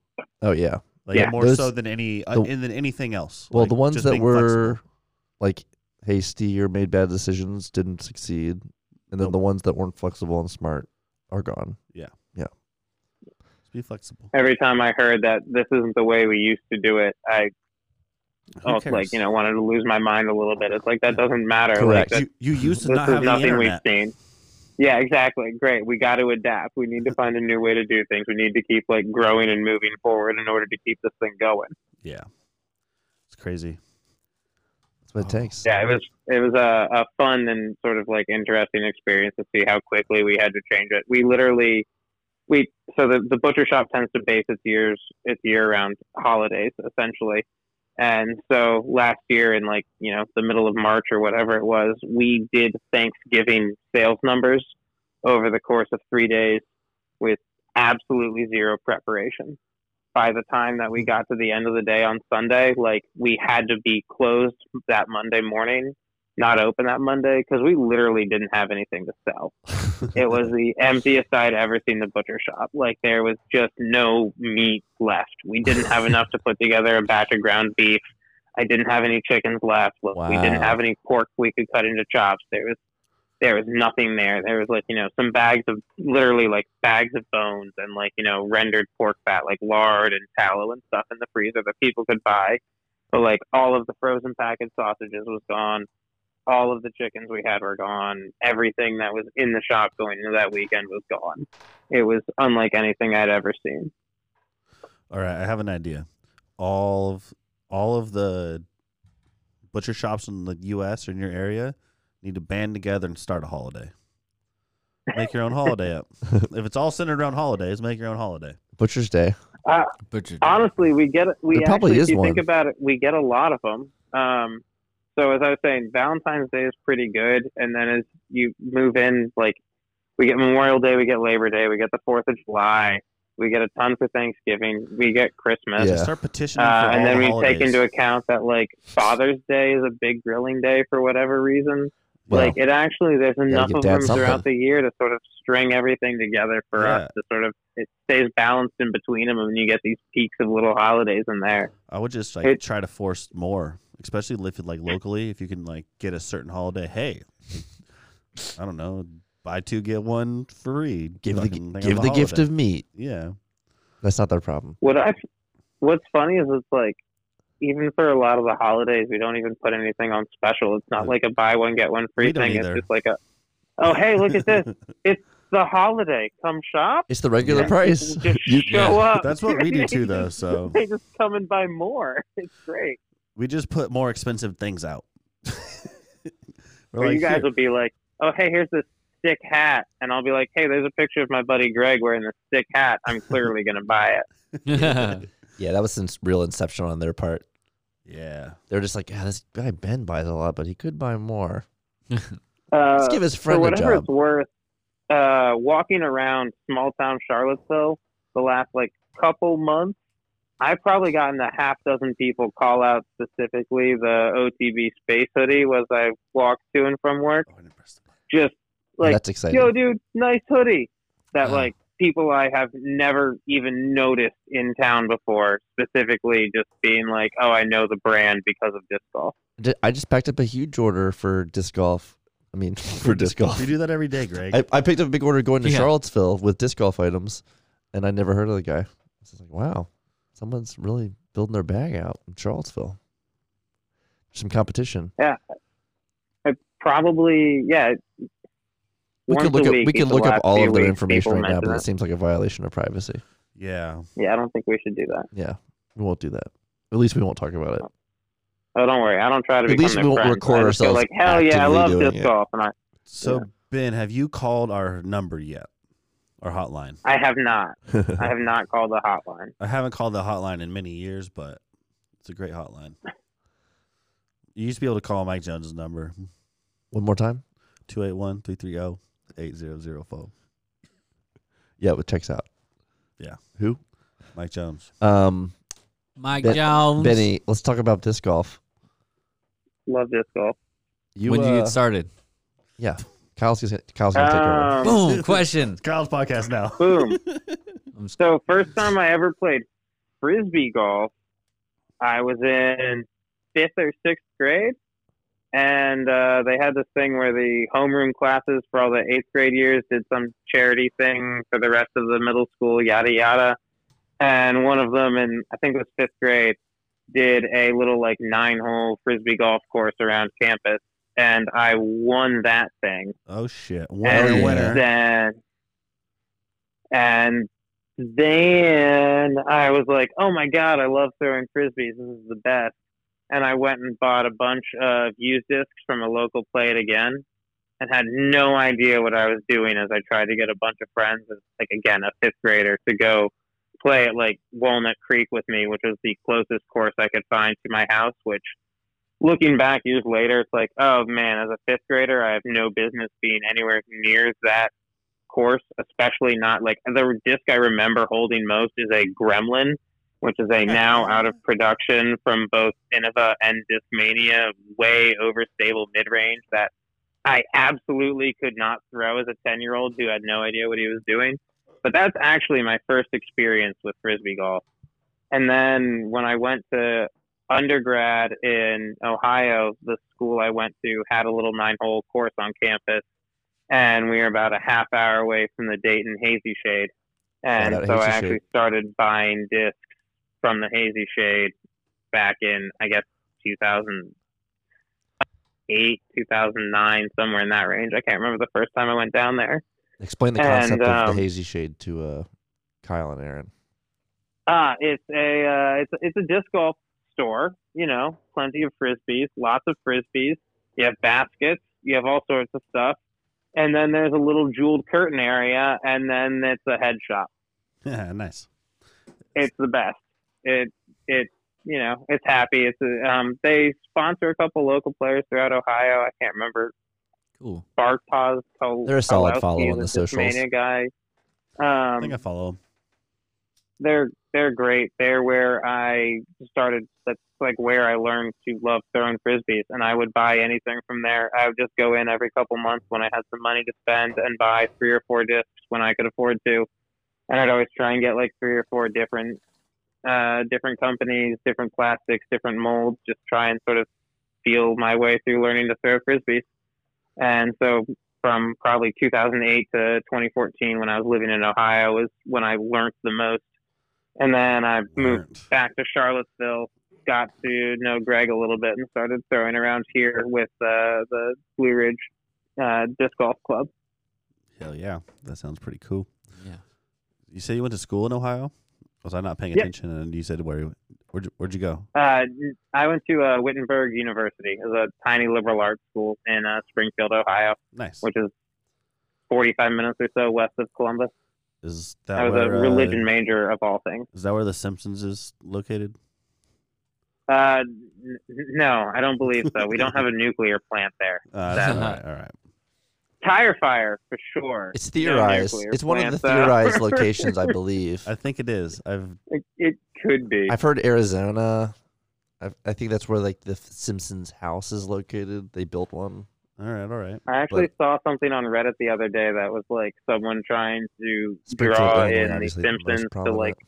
[SPEAKER 2] oh yeah.
[SPEAKER 1] Like
[SPEAKER 4] Yeah.
[SPEAKER 1] more
[SPEAKER 2] Those-
[SPEAKER 1] so than any uh,
[SPEAKER 2] the-
[SPEAKER 1] than anything else.
[SPEAKER 2] Well,
[SPEAKER 1] Like,
[SPEAKER 2] the ones
[SPEAKER 1] just
[SPEAKER 2] that
[SPEAKER 1] being
[SPEAKER 2] were
[SPEAKER 1] flexible.
[SPEAKER 2] like hasty or made bad decisions didn't succeed, and then the ones that weren't flexible and smart are gone.
[SPEAKER 1] Just be flexible.
[SPEAKER 4] every time i heard that this isn't the way we used to do it i
[SPEAKER 1] Who
[SPEAKER 4] also Oh, like
[SPEAKER 1] cares?
[SPEAKER 4] you know wanted to lose my mind a little bit it's like that doesn't matter
[SPEAKER 2] Correct.
[SPEAKER 4] like that,
[SPEAKER 1] you, you used to
[SPEAKER 4] this
[SPEAKER 1] not
[SPEAKER 4] is
[SPEAKER 1] have the
[SPEAKER 4] nothing we've
[SPEAKER 1] internet.
[SPEAKER 4] seen. Yeah, exactly. Great. We got to adapt. We need to find a new way to do things. We need to keep like growing and moving forward in order to keep this thing going.
[SPEAKER 1] Yeah, it's crazy.
[SPEAKER 2] That's what it
[SPEAKER 1] Oh.
[SPEAKER 2] takes.
[SPEAKER 4] Yeah, it was it was a, a fun and sort of like interesting experience to see how quickly we had to change it. We literally we so the, the butcher shop tends to base its years its year around holidays essentially. And so last year in like, you know, the middle of March or whatever it was, we did Thanksgiving sales numbers over the course of three days with absolutely zero preparation. by the time that we got to the end of the day on Sunday, like we had to be closed that Monday morning, not open that Monday because we literally didn't have anything to sell. it was the emptiest I'd ever seen the butcher shop. Like there was just no meat left. We didn't have enough to put together a batch of ground beef. I didn't have any chickens left. Look, We didn't
[SPEAKER 2] Wow.
[SPEAKER 4] have any pork we could cut into chops. There was there was nothing there. There was like, you know, some bags of literally like bags of bones and like, you know, rendered pork fat, like lard and tallow and stuff in the freezer that people could buy. But like all of the frozen packaged sausages was gone. All of the chickens we had were gone. Everything that was in the shop going into that weekend was gone. It was unlike anything I'd ever seen.
[SPEAKER 1] All right, I have an idea. All of all of the butcher shops in the U.S. or in your area need to band together and start a holiday. Make your own holiday up. If it's all centered around holidays, make your own holiday.
[SPEAKER 2] Butcher's Day.
[SPEAKER 3] Butcher.
[SPEAKER 4] honestly, we get we
[SPEAKER 2] There probably
[SPEAKER 4] actually,
[SPEAKER 2] is
[SPEAKER 4] if you
[SPEAKER 2] one.
[SPEAKER 4] think about it, we get a lot of them. Um, so as I was saying, Valentine's Day is pretty good, and then as you move in, like we get Memorial Day, we get Labor Day, we get the Fourth of July, we get a ton for Thanksgiving, we get Christmas.
[SPEAKER 2] Yeah.
[SPEAKER 1] Start petitioning
[SPEAKER 4] Uh,
[SPEAKER 1] for all
[SPEAKER 4] and then
[SPEAKER 1] the
[SPEAKER 4] we
[SPEAKER 1] holidays.
[SPEAKER 4] take into account that like Father's Day is a big grilling day for whatever reason.
[SPEAKER 2] Well,
[SPEAKER 4] like it actually, there's enough
[SPEAKER 2] get
[SPEAKER 4] of
[SPEAKER 2] dad
[SPEAKER 4] them
[SPEAKER 2] something.
[SPEAKER 4] throughout the year to sort of string everything together for
[SPEAKER 1] Yeah.
[SPEAKER 4] us to sort of it stays balanced in between them, and you get these peaks of little holidays in there.
[SPEAKER 1] I would just like
[SPEAKER 4] It-
[SPEAKER 1] try to force more, especially if it, like locally, if you can like get a certain holiday. Hey, I don't know, buy two get one free.
[SPEAKER 2] give the
[SPEAKER 1] fucking thing on
[SPEAKER 2] give the gift
[SPEAKER 1] holiday.
[SPEAKER 2] of meat.
[SPEAKER 1] yeah.
[SPEAKER 2] That's not their problem.
[SPEAKER 4] What I, what's funny is it's like, even for a lot of the holidays, we don't even put anything on special. It's not
[SPEAKER 1] Yeah.
[SPEAKER 4] like a buy one get one free
[SPEAKER 1] We don't
[SPEAKER 4] thing.
[SPEAKER 1] either.
[SPEAKER 4] It's just like a, oh hey, look at this, the holiday, come shop.
[SPEAKER 2] It's the regular
[SPEAKER 4] Yeah.
[SPEAKER 2] price.
[SPEAKER 4] Just
[SPEAKER 2] You-
[SPEAKER 4] show up.
[SPEAKER 1] That's what we do too, though. So
[SPEAKER 4] they just come and buy more. It's great.
[SPEAKER 1] we just put more expensive things out. We're
[SPEAKER 4] Or you
[SPEAKER 1] like,
[SPEAKER 4] guys
[SPEAKER 1] "Here."
[SPEAKER 4] will be like, oh, hey, here's this sick hat. And I'll be like, hey, there's a picture of my buddy Greg wearing this sick hat. I'm clearly going to buy it.
[SPEAKER 2] Yeah, that was some real inception on their part.
[SPEAKER 1] yeah.
[SPEAKER 2] They're just like, yeah, this guy Ben buys a lot, but he could buy more.
[SPEAKER 4] Uh,
[SPEAKER 2] Let's give his
[SPEAKER 4] for
[SPEAKER 2] friend a
[SPEAKER 4] whatever
[SPEAKER 2] job.
[SPEAKER 4] it's worth, uh, walking around small town Charlottesville the last like couple months, I've probably gotten a half dozen people call out specifically the OTB space hoodie as I walk to and from work.
[SPEAKER 1] Oh, I didn't press the button.
[SPEAKER 4] Just like
[SPEAKER 2] That's exciting. Uh-huh.
[SPEAKER 4] yo dude nice hoodie that
[SPEAKER 3] Wow.
[SPEAKER 4] like people i have never even noticed in town before specifically just being like oh i know the brand because of disc golf
[SPEAKER 2] Ju- I just packed up a huge order for disc golf. I mean, for disc golf.
[SPEAKER 1] You do that every day, Greg.
[SPEAKER 2] I, I picked up a big order going to
[SPEAKER 3] Yeah.
[SPEAKER 2] Charlottesville with disc golf items, and I never heard of the guy. I was just like, wow, someone's really building their bag out in Charlottesville. Some competition.
[SPEAKER 4] probably yeah
[SPEAKER 2] We
[SPEAKER 4] once
[SPEAKER 2] could look
[SPEAKER 4] a
[SPEAKER 2] up.
[SPEAKER 4] week
[SPEAKER 2] We could
[SPEAKER 4] each
[SPEAKER 2] look
[SPEAKER 4] the
[SPEAKER 2] up
[SPEAKER 4] last
[SPEAKER 2] all
[SPEAKER 4] few
[SPEAKER 2] of their
[SPEAKER 4] weeks,
[SPEAKER 2] information
[SPEAKER 4] people
[SPEAKER 2] right now,
[SPEAKER 4] mention
[SPEAKER 2] but it
[SPEAKER 4] it.
[SPEAKER 2] seems like a violation of privacy.
[SPEAKER 1] yeah.
[SPEAKER 4] yeah i don't think we should do that
[SPEAKER 2] Yeah, we won't do that. At least we won't talk about it.
[SPEAKER 4] oh don't worry i don't try to
[SPEAKER 2] At
[SPEAKER 4] become
[SPEAKER 2] least
[SPEAKER 4] their
[SPEAKER 2] we won't
[SPEAKER 4] friends.
[SPEAKER 2] record
[SPEAKER 4] I just go
[SPEAKER 2] ourselves
[SPEAKER 4] like hell yeah i
[SPEAKER 2] actively
[SPEAKER 4] love
[SPEAKER 2] doing
[SPEAKER 4] disc
[SPEAKER 2] it.
[SPEAKER 4] So golf and i
[SPEAKER 1] So
[SPEAKER 4] Yeah.
[SPEAKER 1] Ben, have you called our number yet? Our hotline.
[SPEAKER 4] i have not i have not called the hotline
[SPEAKER 1] I haven't called the hotline in many years, but it's a great hotline. You used to be able to call Mike Jones's number
[SPEAKER 2] One more time.
[SPEAKER 1] 281 330 8004.
[SPEAKER 2] Yeah, it checks out.
[SPEAKER 1] Yeah.
[SPEAKER 2] Who?
[SPEAKER 1] Mike Jones.
[SPEAKER 2] Um,
[SPEAKER 3] Mike
[SPEAKER 2] Ben-
[SPEAKER 3] Jones.
[SPEAKER 2] Benny. Let's talk about disc golf.
[SPEAKER 4] love disc golf
[SPEAKER 2] You.
[SPEAKER 3] when did you
[SPEAKER 2] uh,
[SPEAKER 3] get started?
[SPEAKER 2] yeah. Kyle's gonna, Kyle's gonna take over.
[SPEAKER 4] Um,
[SPEAKER 3] Boom. Question.
[SPEAKER 1] Kyle's podcast now.
[SPEAKER 4] boom
[SPEAKER 3] I'm s-
[SPEAKER 4] So first time I ever played frisbee golf, I was in fifth or sixth grade, and uh, they had this thing where the homeroom classes for all the eighth grade years did some charity thing for the rest of the middle school, yada yada. And one of them, in I think it was fifth grade, did a little like nine hole frisbee golf course around campus, and I won that thing
[SPEAKER 1] Oh, shit.
[SPEAKER 4] and
[SPEAKER 1] Winner,
[SPEAKER 2] yeah.
[SPEAKER 1] winner.
[SPEAKER 4] then and then I was like, "Oh my god, I love throwing frisbees. This is the best." And I went and bought a bunch of used discs from a local play it again, and had no idea what I was doing as I tried to get a bunch of friends, and, like again a fifth grader, to go play at like Walnut Creek with me, which was the closest course I could find to my house. Which, looking back years later, it's like, oh man, as a fifth grader, I have no business being anywhere near that course, especially not like the disc I remember holding most is a Gremlin, which is a now out of production from both Innova and Discmania, way overstable mid range that I absolutely could not throw as a 10 year old who had no idea what he was doing. But that's actually my first experience with Frisbee golf. And then when I went to undergrad in Ohio, the school I went to had a little nine hole course on campus. And we were about a half hour away from the Dayton Hazy Shade. And
[SPEAKER 2] Shout out
[SPEAKER 4] so I
[SPEAKER 2] Hazy
[SPEAKER 4] actually
[SPEAKER 2] Shade.
[SPEAKER 4] started buying discs from the Hazy Shade back in, I guess, 2008, 2009, somewhere in that range. I can't remember the first time I went down there.
[SPEAKER 2] Explain the
[SPEAKER 4] And,
[SPEAKER 2] concept of
[SPEAKER 4] um,
[SPEAKER 2] the hazy shade to uh, Kyle and Aaron.
[SPEAKER 4] Ah, it's a uh, it's it's a disc golf store. You know, plenty of frisbees, lots of frisbees. You have baskets. You have all sorts of stuff. And then there's a little jeweled curtain area, and then it's a head shop.
[SPEAKER 1] Yeah, nice.
[SPEAKER 4] It's the best. It it you know it's happy. It's a, um they sponsor a couple local players throughout Ohio. I can't remember
[SPEAKER 3] Cool.
[SPEAKER 4] Barkpause. Kol-
[SPEAKER 2] They're a solid
[SPEAKER 4] Kowalski
[SPEAKER 2] follow
[SPEAKER 4] is
[SPEAKER 2] on
[SPEAKER 4] a
[SPEAKER 2] the socials.
[SPEAKER 4] Tasmania guy.
[SPEAKER 1] I think
[SPEAKER 4] Um,
[SPEAKER 1] I follow him.
[SPEAKER 4] they're they're great. They're where I started. That's like where I learned to love throwing frisbees, and I would buy anything from there. I would just go in every couple months when I had some money to spend and buy three or four discs when I could afford to, and I'd always try and get like three or four different uh, different companies, different plastics, different molds. Just try and sort of feel my way through learning to throw frisbees, and so from probably 2008 to 2014 when I was living in Ohio was when I learned the most. And then I moved
[SPEAKER 1] Learned.
[SPEAKER 4] back to Charlottesville, got to know Greg a little bit, and started throwing around here with uh, the Blue Ridge uh, Disc Golf Club.
[SPEAKER 1] Hell yeah, that sounds pretty cool.
[SPEAKER 3] Yeah.
[SPEAKER 1] You say you went to school in Ohio? Was I not paying
[SPEAKER 4] Yeah.
[SPEAKER 1] attention? And you said where? You, where'd, you, where'd you go?
[SPEAKER 4] Uh, I went to uh, Wittenberg University. It was a tiny liberal arts school in uh, Springfield, Ohio,
[SPEAKER 1] Nice.
[SPEAKER 4] which is 45 minutes or so west of Columbus.
[SPEAKER 1] Is
[SPEAKER 4] I
[SPEAKER 1] that
[SPEAKER 4] was
[SPEAKER 1] where,
[SPEAKER 4] a religion
[SPEAKER 1] Uh,
[SPEAKER 4] major of all things.
[SPEAKER 1] is that where the Simpsons is located?
[SPEAKER 4] Uh, n- no, I don't believe so. We don't have a nuclear plant there.
[SPEAKER 1] Uh, that's
[SPEAKER 3] That-
[SPEAKER 1] all right. All right.
[SPEAKER 4] Tire fire for sure.
[SPEAKER 2] It's
[SPEAKER 4] No
[SPEAKER 2] theorized.
[SPEAKER 4] nuclear
[SPEAKER 2] it's one of the
[SPEAKER 4] plants, though.
[SPEAKER 2] theorized locations, I believe.
[SPEAKER 1] I think it is. I've
[SPEAKER 4] It, it could be.
[SPEAKER 2] I've heard Arizona. i I think that's where like the Simpsons house is located. They built one.
[SPEAKER 1] all right. All right.
[SPEAKER 4] I actually saw something on Reddit the other day that was like someone trying to
[SPEAKER 2] Springfield,
[SPEAKER 4] draw
[SPEAKER 2] Illinois,
[SPEAKER 4] in the
[SPEAKER 2] obviously the most
[SPEAKER 4] Simpsons to
[SPEAKER 2] prominent.
[SPEAKER 4] like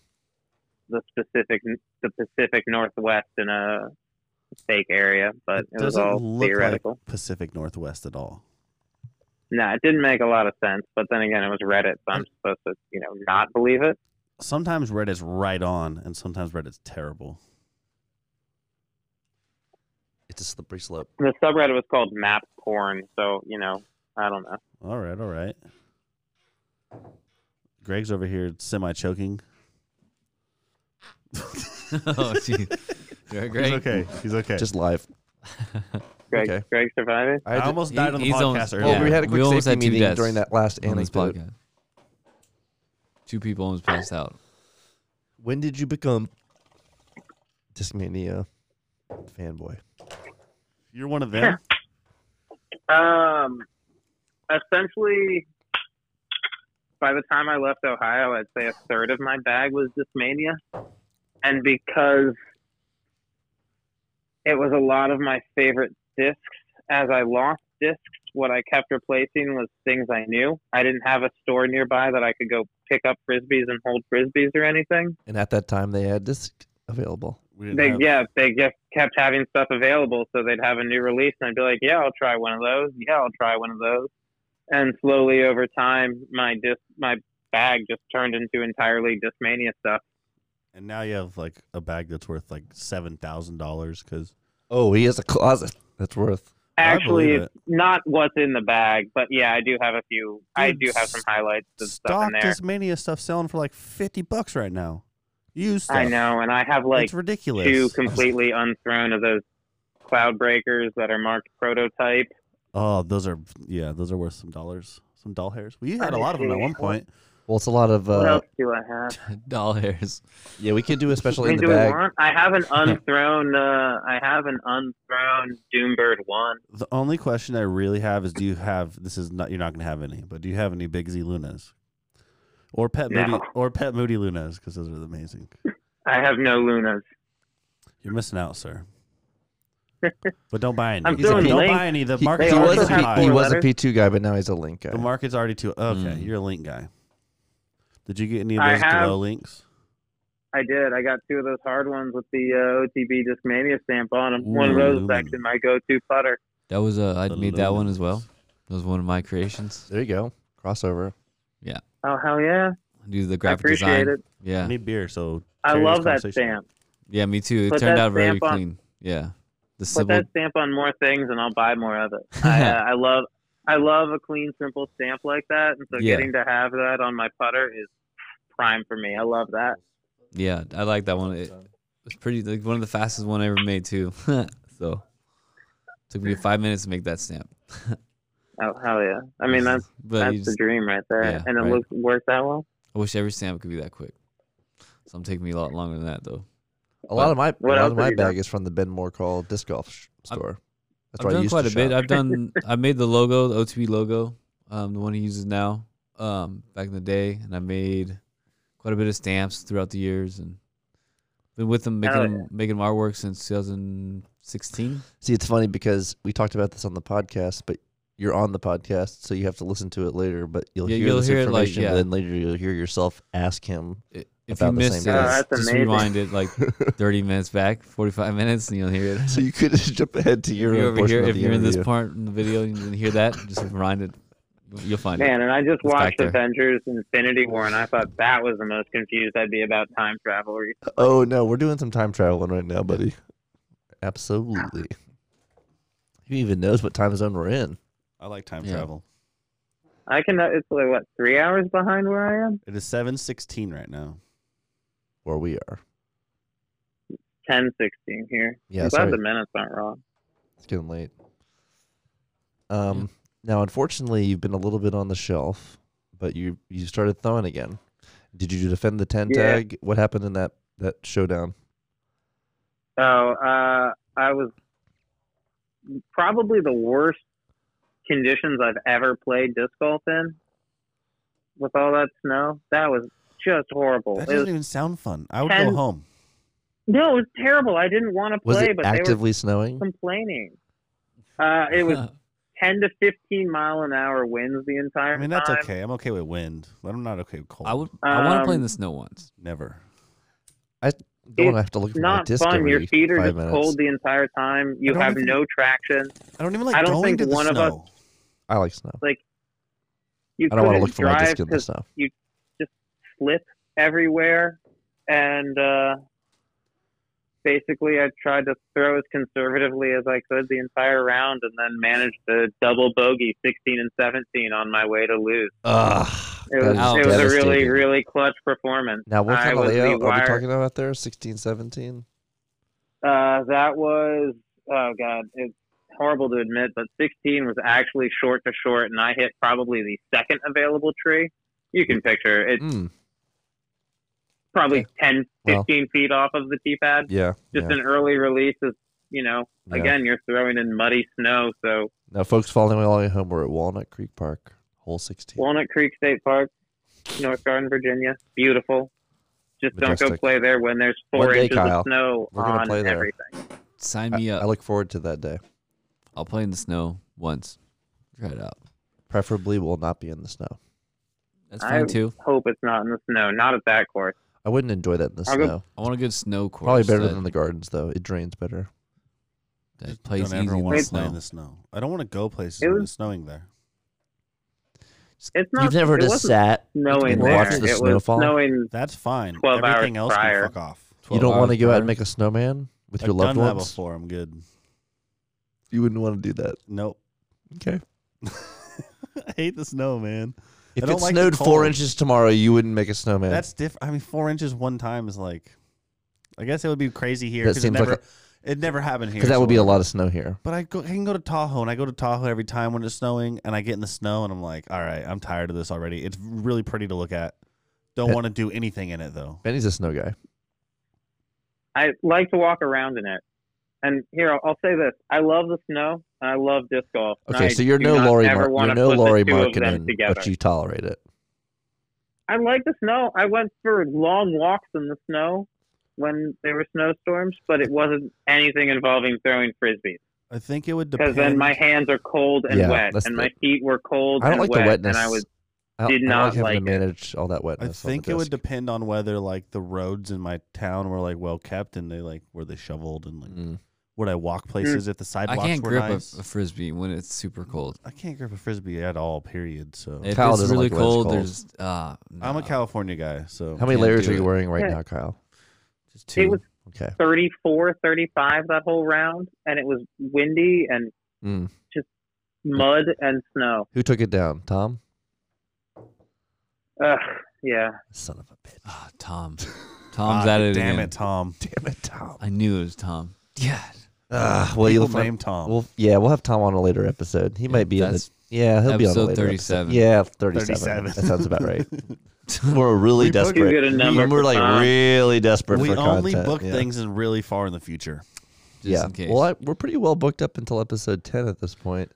[SPEAKER 4] the specific the Pacific Northwest in a fake area, but it, was
[SPEAKER 1] doesn't
[SPEAKER 4] all
[SPEAKER 1] look
[SPEAKER 4] theoretical.
[SPEAKER 1] like Pacific Northwest at all.
[SPEAKER 4] No, it didn't make a lot of sense. But then again, it was Reddit, so I'm supposed to you know not believe it.
[SPEAKER 1] Sometimes Reddit's right on, and sometimes Reddit's terrible.
[SPEAKER 2] It's a slippery slope.
[SPEAKER 4] The subreddit was called Map Porn, so you know I don't know.
[SPEAKER 1] All right. All right. Greg's over here semi choking.
[SPEAKER 3] oh, jeez. You're
[SPEAKER 1] He's
[SPEAKER 3] great.
[SPEAKER 1] okay. He's okay.
[SPEAKER 2] Just live.
[SPEAKER 4] Greg,
[SPEAKER 2] Okay.
[SPEAKER 4] Greg surviving.
[SPEAKER 1] I
[SPEAKER 2] I
[SPEAKER 1] almost
[SPEAKER 3] He-
[SPEAKER 1] died on the
[SPEAKER 3] he's
[SPEAKER 1] podcast
[SPEAKER 3] almost-
[SPEAKER 1] earlier.
[SPEAKER 2] well,
[SPEAKER 3] Yeah.
[SPEAKER 2] we had a
[SPEAKER 3] We
[SPEAKER 2] quick
[SPEAKER 3] almost
[SPEAKER 2] safety
[SPEAKER 3] had two
[SPEAKER 2] meeting
[SPEAKER 3] deaths
[SPEAKER 2] during that last
[SPEAKER 3] on this
[SPEAKER 2] anecdote.
[SPEAKER 3] podcast. Two people almost passed out.
[SPEAKER 2] When did you become Discmania fanboy?
[SPEAKER 1] You're one of them.
[SPEAKER 4] Um, essentially, by the time I left Ohio, I'd say a third of my bag was Discmania, and because it was a lot of my favorite discs, as I lost discs, what I kept replacing was things I knew. I didn't have a store nearby that I could go pick up frisbees and hold frisbees or anything.
[SPEAKER 2] And at that time, they had disc available.
[SPEAKER 1] We didn't
[SPEAKER 4] They
[SPEAKER 1] have-
[SPEAKER 4] yeah, they just kept having stuff available, so they'd have a new release, and I'd be like, yeah, I'll try one of those. Yeah, I'll try one of those. And slowly over time, my disc, my bag just turned into entirely Discmania stuff.
[SPEAKER 1] And now you have like a bag that's worth like seven thousand dollars because
[SPEAKER 2] Oh, he has a closet that's worth.
[SPEAKER 4] Actually,
[SPEAKER 1] believe
[SPEAKER 4] it's not what's in the bag, but yeah, I do have a few. I
[SPEAKER 1] Dude,
[SPEAKER 4] do have some highlights of stuff
[SPEAKER 1] stock
[SPEAKER 4] in there.
[SPEAKER 1] Discmania stuff selling for like fifty bucks right now. Used stuff.
[SPEAKER 4] I know, and I have like
[SPEAKER 1] it's ridiculous.
[SPEAKER 4] two completely unthrown of those cloud breakers that are marked prototype.
[SPEAKER 1] oh, those are yeah, those are worth some dollars, some doll hairs. We had a lot of them at one point.
[SPEAKER 2] Well, it's a lot of.
[SPEAKER 4] what
[SPEAKER 2] Uh,
[SPEAKER 4] else do I have?
[SPEAKER 3] Doll hairs.
[SPEAKER 2] yeah, we could do a special
[SPEAKER 4] I mean,
[SPEAKER 2] in the
[SPEAKER 4] do we
[SPEAKER 2] bag.
[SPEAKER 4] want? I have an unthrown. Uh, I have an unthrown Doombird one.
[SPEAKER 1] The only question I really have is, do you have? This is not you're not gonna have any, but do you have any Big Z Lunas or Pet
[SPEAKER 4] No.
[SPEAKER 1] Moody or Pet Moody Lunas? Because those are amazing.
[SPEAKER 4] I have no Lunas.
[SPEAKER 1] You're missing out, sir. but don't buy any.
[SPEAKER 4] I'm
[SPEAKER 1] He's like,
[SPEAKER 4] doing
[SPEAKER 1] don't
[SPEAKER 4] link.
[SPEAKER 1] buy any. The
[SPEAKER 2] He,
[SPEAKER 1] market's
[SPEAKER 2] he
[SPEAKER 4] also
[SPEAKER 2] was,
[SPEAKER 1] already
[SPEAKER 2] a
[SPEAKER 1] too
[SPEAKER 4] have
[SPEAKER 2] P,
[SPEAKER 1] high.
[SPEAKER 2] he
[SPEAKER 4] four
[SPEAKER 2] was a
[SPEAKER 4] letters.
[SPEAKER 2] P2 guy, but now he's a link guy.
[SPEAKER 1] The market's already too. Okay,
[SPEAKER 3] Mm.
[SPEAKER 1] you're a link guy. Did you get any of
[SPEAKER 4] I
[SPEAKER 1] those
[SPEAKER 4] have-
[SPEAKER 1] Delo links?
[SPEAKER 4] I did. I got two of those hard ones with the uh, OTB Discmania stamp on them. One of
[SPEAKER 1] Ooh.
[SPEAKER 4] those is actually my go-to putter.
[SPEAKER 3] That was uh, I
[SPEAKER 1] The
[SPEAKER 3] made that one
[SPEAKER 1] Lunas.
[SPEAKER 3] as well. That was one of my creations.
[SPEAKER 2] There you go. Crossover.
[SPEAKER 4] Oh hell yeah!
[SPEAKER 3] I do the
[SPEAKER 4] I
[SPEAKER 3] graphic
[SPEAKER 4] appreciate
[SPEAKER 3] design.
[SPEAKER 4] it.
[SPEAKER 1] I
[SPEAKER 3] Yeah,
[SPEAKER 1] need beer, so
[SPEAKER 4] I
[SPEAKER 1] Carry this
[SPEAKER 4] love that
[SPEAKER 1] conversation.
[SPEAKER 4] stamp.
[SPEAKER 3] yeah, me too. It
[SPEAKER 4] Put
[SPEAKER 3] turned
[SPEAKER 4] that
[SPEAKER 3] out very
[SPEAKER 4] stamp on-
[SPEAKER 3] clean. Yeah, the
[SPEAKER 4] Put
[SPEAKER 3] symbol.
[SPEAKER 4] that stamp on more things, and I'll buy more of it. I, uh, I love, I love a clean, simple stamp like that. And so,
[SPEAKER 3] Yeah.
[SPEAKER 4] getting to have that on my putter is prime for me. I love that.
[SPEAKER 3] Yeah, I like that one. It was pretty like one of the fastest one I ever made too. so took me five minutes to make that stamp.
[SPEAKER 4] Oh hell yeah! I mean that's
[SPEAKER 3] but
[SPEAKER 4] that's
[SPEAKER 3] you
[SPEAKER 4] the
[SPEAKER 3] just,
[SPEAKER 4] dream right there,
[SPEAKER 3] yeah,
[SPEAKER 4] and it
[SPEAKER 3] right.
[SPEAKER 4] looks worked out well.
[SPEAKER 3] I wish every stamp could be that quick. Some take me a lot longer than that though.
[SPEAKER 2] A lot of my, a
[SPEAKER 4] What
[SPEAKER 2] lot
[SPEAKER 4] else
[SPEAKER 2] of
[SPEAKER 4] have
[SPEAKER 2] my
[SPEAKER 4] you done?
[SPEAKER 2] bag is from the Ben Moore Call disc golf sh-
[SPEAKER 3] I've-
[SPEAKER 2] store. That's
[SPEAKER 3] I've
[SPEAKER 2] where I
[SPEAKER 3] done
[SPEAKER 2] used
[SPEAKER 3] quite
[SPEAKER 2] to
[SPEAKER 3] a bit.
[SPEAKER 2] shop.
[SPEAKER 3] I've done. I made the logo, the OTB logo, um, the one he uses now. Um, back in the day, and I made quite a bit of stamps throughout the years, and been with them making
[SPEAKER 4] Hell
[SPEAKER 3] them, making my artwork since 2016.
[SPEAKER 2] See, it's funny because we talked about this on the podcast, but you're on the podcast, so you have to listen to it later. But you'll
[SPEAKER 3] Yeah,
[SPEAKER 2] hear
[SPEAKER 3] you'll
[SPEAKER 2] this
[SPEAKER 3] hear it, like,
[SPEAKER 2] information,
[SPEAKER 3] yeah.
[SPEAKER 2] and then later you'll hear yourself ask him.
[SPEAKER 3] I- If
[SPEAKER 2] About
[SPEAKER 3] you
[SPEAKER 2] the
[SPEAKER 3] missed it,
[SPEAKER 2] same
[SPEAKER 4] time. Oh,
[SPEAKER 3] just
[SPEAKER 4] that's amazing.
[SPEAKER 3] rewind it like 30 minutes back, 45 minutes, and you'll hear it.
[SPEAKER 2] So you could jump ahead to your
[SPEAKER 3] If you're
[SPEAKER 2] own
[SPEAKER 3] over
[SPEAKER 2] portion
[SPEAKER 3] here,
[SPEAKER 2] of
[SPEAKER 3] if
[SPEAKER 2] the
[SPEAKER 3] you're in this
[SPEAKER 2] interview.
[SPEAKER 3] part in the video and you didn't hear that, just rewind it. You'll find it.
[SPEAKER 4] Man, and I just
[SPEAKER 3] It's back
[SPEAKER 4] watched
[SPEAKER 3] there.
[SPEAKER 4] Avengers: Infinity War, and I thought that was the most confused I'd be about time travel.
[SPEAKER 2] Oh no, we're doing some time traveling right now, buddy. Absolutely. Who even knows what time zone we're in?
[SPEAKER 1] I like time
[SPEAKER 3] Yeah.
[SPEAKER 1] travel.
[SPEAKER 4] I can. It's like what three hours behind where I am.
[SPEAKER 1] It is seven sixteen right now.
[SPEAKER 2] Where we are.
[SPEAKER 4] Ten sixteen here.
[SPEAKER 2] Yeah,
[SPEAKER 4] I'm glad
[SPEAKER 2] sorry.
[SPEAKER 4] the minutes aren't wrong.
[SPEAKER 2] It's getting late. Um, now unfortunately you've been a little bit on the shelf, but you you started throwing again. Did you defend the ten
[SPEAKER 4] Yeah.
[SPEAKER 2] tag? What happened in that that showdown?
[SPEAKER 4] Oh, uh, I was probably the worst conditions I've ever played disc golf in. With all that snow, that was just horrible.
[SPEAKER 1] That
[SPEAKER 4] It
[SPEAKER 1] doesn't
[SPEAKER 4] was-
[SPEAKER 1] even sound fun. I would go
[SPEAKER 4] Ten-
[SPEAKER 1] home.
[SPEAKER 4] no, it was terrible. I didn't want to
[SPEAKER 2] Was
[SPEAKER 4] play,
[SPEAKER 2] it
[SPEAKER 4] but they
[SPEAKER 2] actively
[SPEAKER 4] were
[SPEAKER 2] snowing?
[SPEAKER 4] complaining. Uh, it was ten to fifteen mile an hour winds the entire
[SPEAKER 1] I mean, that's
[SPEAKER 4] time.
[SPEAKER 1] okay. I'm okay with wind, but I'm not okay with cold.
[SPEAKER 3] I would. I want to play in
[SPEAKER 4] Um,
[SPEAKER 3] the snow once.
[SPEAKER 1] never.
[SPEAKER 2] Don't
[SPEAKER 4] It's
[SPEAKER 2] have to look for my
[SPEAKER 4] Not
[SPEAKER 2] disc
[SPEAKER 4] fun.
[SPEAKER 2] every
[SPEAKER 4] Your feet are
[SPEAKER 2] five
[SPEAKER 4] just
[SPEAKER 2] minutes.
[SPEAKER 4] cold the entire time.
[SPEAKER 1] I
[SPEAKER 4] You
[SPEAKER 1] don't
[SPEAKER 4] have
[SPEAKER 1] even-
[SPEAKER 4] no traction.
[SPEAKER 1] I don't even like
[SPEAKER 4] I don't
[SPEAKER 1] going
[SPEAKER 4] think
[SPEAKER 1] to the
[SPEAKER 4] one of us-
[SPEAKER 1] snow.
[SPEAKER 2] I like snow.
[SPEAKER 4] You
[SPEAKER 2] I don't want to
[SPEAKER 4] couldn't
[SPEAKER 2] look for my
[SPEAKER 4] drive
[SPEAKER 2] disc in the
[SPEAKER 4] because
[SPEAKER 2] snow.
[SPEAKER 4] slip everywhere. And uh, basically, I tried to throw as conservatively as I could the entire round and then managed to double bogey 16 and 17 on my was my way to lose.
[SPEAKER 2] Ugh,
[SPEAKER 4] It
[SPEAKER 2] that
[SPEAKER 4] was,
[SPEAKER 3] is
[SPEAKER 4] it was a really,
[SPEAKER 2] devastating.
[SPEAKER 4] really clutch performance.
[SPEAKER 2] Now, what
[SPEAKER 4] I
[SPEAKER 2] kind of
[SPEAKER 4] was the
[SPEAKER 2] layout are we
[SPEAKER 4] wire-
[SPEAKER 2] talking about there? 16, 17?
[SPEAKER 4] Uh, that was, oh God, it's horrible to admit, but 16 was actually short to short, and I hit probably the second available tree. You can picture it's
[SPEAKER 2] Mm,
[SPEAKER 4] probably 10,
[SPEAKER 2] Well.
[SPEAKER 4] 15 feet off of the tee pad.
[SPEAKER 2] yeah.
[SPEAKER 4] just
[SPEAKER 2] yeah,
[SPEAKER 4] an early release is you know
[SPEAKER 2] yeah.
[SPEAKER 4] again you're throwing in muddy snow so
[SPEAKER 2] Now, folks following along at home, we're at Walnut Creek Park, hole 16.
[SPEAKER 4] walnut creek state park north garden virginia beautiful just don't go
[SPEAKER 2] Majestic.
[SPEAKER 4] play there when there's four
[SPEAKER 2] One day,
[SPEAKER 4] inches
[SPEAKER 2] Kyle,
[SPEAKER 4] of snow
[SPEAKER 2] we're gonna
[SPEAKER 4] on
[SPEAKER 2] play there.
[SPEAKER 4] everything
[SPEAKER 3] Sign
[SPEAKER 2] I,
[SPEAKER 3] me up.
[SPEAKER 2] I look forward to that day.
[SPEAKER 3] I'll play in the snow once. Try it out.
[SPEAKER 2] Preferably will not be in the snow.
[SPEAKER 3] That's
[SPEAKER 4] I-
[SPEAKER 3] fine too.
[SPEAKER 4] hope it's not in the snow not at that course
[SPEAKER 2] I wouldn't enjoy that in the
[SPEAKER 4] I'll go-
[SPEAKER 2] snow.
[SPEAKER 3] I want a good snow course.
[SPEAKER 2] Probably better
[SPEAKER 3] that,
[SPEAKER 2] than the gardens, though. It drains better.
[SPEAKER 3] that
[SPEAKER 1] Just
[SPEAKER 3] plays
[SPEAKER 1] don't
[SPEAKER 3] easy
[SPEAKER 1] ever
[SPEAKER 3] in
[SPEAKER 1] want
[SPEAKER 3] the
[SPEAKER 1] to play in
[SPEAKER 3] snow.
[SPEAKER 1] the snow. I don't want to go places
[SPEAKER 4] It
[SPEAKER 1] when
[SPEAKER 4] was-
[SPEAKER 1] it's snowing there.
[SPEAKER 4] it's not it wasn't
[SPEAKER 2] sat.
[SPEAKER 4] snowing
[SPEAKER 2] and
[SPEAKER 4] there
[SPEAKER 2] watched the
[SPEAKER 4] it was
[SPEAKER 2] snowfall?
[SPEAKER 4] snowing
[SPEAKER 1] That's fine.
[SPEAKER 4] 12 hours
[SPEAKER 1] Everything else
[SPEAKER 4] prior.
[SPEAKER 1] can fuck off.
[SPEAKER 2] You
[SPEAKER 3] 12
[SPEAKER 2] don't want to
[SPEAKER 3] hours
[SPEAKER 2] go out and
[SPEAKER 3] prior.
[SPEAKER 2] make a snowman with
[SPEAKER 1] I've
[SPEAKER 2] your loved
[SPEAKER 1] done that
[SPEAKER 2] ones?
[SPEAKER 1] before. I'm good.
[SPEAKER 2] You wouldn't want to do that.
[SPEAKER 1] Nope.
[SPEAKER 2] Okay.
[SPEAKER 1] I hate the snow, man.
[SPEAKER 2] If
[SPEAKER 1] I don't
[SPEAKER 2] it
[SPEAKER 1] like the
[SPEAKER 2] snowed four
[SPEAKER 1] cold.
[SPEAKER 2] inches tomorrow, you wouldn't make a snowman.
[SPEAKER 1] That's different. I mean, four inches one time is like, I guess it would be crazy here.
[SPEAKER 2] That
[SPEAKER 1] 'cause it
[SPEAKER 2] seems like
[SPEAKER 1] never, it never happened here.
[SPEAKER 2] because that
[SPEAKER 1] so
[SPEAKER 2] would be a
[SPEAKER 1] whatever.
[SPEAKER 2] lot of snow here.
[SPEAKER 1] But I, go, I can go to Tahoe, and I go to Tahoe every time when it's snowing, and I get in the snow, and I'm like, all right, I'm tired of this already. It's really pretty to look at. Don't
[SPEAKER 2] Yeah.
[SPEAKER 1] want to do anything in it though.
[SPEAKER 2] Benny's a snow guy.
[SPEAKER 4] I like to walk around in it. And here, I'll, I'll say this: I love the snow. and I love disc golf. and
[SPEAKER 2] Okay,
[SPEAKER 4] I
[SPEAKER 2] so you're
[SPEAKER 4] do
[SPEAKER 2] no
[SPEAKER 4] not
[SPEAKER 2] Lori,
[SPEAKER 4] ever
[SPEAKER 2] Mar-
[SPEAKER 4] wanna
[SPEAKER 2] you're no
[SPEAKER 4] put the
[SPEAKER 2] Lori
[SPEAKER 4] two of them
[SPEAKER 2] Markkinen,
[SPEAKER 4] together.
[SPEAKER 2] but you tolerate it.
[SPEAKER 4] I like the snow. I went for long walks in the snow. when there were snowstorms, but it wasn't anything involving throwing frisbees.
[SPEAKER 1] I think it would depend.
[SPEAKER 4] Because then my hands are cold and
[SPEAKER 2] Yeah,
[SPEAKER 4] wet,
[SPEAKER 2] that's
[SPEAKER 4] and
[SPEAKER 2] the-
[SPEAKER 4] my feet were cold
[SPEAKER 2] I don't
[SPEAKER 4] and
[SPEAKER 2] like
[SPEAKER 4] wet,
[SPEAKER 2] the wetness.
[SPEAKER 4] and I was
[SPEAKER 2] I don't-
[SPEAKER 4] did
[SPEAKER 2] I don't
[SPEAKER 4] not
[SPEAKER 2] like having
[SPEAKER 4] like it.
[SPEAKER 2] to manage all that
[SPEAKER 1] I
[SPEAKER 2] wetness. on the
[SPEAKER 1] think it would
[SPEAKER 2] desk.
[SPEAKER 1] depend on whether like the roads in my town were like well kept and they like were they shoveled and like
[SPEAKER 2] Mm.
[SPEAKER 1] would I walk places if the
[SPEAKER 3] I
[SPEAKER 1] sidewalks
[SPEAKER 3] can't
[SPEAKER 1] were
[SPEAKER 3] grip
[SPEAKER 1] nice.
[SPEAKER 3] a, a frisbee when it's super cold.
[SPEAKER 1] I can't grip a frisbee at all. Period. So
[SPEAKER 3] If
[SPEAKER 2] Kyle
[SPEAKER 3] it's
[SPEAKER 2] doesn't
[SPEAKER 3] really
[SPEAKER 2] like when it's
[SPEAKER 3] cold,
[SPEAKER 2] cold.
[SPEAKER 3] there's uh,
[SPEAKER 1] I'm a
[SPEAKER 3] nah,
[SPEAKER 1] California guy. So
[SPEAKER 2] How many
[SPEAKER 3] Can't
[SPEAKER 2] layers
[SPEAKER 3] do
[SPEAKER 2] are you
[SPEAKER 3] it.
[SPEAKER 2] wearing right
[SPEAKER 4] Yeah.
[SPEAKER 2] now, Kyle?
[SPEAKER 3] Just two.
[SPEAKER 4] It was
[SPEAKER 2] Okay.
[SPEAKER 4] 34, 35 that whole round, and it was windy and
[SPEAKER 2] Mm.
[SPEAKER 4] mud and snow.
[SPEAKER 2] Who took it down? Tom?
[SPEAKER 4] Ugh, yeah.
[SPEAKER 2] Son of a bitch.
[SPEAKER 3] Ah, Tom.
[SPEAKER 1] Ah,
[SPEAKER 3] Tom's at it
[SPEAKER 1] Damn
[SPEAKER 3] again.
[SPEAKER 1] it, Tom.
[SPEAKER 2] Damn it, Tom.
[SPEAKER 3] I knew it was Tom. Yeah.
[SPEAKER 2] Uh, well, you'll
[SPEAKER 1] People
[SPEAKER 2] find,
[SPEAKER 1] named Tom.
[SPEAKER 2] We'll, yeah, we'll have Tom on a later episode. He might be on the
[SPEAKER 3] that's
[SPEAKER 2] yeah, he'll be on a
[SPEAKER 3] episode
[SPEAKER 2] later
[SPEAKER 3] 37.
[SPEAKER 2] Episode. Yeah, thirty-seven.
[SPEAKER 1] 37.
[SPEAKER 2] That sounds about right. we're really
[SPEAKER 1] We booked-
[SPEAKER 2] desperate.
[SPEAKER 4] You get a number
[SPEAKER 2] When we're
[SPEAKER 4] for
[SPEAKER 2] like
[SPEAKER 4] Tom.
[SPEAKER 2] really desperate
[SPEAKER 1] we
[SPEAKER 2] for
[SPEAKER 1] only
[SPEAKER 2] content.
[SPEAKER 1] book
[SPEAKER 2] yeah.
[SPEAKER 1] things in really far in the future.
[SPEAKER 3] Just
[SPEAKER 2] Yeah.
[SPEAKER 3] in case.
[SPEAKER 2] Well, I, we're pretty well booked up until episode ten at this point.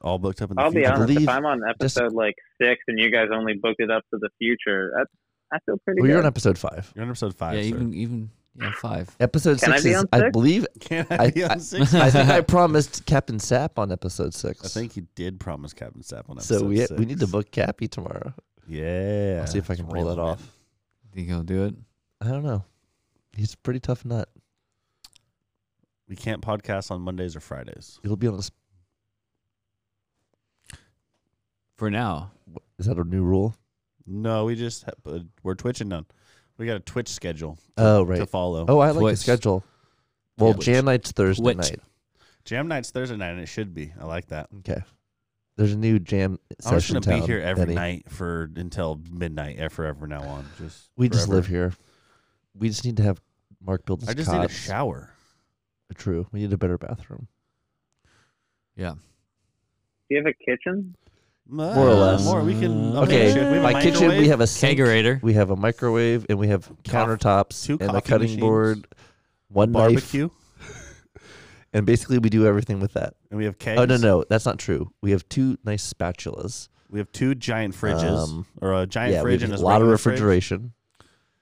[SPEAKER 1] All booked up in the
[SPEAKER 4] I'll be
[SPEAKER 1] future.
[SPEAKER 4] honest.
[SPEAKER 2] believe-
[SPEAKER 4] if I'm on
[SPEAKER 2] just-
[SPEAKER 4] episode like six and you guys only booked it up to the future, that's I feel pretty
[SPEAKER 2] Well, you're on
[SPEAKER 4] good.
[SPEAKER 2] episode five.
[SPEAKER 1] You're on episode five.
[SPEAKER 3] yeah,
[SPEAKER 1] sir.
[SPEAKER 3] even even yeah, five.
[SPEAKER 2] Episode
[SPEAKER 4] Can I
[SPEAKER 2] six
[SPEAKER 4] be
[SPEAKER 2] is,
[SPEAKER 4] on
[SPEAKER 2] I
[SPEAKER 4] six?
[SPEAKER 2] believe,
[SPEAKER 1] Can
[SPEAKER 2] I-
[SPEAKER 1] I be
[SPEAKER 2] I-
[SPEAKER 1] on six?
[SPEAKER 2] I think I promised Captain Sap on episode six.
[SPEAKER 1] I think you did promise Captain Sap on episode
[SPEAKER 2] so. We
[SPEAKER 1] six.
[SPEAKER 2] we need to book Cappy tomorrow.
[SPEAKER 1] Yeah.
[SPEAKER 2] I'll see if I can
[SPEAKER 1] Let's
[SPEAKER 2] pull
[SPEAKER 1] roll
[SPEAKER 2] that
[SPEAKER 1] it, man.
[SPEAKER 2] off.
[SPEAKER 3] Think he'll do it?
[SPEAKER 2] I don't know. He's a pretty tough nut.
[SPEAKER 1] We can't podcast on Mondays or Fridays.
[SPEAKER 2] He'll be on. A, sp-
[SPEAKER 3] For now.
[SPEAKER 2] is that a new rule?
[SPEAKER 1] No, we just ha- uh, we're twitching none. We got a Twitch schedule
[SPEAKER 2] Oh
[SPEAKER 1] to
[SPEAKER 2] right.
[SPEAKER 1] follow.
[SPEAKER 2] Oh, I like the
[SPEAKER 3] Twitch.
[SPEAKER 2] schedule. Well,
[SPEAKER 1] Twitch.
[SPEAKER 2] jam night's Thursday
[SPEAKER 3] Twitch.
[SPEAKER 2] night.
[SPEAKER 1] Jam night's Thursday night, and it should be. I like that.
[SPEAKER 2] Okay. There's a new jam
[SPEAKER 1] I'm just
[SPEAKER 2] session.
[SPEAKER 1] gonna be
[SPEAKER 2] town,
[SPEAKER 1] here every
[SPEAKER 2] Benny.
[SPEAKER 1] night for until midnight. eh, Forever now on, just
[SPEAKER 2] We just
[SPEAKER 1] forever.
[SPEAKER 2] live here. We just need to have Mark build his
[SPEAKER 1] I just need a
[SPEAKER 2] cots.
[SPEAKER 1] shower.
[SPEAKER 2] True. We need a better bathroom.
[SPEAKER 4] Do you have a kitchen?
[SPEAKER 1] More
[SPEAKER 2] or less.
[SPEAKER 1] More. We can. upgrade
[SPEAKER 2] Okay,
[SPEAKER 1] shit. Oh, We have a
[SPEAKER 2] My kitchen. We
[SPEAKER 1] microwave.
[SPEAKER 2] have a sink.
[SPEAKER 3] Kegerator.
[SPEAKER 2] We have a microwave, and we have countertops
[SPEAKER 1] two
[SPEAKER 2] and a
[SPEAKER 1] coffee
[SPEAKER 2] cutting
[SPEAKER 1] machines,
[SPEAKER 2] board, one knife,
[SPEAKER 1] barbecue,
[SPEAKER 2] and basically we do everything with that.
[SPEAKER 1] and we have kegs.
[SPEAKER 2] Oh no, no, that's not true. We have two nice spatulas.
[SPEAKER 1] We have two giant fridges,
[SPEAKER 2] Um,
[SPEAKER 1] or a giant
[SPEAKER 2] yeah, we
[SPEAKER 1] fridge
[SPEAKER 2] have
[SPEAKER 1] and
[SPEAKER 2] a lot of
[SPEAKER 1] regular fridge.
[SPEAKER 2] refrigeration.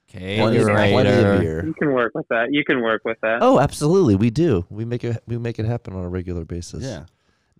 [SPEAKER 2] Plenty of- plenty of
[SPEAKER 3] Kegerator.
[SPEAKER 2] beer.
[SPEAKER 4] You can work with that. You can work with that.
[SPEAKER 2] Oh, absolutely, we do. We make it. We make it happen on a regular basis.
[SPEAKER 1] Yeah.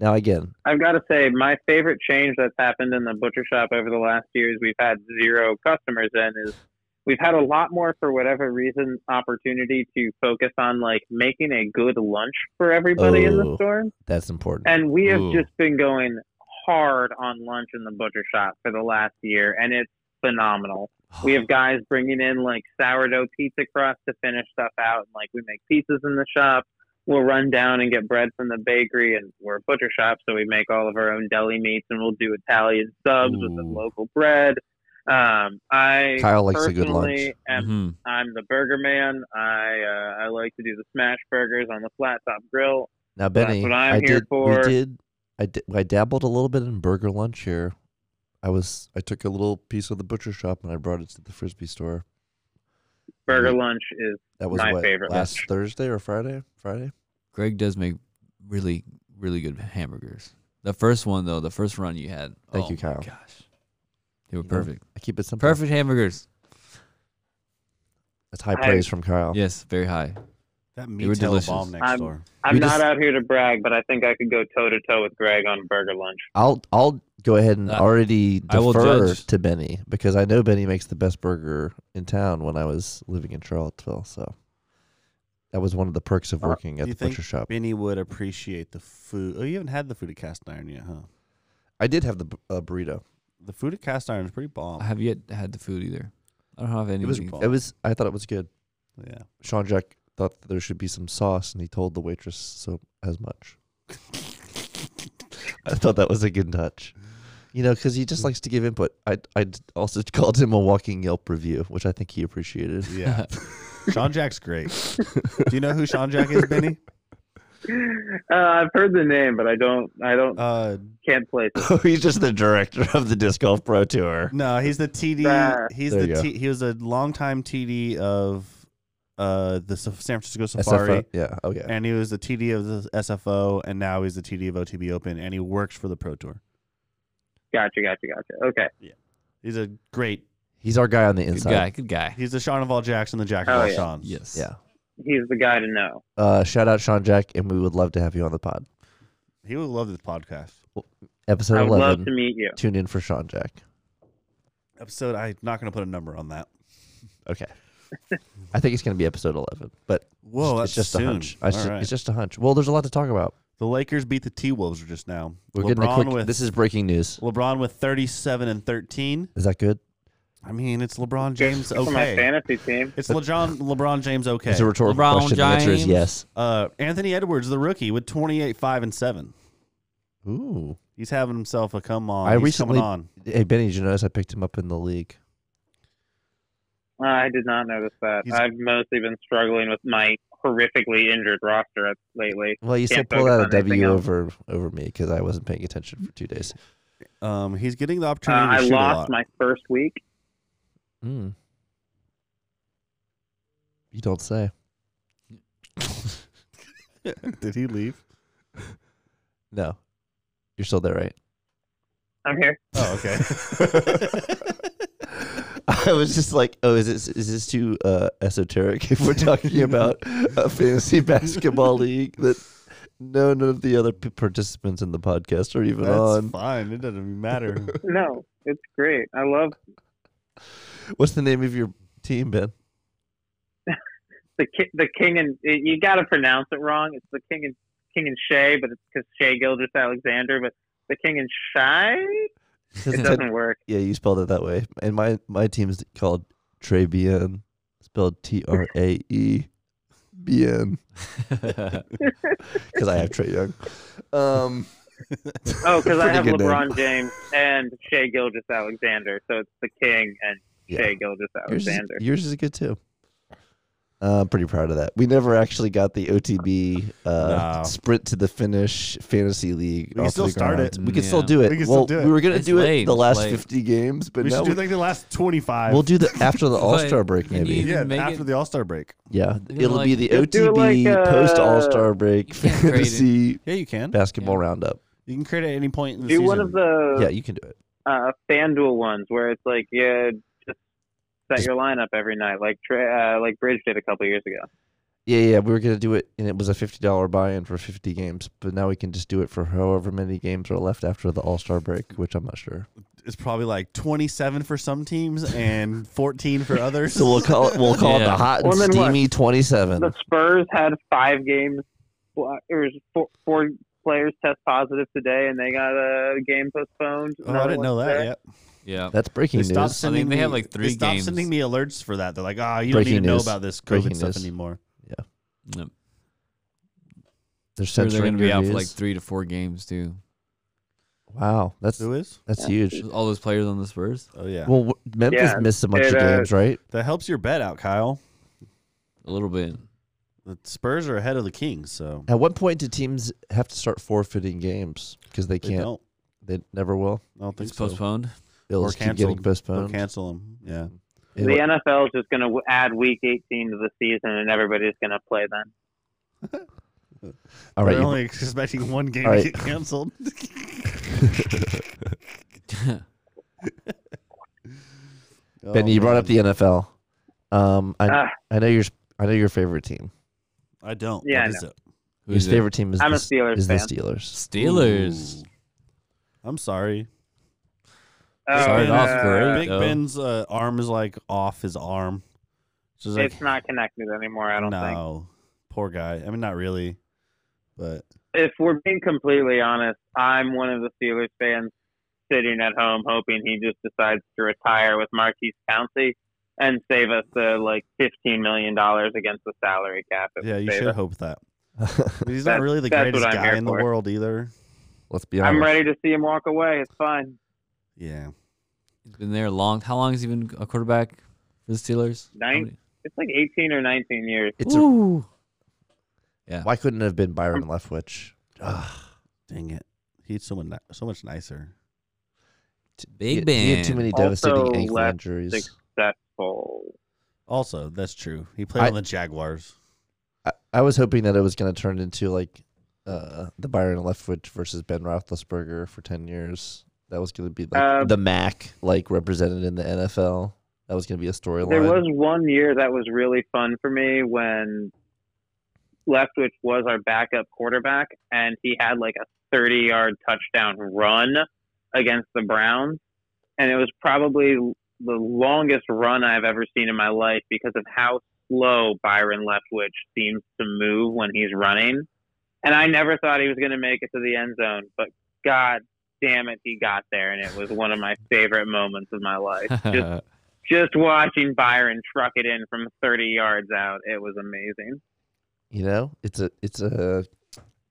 [SPEAKER 2] Now again,
[SPEAKER 4] I've got to say, my favorite change that's happened in the butcher shop over the last years we've had zero customers in is we've had a lot more, for whatever reason, opportunity to focus on like making a good lunch for everybody in
[SPEAKER 2] Oh.
[SPEAKER 4] the store.
[SPEAKER 2] that's important.
[SPEAKER 4] And we have
[SPEAKER 3] Ooh.
[SPEAKER 4] just been going hard on lunch in the butcher shop for the last year, and it's phenomenal. We have um, guys bringing in like sourdough pizza crust to finish stuff out. Like we make pizzas in the shop. We'll run down and get bread from the bakery, and we're a butcher shop, so we make all of our own deli meats, and we'll do Italian subs with the
[SPEAKER 1] Ooh.
[SPEAKER 4] local bread. Um, I
[SPEAKER 2] Kyle likes a
[SPEAKER 4] personally
[SPEAKER 2] good lunch. Mm-hmm.
[SPEAKER 4] am
[SPEAKER 3] Mhm.
[SPEAKER 4] I'm the burger man. I uh, I like to do the smash burgers on the flat top grill.
[SPEAKER 2] Now, Benny,
[SPEAKER 4] what I'm
[SPEAKER 2] I
[SPEAKER 4] here
[SPEAKER 2] did.
[SPEAKER 4] for.
[SPEAKER 2] We did. I did. I dabbled a little bit in burger lunch here. I was. I took a little piece of the butcher shop and I brought it to the frisbee store. Mm-hmm.
[SPEAKER 4] Burger lunch is
[SPEAKER 2] That was
[SPEAKER 4] My
[SPEAKER 2] what,
[SPEAKER 4] favorite
[SPEAKER 2] last
[SPEAKER 4] lunch.
[SPEAKER 2] Thursday or Friday. Friday.
[SPEAKER 3] Greg does make really, really good hamburgers. The first one though, the first run you had.
[SPEAKER 2] Thank
[SPEAKER 3] oh
[SPEAKER 2] you,
[SPEAKER 3] my
[SPEAKER 2] Kyle.
[SPEAKER 3] Gosh, they were
[SPEAKER 2] You know,
[SPEAKER 3] perfect.
[SPEAKER 2] I keep it simple.
[SPEAKER 3] Perfect hamburgers.
[SPEAKER 2] That's high
[SPEAKER 4] I-
[SPEAKER 2] praise from Kyle.
[SPEAKER 3] Yes, very high.
[SPEAKER 1] That
[SPEAKER 3] were
[SPEAKER 1] meat's hella
[SPEAKER 3] delicious.
[SPEAKER 1] bomb next
[SPEAKER 4] I'm-
[SPEAKER 1] door.
[SPEAKER 4] I'm
[SPEAKER 2] We
[SPEAKER 4] not
[SPEAKER 2] just-
[SPEAKER 4] out here to brag, but I think I could go toe to toe with Greg on burger lunch.
[SPEAKER 2] I'll. I'll go ahead and
[SPEAKER 3] Uh,
[SPEAKER 2] already
[SPEAKER 3] I will
[SPEAKER 2] defer
[SPEAKER 3] judge.
[SPEAKER 2] to Benny because I know Benny makes the best burger in town. When I was living in Charlottesville, so that was one of the perks of
[SPEAKER 1] Uh,
[SPEAKER 2] working
[SPEAKER 1] do
[SPEAKER 2] at
[SPEAKER 1] you
[SPEAKER 2] the
[SPEAKER 1] think
[SPEAKER 2] butcher shop.
[SPEAKER 1] Benny would appreciate the food. Oh, you haven't had the food at cast iron yet, huh?
[SPEAKER 2] I did have the bu- uh, burrito.
[SPEAKER 1] The food at cast iron is pretty bomb.
[SPEAKER 3] I have yet had the food either. I don't have any.
[SPEAKER 2] It was.
[SPEAKER 1] meatball.
[SPEAKER 2] It was. I thought it was good.
[SPEAKER 1] yeah.
[SPEAKER 2] Sean Jack thought that there should be some sauce, and he told the waitress so as much. I thought that was a good touch. You know, because he
[SPEAKER 1] Mm.
[SPEAKER 2] just likes to give input. I I d- also called him a walking Yelp review, which I think he appreciated.
[SPEAKER 1] Yeah. Sean Jack's great. Do you know who Sean Jack is, Benny?
[SPEAKER 4] Uh, I've heard the name, but I don't. I don't.
[SPEAKER 1] Uh,
[SPEAKER 4] can't place it.
[SPEAKER 2] He's just the director of the disc golf pro tour.
[SPEAKER 1] no, he's the TD.
[SPEAKER 4] Nah.
[SPEAKER 1] He's
[SPEAKER 2] There you
[SPEAKER 1] the
[SPEAKER 2] go.
[SPEAKER 1] T, he was a longtime TD of uh, the Sa- San Francisco Safari,
[SPEAKER 2] SFO. Yeah. Okay.
[SPEAKER 1] and he was the TD of the SFO, and now he's the TD of OTB Open, and he works for the Pro Tour.
[SPEAKER 4] Gotcha, gotcha, gotcha. Okay.
[SPEAKER 1] He's a great
[SPEAKER 2] He's our guy on the
[SPEAKER 3] Good
[SPEAKER 2] inside.
[SPEAKER 3] guy. Good guy.
[SPEAKER 1] He's the Sean of all Jackson, the Jack of
[SPEAKER 4] Oh,
[SPEAKER 1] all
[SPEAKER 4] yeah.
[SPEAKER 1] Sean.
[SPEAKER 3] Yes.
[SPEAKER 2] Yeah.
[SPEAKER 4] He's the guy to know.
[SPEAKER 2] Uh, shout out Sean Jack, and we would love to have you on the pod.
[SPEAKER 1] He would love this podcast.
[SPEAKER 2] Episode
[SPEAKER 4] I would love to
[SPEAKER 2] eleven.
[SPEAKER 4] meet you.
[SPEAKER 2] Tune in for Sean Jack.
[SPEAKER 1] Episode, I'm not going to put a number on that.
[SPEAKER 2] Okay. I think it's going to be episode eleven, but
[SPEAKER 1] Whoa, that's
[SPEAKER 2] it's just
[SPEAKER 1] soon.
[SPEAKER 2] a hunch. It's
[SPEAKER 1] All
[SPEAKER 2] just,
[SPEAKER 1] right.
[SPEAKER 2] it's just a hunch. Well, there's a lot to talk about.
[SPEAKER 1] the Lakers beat the T Wolves just now.
[SPEAKER 2] We're getting a
[SPEAKER 1] LeBron
[SPEAKER 2] quick.
[SPEAKER 1] with
[SPEAKER 2] This is breaking news.
[SPEAKER 1] LeBron with 37 and 13.
[SPEAKER 2] Is that good?
[SPEAKER 1] I mean, it's LeBron James.
[SPEAKER 4] For my
[SPEAKER 1] Okay,
[SPEAKER 4] fantasy team.
[SPEAKER 1] it's LeBron LeBron James. Okay,
[SPEAKER 2] It's a rhetorical
[SPEAKER 3] LeBron
[SPEAKER 2] question. The answer is
[SPEAKER 3] James.
[SPEAKER 2] yes.
[SPEAKER 1] uh, Anthony Edwards, the rookie, with 28, five and seven.
[SPEAKER 2] Ooh.
[SPEAKER 1] He's having himself a come on.
[SPEAKER 2] I
[SPEAKER 1] He's
[SPEAKER 2] recently-
[SPEAKER 1] coming on.
[SPEAKER 2] Hey Benny, did you notice I picked him up in the league?
[SPEAKER 4] Uh, I did not notice that.
[SPEAKER 1] He's-
[SPEAKER 4] I've mostly been struggling with my horrifically injured roster at- lately.
[SPEAKER 2] Well, you
[SPEAKER 4] Can't
[SPEAKER 2] still pulled out a
[SPEAKER 4] focus on anything
[SPEAKER 2] W
[SPEAKER 4] else.
[SPEAKER 2] over over me because I wasn't paying attention for two days.
[SPEAKER 1] Um, he's getting the
[SPEAKER 4] Uh,
[SPEAKER 1] opportunity
[SPEAKER 4] I
[SPEAKER 1] to shoot a lot.
[SPEAKER 4] lost my first week.
[SPEAKER 2] Mm. You don't say.
[SPEAKER 1] Did he leave?
[SPEAKER 2] No, you're still there, right?
[SPEAKER 4] I'm here.
[SPEAKER 1] Oh, okay.
[SPEAKER 2] I was just like, oh, is this is this too uh, esoteric? If we're talking about a fantasy basketball league that none of the other p- participants in the podcast are even
[SPEAKER 1] That's
[SPEAKER 2] on.
[SPEAKER 1] fine. It doesn't matter.
[SPEAKER 4] No, it's great. I love
[SPEAKER 2] What's the name of your team, Ben?
[SPEAKER 4] the ki- the king and you got to pronounce it wrong. It's the king and king and Shay, but it's because Shay Gilders Alexander. But the king and Shy, it doesn't work.
[SPEAKER 2] Yeah, you spelled it that way. And my my team's called Trebian, spelled T R A E B N, because I have Trey Young. Um,
[SPEAKER 4] Oh, because I
[SPEAKER 2] pretty
[SPEAKER 4] have
[SPEAKER 2] good name.
[SPEAKER 4] LeBron James and Shea Gilgis Alexander, so it's the King and
[SPEAKER 2] Yeah.
[SPEAKER 4] Shea Gilgis
[SPEAKER 2] Yours is,
[SPEAKER 4] Alexander.
[SPEAKER 2] yours is good too. Uh, I'm pretty proud of that. We never actually got the OTB uh,
[SPEAKER 1] No.
[SPEAKER 2] sprint to the finish fantasy league.
[SPEAKER 1] We can
[SPEAKER 2] off
[SPEAKER 1] still
[SPEAKER 2] the
[SPEAKER 1] start
[SPEAKER 2] ground.
[SPEAKER 1] it. Mm,
[SPEAKER 2] We can still
[SPEAKER 3] Yeah.
[SPEAKER 2] do it.
[SPEAKER 1] We can still
[SPEAKER 2] well,
[SPEAKER 1] do it.
[SPEAKER 2] we were gonna
[SPEAKER 3] It's
[SPEAKER 2] do
[SPEAKER 3] late,
[SPEAKER 2] it the
[SPEAKER 3] it's
[SPEAKER 2] last
[SPEAKER 3] late.
[SPEAKER 2] 50 games, but
[SPEAKER 1] we
[SPEAKER 2] now
[SPEAKER 1] should do
[SPEAKER 2] we,
[SPEAKER 1] like the last 25.
[SPEAKER 2] will do the after the All Star break,
[SPEAKER 3] you
[SPEAKER 2] maybe.
[SPEAKER 3] need-
[SPEAKER 1] yeah,
[SPEAKER 3] Make
[SPEAKER 1] after
[SPEAKER 3] it-
[SPEAKER 1] the All Star break.
[SPEAKER 2] Yeah,
[SPEAKER 3] You
[SPEAKER 2] it'll
[SPEAKER 3] know,
[SPEAKER 2] be the
[SPEAKER 3] like-
[SPEAKER 4] Just do it
[SPEAKER 2] OTB
[SPEAKER 4] like, uh,
[SPEAKER 2] post All Star break
[SPEAKER 3] you can't create it.
[SPEAKER 2] fantasy
[SPEAKER 1] Mm-hmm. Yeah, you can.
[SPEAKER 2] basketball roundup.
[SPEAKER 1] You can create at any point in the
[SPEAKER 4] Do
[SPEAKER 1] season.
[SPEAKER 4] one of the
[SPEAKER 2] Yeah, you can do it.
[SPEAKER 4] uh, FanDuel ones where it's like yeah, just set
[SPEAKER 2] Just-
[SPEAKER 4] your lineup every night, like Tra- uh, like Bridge did a couple years ago.
[SPEAKER 2] Yeah, yeah, we were gonna do it, and it was a fifty dollar buy in for fifty games, but now we can just do it for however many games are left after the All Star break, which I'm not sure.
[SPEAKER 1] it's probably like 27 for some teams and 14 for others.
[SPEAKER 2] So we'll call it we'll call it
[SPEAKER 3] Yeah.
[SPEAKER 2] the hot and
[SPEAKER 4] Well, then what?
[SPEAKER 2] steamy twenty seven.
[SPEAKER 4] The Spurs had five games, or four, four players test positive today, and they got a game postponed.
[SPEAKER 1] Oh, I didn't know that yet.
[SPEAKER 3] yeah.
[SPEAKER 2] That's breaking
[SPEAKER 1] They
[SPEAKER 2] news.
[SPEAKER 1] stopped
[SPEAKER 3] I think
[SPEAKER 1] sending
[SPEAKER 3] they
[SPEAKER 1] me,
[SPEAKER 3] have, like, three
[SPEAKER 1] they stopped
[SPEAKER 3] games.
[SPEAKER 1] sending me alerts for that. They're like, ah, you don't
[SPEAKER 2] Breaking
[SPEAKER 1] need to know
[SPEAKER 2] news.
[SPEAKER 1] about this COVID
[SPEAKER 2] Breaking
[SPEAKER 1] stuff
[SPEAKER 2] news.
[SPEAKER 1] anymore.
[SPEAKER 2] They're
[SPEAKER 3] Sure they're
[SPEAKER 2] censoring
[SPEAKER 3] going to be out for like
[SPEAKER 2] reviews.
[SPEAKER 3] three to four games too.
[SPEAKER 2] wow, that's
[SPEAKER 1] Who is?
[SPEAKER 2] that's huge.
[SPEAKER 3] All those players on the Spurs.
[SPEAKER 1] Oh yeah,
[SPEAKER 2] Well, w- Memphis
[SPEAKER 4] Yeah,
[SPEAKER 2] missed a bunch
[SPEAKER 4] it,
[SPEAKER 2] of
[SPEAKER 4] uh,
[SPEAKER 2] games, right?
[SPEAKER 1] that helps your bet out, Kyle.
[SPEAKER 3] A little bit.
[SPEAKER 1] The Spurs are ahead of the Kings, so
[SPEAKER 2] At what point do teams have to start forfeiting games because they
[SPEAKER 1] they
[SPEAKER 2] can't?
[SPEAKER 1] don't.
[SPEAKER 2] they never will.
[SPEAKER 1] I don't think
[SPEAKER 3] It's
[SPEAKER 1] so.
[SPEAKER 3] postponed.
[SPEAKER 2] It'll
[SPEAKER 1] Or
[SPEAKER 2] just keep getting
[SPEAKER 1] canceled. They'll
[SPEAKER 2] postponed.
[SPEAKER 1] cancel them. Yeah,
[SPEAKER 2] It-
[SPEAKER 4] The NFL is just going to add Week 18 to the season, and everybody's going to play then.
[SPEAKER 2] all right,
[SPEAKER 1] they're
[SPEAKER 2] you-
[SPEAKER 1] only expecting one game
[SPEAKER 2] All right.
[SPEAKER 1] to get canceled.
[SPEAKER 3] Oh,
[SPEAKER 2] Ben,
[SPEAKER 1] Oh,
[SPEAKER 2] you brought up the NFL. Um, I,
[SPEAKER 4] Ah.
[SPEAKER 2] I know your I know your favorite team.
[SPEAKER 1] I don't.
[SPEAKER 4] Yeah,
[SPEAKER 1] What
[SPEAKER 4] I
[SPEAKER 1] is it?
[SPEAKER 3] Who's
[SPEAKER 2] your
[SPEAKER 3] it?
[SPEAKER 2] favorite team is
[SPEAKER 4] I'm a
[SPEAKER 2] the,
[SPEAKER 4] Steelers
[SPEAKER 2] is the
[SPEAKER 4] fan.
[SPEAKER 2] Steelers.
[SPEAKER 3] Steelers.
[SPEAKER 1] Ooh. I'm sorry.
[SPEAKER 4] Oh,
[SPEAKER 3] Started
[SPEAKER 4] no.
[SPEAKER 3] off great.
[SPEAKER 1] Big
[SPEAKER 3] though.
[SPEAKER 1] Ben's uh, arm is like off his arm. So it's like,
[SPEAKER 4] It's not connected anymore, I don't think.
[SPEAKER 1] no, poor guy. I mean, not really, but
[SPEAKER 4] if we're being completely honest, I'm one of the Steelers fans sitting at home hoping he just decides to retire with Marquise Pouncey and save us the like fifteen million dollars against the salary cap. It
[SPEAKER 1] yeah,
[SPEAKER 4] would
[SPEAKER 1] you
[SPEAKER 4] save
[SPEAKER 1] should
[SPEAKER 4] us.
[SPEAKER 1] hope that. But He's
[SPEAKER 4] That's-
[SPEAKER 1] not really the
[SPEAKER 4] that's what
[SPEAKER 1] greatest
[SPEAKER 4] I'm
[SPEAKER 1] guy
[SPEAKER 4] here
[SPEAKER 1] in the
[SPEAKER 4] for.
[SPEAKER 1] world either.
[SPEAKER 2] Let's be honest.
[SPEAKER 4] I'm ready to see him walk away. It's fine.
[SPEAKER 1] Yeah,
[SPEAKER 3] He's been there long. How long has he been a quarterback for the Steelers? How
[SPEAKER 4] Nine.
[SPEAKER 3] many-
[SPEAKER 4] It's like eighteen or nineteen years.
[SPEAKER 2] It's a,
[SPEAKER 3] Ooh. Yeah.
[SPEAKER 2] why couldn't it have been Byron Leftwich?
[SPEAKER 1] dang it. He's so much, so much nicer.
[SPEAKER 2] He,
[SPEAKER 3] Big
[SPEAKER 2] had- he
[SPEAKER 3] Ben.
[SPEAKER 2] had too many
[SPEAKER 4] Also
[SPEAKER 2] devastating ankle
[SPEAKER 4] left
[SPEAKER 2] injuries.
[SPEAKER 4] six- Successful.
[SPEAKER 1] Also, that's true. He played
[SPEAKER 2] I-
[SPEAKER 1] on the Jaguars.
[SPEAKER 2] I, I was hoping that it was going to turn into like uh, the Byron Leftwich versus Ben Roethlisberger for ten years. That was going to be like
[SPEAKER 4] Um,
[SPEAKER 2] the Mac, like represented in the NFL. That was going to be a
[SPEAKER 4] There was
[SPEAKER 2] storyline.
[SPEAKER 4] one year that was really fun for me when Leftwich was our backup quarterback, and he had like a 30 yard touchdown run against the Browns. And it was probably the longest run I've ever seen in my life because of how slow Byron Leftwich seems to move when he's running. And I never thought he was going to make it to the end zone, but God damn it, he got there. And it was one of my favorite moments of my life. Just just watching Byron truck it in from 30 yards out, it was amazing.
[SPEAKER 2] You know, it's a it's a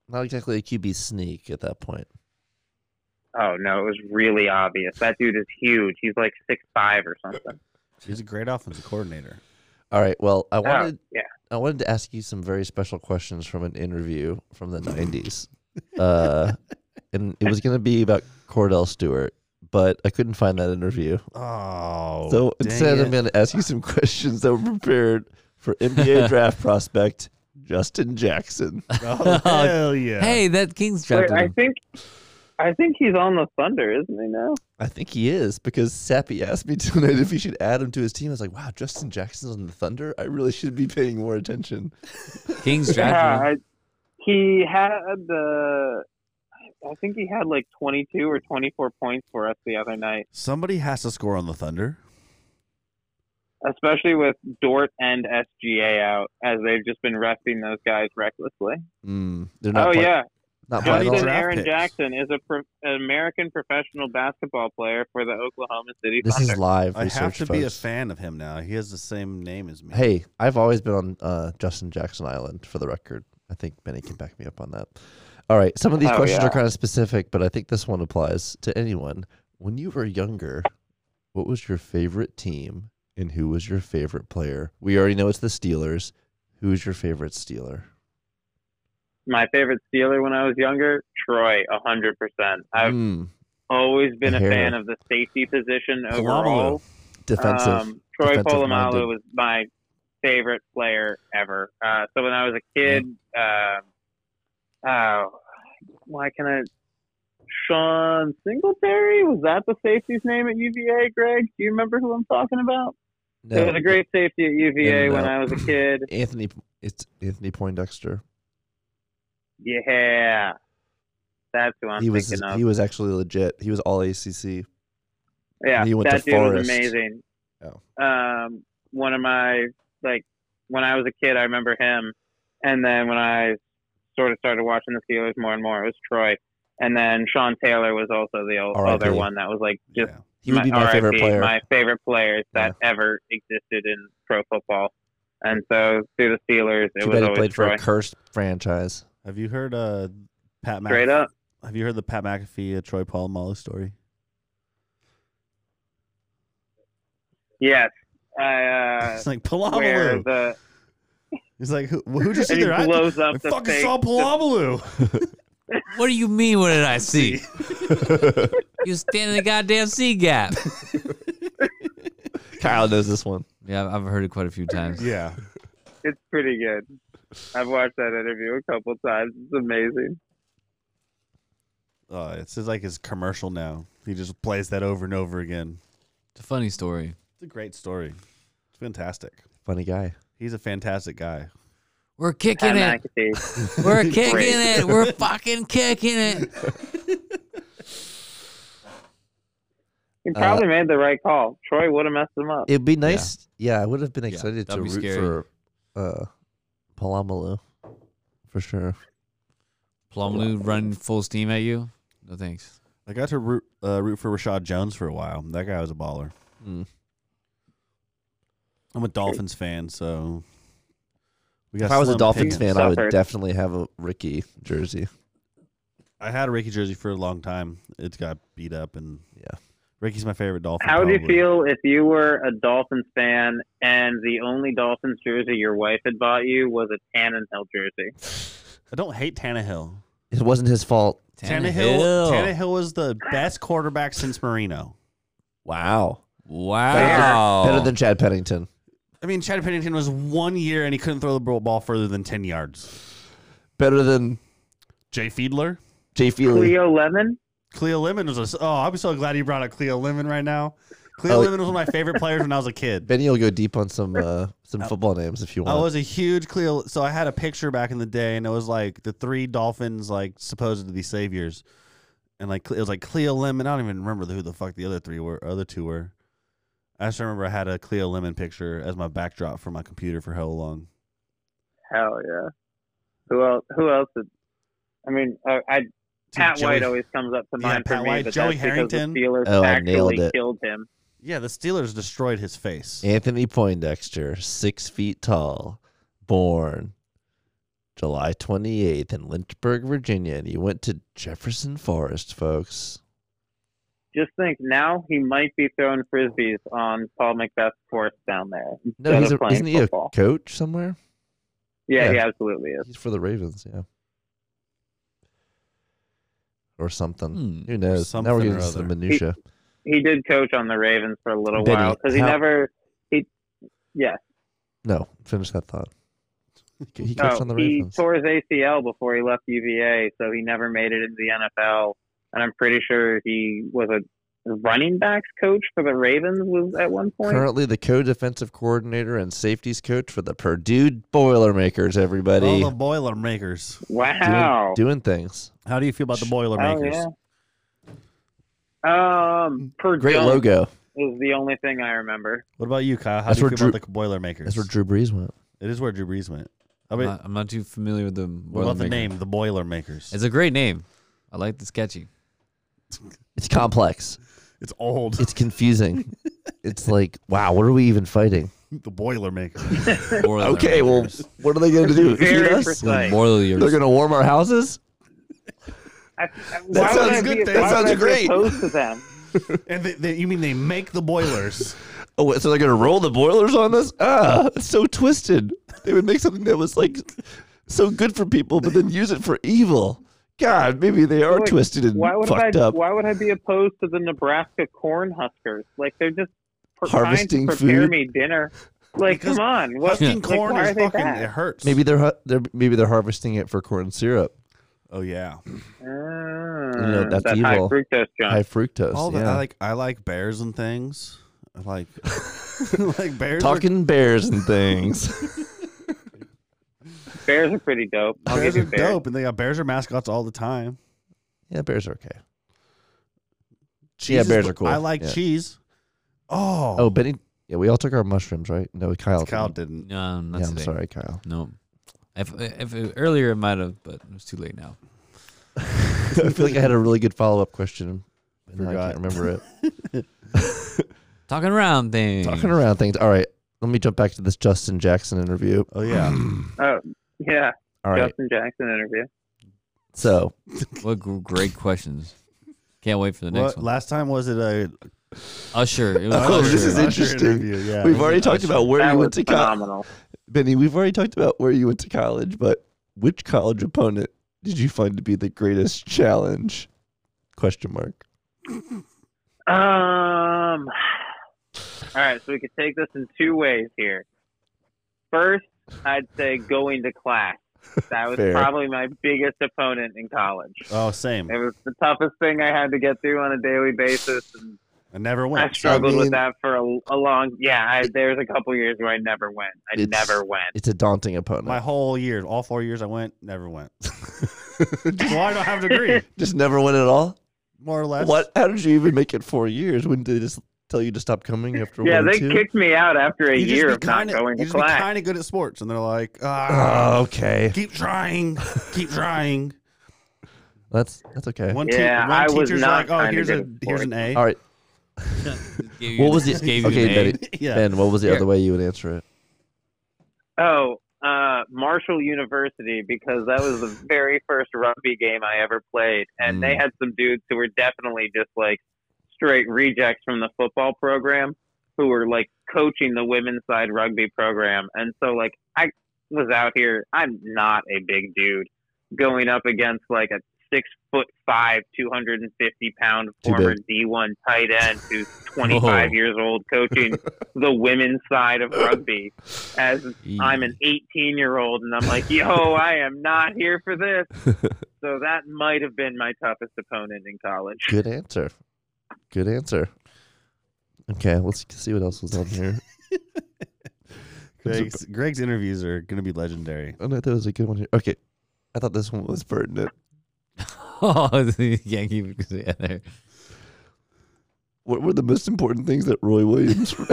[SPEAKER 2] not exactly a QB sneak at that point.
[SPEAKER 4] Oh no, it was really obvious. That dude is huge. He's like six five or something.
[SPEAKER 1] He's a great offensive coordinator.
[SPEAKER 2] All right. Well, I
[SPEAKER 4] Oh,
[SPEAKER 2] wanted
[SPEAKER 4] yeah.
[SPEAKER 2] I wanted to ask you some very special questions from an interview from the '90s, uh, and it was going to be about Cordell Stewart, but I couldn't find that interview.
[SPEAKER 1] Oh,
[SPEAKER 2] So
[SPEAKER 1] dang
[SPEAKER 2] instead,
[SPEAKER 1] it.
[SPEAKER 2] I'm going to ask you some questions that were prepared for NBA draft prospect Justin Jackson.
[SPEAKER 1] oh, hell yeah.
[SPEAKER 3] Hey, that Kings
[SPEAKER 4] Wait,
[SPEAKER 3] drafted
[SPEAKER 4] I
[SPEAKER 3] him.
[SPEAKER 4] think I think he's on the Thunder, isn't he now?
[SPEAKER 2] I think he is because Sappy asked me tonight if he should add him to his team. I was like, wow, Justin Jackson's on the Thunder. I really should be paying more attention.
[SPEAKER 3] Kings drafted him.
[SPEAKER 4] Yeah, I, he had the. I think he had like 22 or 24 points for us the other night,
[SPEAKER 1] somebody has to score on the Thunder.
[SPEAKER 4] especially with Dort and SGA out, as they've just been resting those guys recklessly.
[SPEAKER 2] Mm, they're not
[SPEAKER 4] Oh,
[SPEAKER 2] play-
[SPEAKER 4] yeah.
[SPEAKER 2] not
[SPEAKER 1] How do
[SPEAKER 2] playing
[SPEAKER 1] you
[SPEAKER 2] all-
[SPEAKER 1] do
[SPEAKER 4] Justin
[SPEAKER 1] draft
[SPEAKER 4] Aaron
[SPEAKER 1] picks.
[SPEAKER 4] Jackson is a pro- an American professional basketball player for the Oklahoma City
[SPEAKER 2] This
[SPEAKER 4] Thunder.
[SPEAKER 2] is live
[SPEAKER 1] I
[SPEAKER 2] research,
[SPEAKER 1] have to be a
[SPEAKER 2] folks.
[SPEAKER 1] fan of him now. He has the same name as me.
[SPEAKER 2] Hey, I've always been on uh, Justin Jackson Island for the record. I think Benny can back me up on that. All right. Some of these
[SPEAKER 4] Oh,
[SPEAKER 2] questions
[SPEAKER 4] yeah.
[SPEAKER 2] are kind of specific, but I think this one applies to anyone. When you were younger, what was your favorite team and who was your favorite player? We already know it's the Steelers. Who is your favorite Steeler?
[SPEAKER 4] My favorite Steeler when I was younger, Troy, hundred percent.
[SPEAKER 1] Mm.
[SPEAKER 4] I've
[SPEAKER 2] Hmm,
[SPEAKER 4] always been a
[SPEAKER 2] Hair.
[SPEAKER 4] fan of the safety position
[SPEAKER 1] Polamalu.
[SPEAKER 4] overall.
[SPEAKER 2] defensive.
[SPEAKER 4] Um, Troy
[SPEAKER 2] defensive minded.
[SPEAKER 4] Polamalu was my favorite player ever. Uh, so when I was a kid, uh, oh, why can I? Sean Singletary was that the safety's name at UVA? Greg, do you remember who I'm talking about? There was a great safety at UVA
[SPEAKER 2] No.
[SPEAKER 4] when I was a kid.
[SPEAKER 2] Anthony. It's Anthony Poindexter.
[SPEAKER 4] Yeah, that's who I'm
[SPEAKER 2] he was
[SPEAKER 4] thinking of.
[SPEAKER 2] he was actually legit. He was all ACC.
[SPEAKER 4] yeah,
[SPEAKER 2] he went
[SPEAKER 4] that
[SPEAKER 2] to Oh.
[SPEAKER 4] dude was
[SPEAKER 2] Forest.
[SPEAKER 4] amazing. Um, one of my like when I was a kid, I remember him, and then when I sort of started watching the Steelers more and more, it was Troy, and then Sean Taylor was also the o-
[SPEAKER 2] R.I.P..
[SPEAKER 4] other one that was like just
[SPEAKER 1] yeah.
[SPEAKER 2] He would be my
[SPEAKER 4] RIP,
[SPEAKER 2] favorite player.
[SPEAKER 4] My favorite players that ever existed in pro football. And so through the Steelers, it
[SPEAKER 2] Too
[SPEAKER 4] was
[SPEAKER 2] bad he
[SPEAKER 4] always
[SPEAKER 2] played for
[SPEAKER 4] Troy.
[SPEAKER 2] a cursed franchise.
[SPEAKER 1] Have you heard uh, Pat? Mc-
[SPEAKER 4] Straight up.
[SPEAKER 1] Have you heard the Pat McAfee uh, Troy Polamalu story?
[SPEAKER 4] Yes. I, uh,
[SPEAKER 1] it's like
[SPEAKER 4] where
[SPEAKER 1] Polamalu.
[SPEAKER 4] the
[SPEAKER 1] He's like, who, who'd you see
[SPEAKER 4] and he
[SPEAKER 1] there? I,
[SPEAKER 4] blows
[SPEAKER 1] I
[SPEAKER 4] up the
[SPEAKER 1] fucking
[SPEAKER 4] fake.
[SPEAKER 1] saw Polamalu.
[SPEAKER 3] What do you mean? What did I see? you standing in the goddamn C gap.
[SPEAKER 2] Kyle knows this one.
[SPEAKER 3] Yeah, I've- I've heard it quite a few times.
[SPEAKER 1] yeah.
[SPEAKER 4] It's pretty good. I've watched that interview a couple times. It's amazing.
[SPEAKER 1] Uh, it's his, like his commercial now. He just plays that over and over again.
[SPEAKER 3] It's a funny story.
[SPEAKER 1] It's a great story. It's fantastic.
[SPEAKER 2] Funny guy.
[SPEAKER 1] He's a fantastic guy.
[SPEAKER 3] We're kicking
[SPEAKER 4] Pat
[SPEAKER 3] it.
[SPEAKER 4] McAfee.
[SPEAKER 3] We're kicking
[SPEAKER 4] Great.
[SPEAKER 3] it. We're fucking kicking it.
[SPEAKER 4] He
[SPEAKER 2] Uh,
[SPEAKER 4] probably made the right call. Troy would have messed him up.
[SPEAKER 2] It'd be nice. Yeah, I would have been excited to
[SPEAKER 3] that'd
[SPEAKER 2] root
[SPEAKER 3] be scary.
[SPEAKER 2] for uh, Palamalu for sure.
[SPEAKER 3] Plumloo running full steam at you. No thanks.
[SPEAKER 1] I got to root, uh, root for Rashad Jones for a while. That guy was a baller.
[SPEAKER 2] Mm.
[SPEAKER 1] I'm a Dolphins fan, so we got
[SPEAKER 2] If I was a
[SPEAKER 1] slim
[SPEAKER 2] Dolphins
[SPEAKER 1] pickings.
[SPEAKER 2] fan, I would
[SPEAKER 4] Suffered.
[SPEAKER 2] definitely have a Ricky jersey.
[SPEAKER 1] I had a Ricky jersey for a long time. It got beat up, and
[SPEAKER 2] Yeah.
[SPEAKER 1] Ricky's my favorite Dolphin.
[SPEAKER 4] How would you
[SPEAKER 1] probably.
[SPEAKER 4] feel if you were a Dolphins fan and the only Dolphins jersey your wife had bought you was a Tannenhill jersey?
[SPEAKER 1] I don't hate Tannehill.
[SPEAKER 2] It wasn't his fault.
[SPEAKER 1] Tannehill. Tannehill was the best quarterback since Marino.
[SPEAKER 2] Wow.
[SPEAKER 3] Wow.
[SPEAKER 2] Better than Chad Pennington.
[SPEAKER 1] I mean, Chad Pennington was one year and he couldn't throw the ball further than ten yards.
[SPEAKER 2] Better than
[SPEAKER 1] Jay Fiedler,
[SPEAKER 2] Jay Feely.
[SPEAKER 4] Cleo Lemon?
[SPEAKER 1] Cleo Lemon was. A, oh, I'm so glad you brought up Cleo Lemon right now Cleo
[SPEAKER 2] Oh,
[SPEAKER 1] Lemon was one of my favorite players when I was a kid.
[SPEAKER 2] Benny will go deep on some uh, some football names if you
[SPEAKER 1] I
[SPEAKER 2] want.
[SPEAKER 1] was a huge Cleo. So I had a picture back in the day, and it was like the three dolphins, like supposed to be saviors, and like it was like Cleo Lemon. I don't even remember who the fuck the other three were, other two were. I just remember I had a Cleo Lemon picture as my backdrop for my computer for how long?
[SPEAKER 4] Hell yeah. Who else? Who else? Is, I mean, uh, I Pat
[SPEAKER 1] Dude,
[SPEAKER 4] White
[SPEAKER 1] Joey-
[SPEAKER 4] always comes up to
[SPEAKER 1] Yeah,
[SPEAKER 4] mind
[SPEAKER 1] Pat
[SPEAKER 4] for me,
[SPEAKER 1] White,
[SPEAKER 4] but
[SPEAKER 1] Joey
[SPEAKER 4] that's because
[SPEAKER 1] Harrington.
[SPEAKER 4] the Steelers
[SPEAKER 2] Oh, I nailed
[SPEAKER 4] actually
[SPEAKER 2] it.
[SPEAKER 4] killed him.
[SPEAKER 1] Yeah, the Steelers destroyed his face.
[SPEAKER 2] Anthony Poindexter, six feet tall, born July 28th in Lynchburg, Virginia, and he went to Jefferson Forest, folks.
[SPEAKER 4] Just think, now he might be throwing frisbees on Paul Macbeth's course down there.
[SPEAKER 2] No,
[SPEAKER 4] instead
[SPEAKER 2] he's
[SPEAKER 4] of
[SPEAKER 2] a,
[SPEAKER 4] playing
[SPEAKER 2] isn't he a
[SPEAKER 4] football.
[SPEAKER 2] coach somewhere?
[SPEAKER 4] Yeah,
[SPEAKER 2] yeah.
[SPEAKER 4] he absolutely is.
[SPEAKER 2] He's for the Ravens, yeah, or something.
[SPEAKER 3] Hmm.
[SPEAKER 2] Who knows?
[SPEAKER 1] something
[SPEAKER 2] now we're
[SPEAKER 1] or
[SPEAKER 2] getting into the
[SPEAKER 1] other.
[SPEAKER 2] minutia.
[SPEAKER 4] He did coach on the Ravens for a little
[SPEAKER 2] Did he?
[SPEAKER 4] while because he
[SPEAKER 2] How-
[SPEAKER 4] never. He, yeah,
[SPEAKER 2] No, finish that thought. He he
[SPEAKER 4] no,
[SPEAKER 2] coached on the
[SPEAKER 4] he
[SPEAKER 2] Ravens.
[SPEAKER 4] tore his ACL before he left UVA, so he never made it into the NFL. And I'm pretty sure he was a running backs coach for the Ravens was at one point.
[SPEAKER 2] Currently, the co-defensive coordinator and safeties coach for the Purdue Boilermakers. Everybody
[SPEAKER 1] All Oh, the Boilermakers.
[SPEAKER 4] wow.
[SPEAKER 2] doing, doing things.
[SPEAKER 1] How do you feel about the
[SPEAKER 4] Oh,
[SPEAKER 1] Boilermakers?
[SPEAKER 4] yeah. Um, per
[SPEAKER 2] Great
[SPEAKER 4] dunk
[SPEAKER 2] logo.
[SPEAKER 4] is the only thing I remember.
[SPEAKER 1] What about you, Kyle? How
[SPEAKER 2] That's
[SPEAKER 1] do you
[SPEAKER 2] where
[SPEAKER 1] feel about the Boilermakers?
[SPEAKER 2] That's where Drew Brees went.
[SPEAKER 1] it is where Drew Brees went. I
[SPEAKER 3] I'm
[SPEAKER 1] mean,
[SPEAKER 3] not, I'm not too familiar with the.
[SPEAKER 1] what about the
[SPEAKER 3] Boilermaker.
[SPEAKER 1] name, the Boilermakers?
[SPEAKER 3] It's a great name. I like the sketchy.
[SPEAKER 2] It's complex.
[SPEAKER 1] It's old.
[SPEAKER 2] It's confusing. it's like, wow, what are we even fighting?
[SPEAKER 1] the Boilermakers.
[SPEAKER 2] Okay, well, what are they going to do?
[SPEAKER 4] Very
[SPEAKER 2] Feed us?
[SPEAKER 4] precise.
[SPEAKER 3] Morally,
[SPEAKER 2] They're going to warm our houses?
[SPEAKER 4] I, I, why would
[SPEAKER 2] sounds
[SPEAKER 4] I
[SPEAKER 1] good
[SPEAKER 4] Be,
[SPEAKER 1] then.
[SPEAKER 4] why
[SPEAKER 1] That
[SPEAKER 4] would
[SPEAKER 2] sounds
[SPEAKER 4] I be
[SPEAKER 2] great.
[SPEAKER 4] Opposed to them.
[SPEAKER 1] and they, they, you mean they make the boilers?
[SPEAKER 2] Oh, wait, so they're going to roll the boilers on us? Ah, it's so twisted. They would make something that was like so good for people, but then use it for evil. God, maybe they are
[SPEAKER 4] Like,
[SPEAKER 2] twisted and
[SPEAKER 4] Why would
[SPEAKER 2] fucked
[SPEAKER 4] I?
[SPEAKER 2] up.
[SPEAKER 4] Why would I be opposed to the Nebraska Cornhuskers? Like they're just per-
[SPEAKER 2] Harvesting
[SPEAKER 4] trying to prepare
[SPEAKER 2] food?
[SPEAKER 4] me dinner. Like,
[SPEAKER 1] Because
[SPEAKER 4] come on, what?
[SPEAKER 1] Husking
[SPEAKER 4] like,
[SPEAKER 1] corn
[SPEAKER 4] why
[SPEAKER 1] is
[SPEAKER 4] are they
[SPEAKER 1] fucking. It
[SPEAKER 4] bad?
[SPEAKER 1] hurts.
[SPEAKER 2] Maybe they're, hu- they're maybe they're harvesting it for corn syrup,
[SPEAKER 1] Oh yeah.
[SPEAKER 4] Ah,
[SPEAKER 2] You know, that's
[SPEAKER 4] that high
[SPEAKER 2] evil.
[SPEAKER 4] fructose junk.
[SPEAKER 2] high fructose.
[SPEAKER 1] All that
[SPEAKER 2] yeah.
[SPEAKER 1] I like. I like bears and things. I like like bears. are-
[SPEAKER 2] Talking bears and things.
[SPEAKER 4] Bears are pretty dope. I'll
[SPEAKER 1] bears
[SPEAKER 4] give
[SPEAKER 1] are
[SPEAKER 4] you bears.
[SPEAKER 1] dope, and they got bears are mascots all the time.
[SPEAKER 2] yeah, bears are okay.
[SPEAKER 1] Cheese
[SPEAKER 2] Yeah,
[SPEAKER 1] is-
[SPEAKER 2] bears are cool.
[SPEAKER 1] I like
[SPEAKER 2] Yeah.
[SPEAKER 1] cheese. Oh,
[SPEAKER 2] Oh, Benny. Yeah, we all took our mushrooms, right? No, Kyle.
[SPEAKER 1] Kyle didn't.
[SPEAKER 2] didn't.
[SPEAKER 3] No, not
[SPEAKER 2] Oh, Yeah, I'm
[SPEAKER 3] today.
[SPEAKER 2] sorry, Kyle.
[SPEAKER 3] No. If, if, if earlier it might have, but it's too late now.
[SPEAKER 2] I feel like I had a really good follow up question. and now I
[SPEAKER 1] Forgot.
[SPEAKER 2] can't remember it.
[SPEAKER 3] Talking around thing.
[SPEAKER 2] Talking around things. All right, let me jump back to this Justin Jackson interview.
[SPEAKER 1] Oh yeah.
[SPEAKER 4] Yeah,
[SPEAKER 2] All right,
[SPEAKER 4] Justin Jackson interview.
[SPEAKER 2] so
[SPEAKER 3] What gr- great questions. Can't wait for the
[SPEAKER 1] What-
[SPEAKER 3] next one.
[SPEAKER 1] last time was it a
[SPEAKER 3] Usher. It was
[SPEAKER 2] Oh,
[SPEAKER 3] Usher.
[SPEAKER 2] this is
[SPEAKER 1] Usher
[SPEAKER 2] interesting.
[SPEAKER 1] interview, Yeah.
[SPEAKER 2] we've already talked about where
[SPEAKER 4] that
[SPEAKER 2] you
[SPEAKER 4] was
[SPEAKER 2] went to college,
[SPEAKER 4] phenomenal.
[SPEAKER 2] Benny. We've already talked about where you went to college, but which college opponent did you find to be the greatest challenge? Question mark.
[SPEAKER 4] Um. All right, so we could take this in two ways here. First, I'd say going to class. That was
[SPEAKER 2] Fair.
[SPEAKER 4] probably my biggest opponent in college.
[SPEAKER 1] Oh, same.
[SPEAKER 4] It was the toughest thing I had to get through on a daily basis. And
[SPEAKER 1] I never
[SPEAKER 4] I
[SPEAKER 1] went.
[SPEAKER 4] struggled
[SPEAKER 2] I mean-
[SPEAKER 4] with that for a, a long. Yeah, I, there was a couple years where I never went. I
[SPEAKER 2] It's-
[SPEAKER 4] never went.
[SPEAKER 2] It's a daunting opponent.
[SPEAKER 1] My whole year, all four years I went, never went. well, I don't have a degree,
[SPEAKER 2] Just never win at all.
[SPEAKER 1] more or less.
[SPEAKER 2] What? How did you even make it four years? When did they just tell you to stop coming after
[SPEAKER 4] Yeah,
[SPEAKER 2] one or
[SPEAKER 4] they
[SPEAKER 2] two?
[SPEAKER 4] kicked me out after a
[SPEAKER 1] You just
[SPEAKER 4] year
[SPEAKER 1] be
[SPEAKER 4] of not
[SPEAKER 1] kinda-
[SPEAKER 4] going
[SPEAKER 1] you
[SPEAKER 4] to
[SPEAKER 1] just
[SPEAKER 4] class.
[SPEAKER 1] be kind of good at sports, and they're like, ah,
[SPEAKER 2] Oh, okay.
[SPEAKER 1] keep trying, keep trying.
[SPEAKER 2] That's that's okay.
[SPEAKER 1] One,
[SPEAKER 4] Yeah,
[SPEAKER 1] one
[SPEAKER 4] I was
[SPEAKER 1] teacher's like,
[SPEAKER 4] not
[SPEAKER 1] oh,
[SPEAKER 4] kinda
[SPEAKER 1] here's
[SPEAKER 4] good
[SPEAKER 1] a
[SPEAKER 4] at
[SPEAKER 1] here's an A.
[SPEAKER 2] All right,
[SPEAKER 3] Gave you-
[SPEAKER 2] what was the
[SPEAKER 3] just gave you
[SPEAKER 2] okay,
[SPEAKER 3] an A.
[SPEAKER 2] Benny?
[SPEAKER 1] yeah,
[SPEAKER 2] Ben, what was the
[SPEAKER 3] Here.
[SPEAKER 2] other way you would answer it?
[SPEAKER 4] Oh, uh, Marshall University because that was the very first rugby game I ever played, and they had some dudes who were definitely just like straight rejects from the football program who were like coaching the women's side rugby program, and so like I was out here. I'm not a big dude going up against like a six foot five, two hundred and fifty pound
[SPEAKER 2] Too
[SPEAKER 4] former D one tight end who's twenty five
[SPEAKER 3] Whoa.
[SPEAKER 4] years old coaching the women's side of rugby as I'm an 18 year old and I'm like, yo, I am not here for this. So that might have been my toughest opponent in college.
[SPEAKER 2] Good answer. Good answer. Okay, let's see what else was on here.
[SPEAKER 1] Greg's, Greg's interviews are going to be legendary.
[SPEAKER 2] Oh, no, there was a good one here. Okay, I thought this one was pertinent.
[SPEAKER 3] oh, you can't keep it together.
[SPEAKER 2] What were the most important things that Roy Williams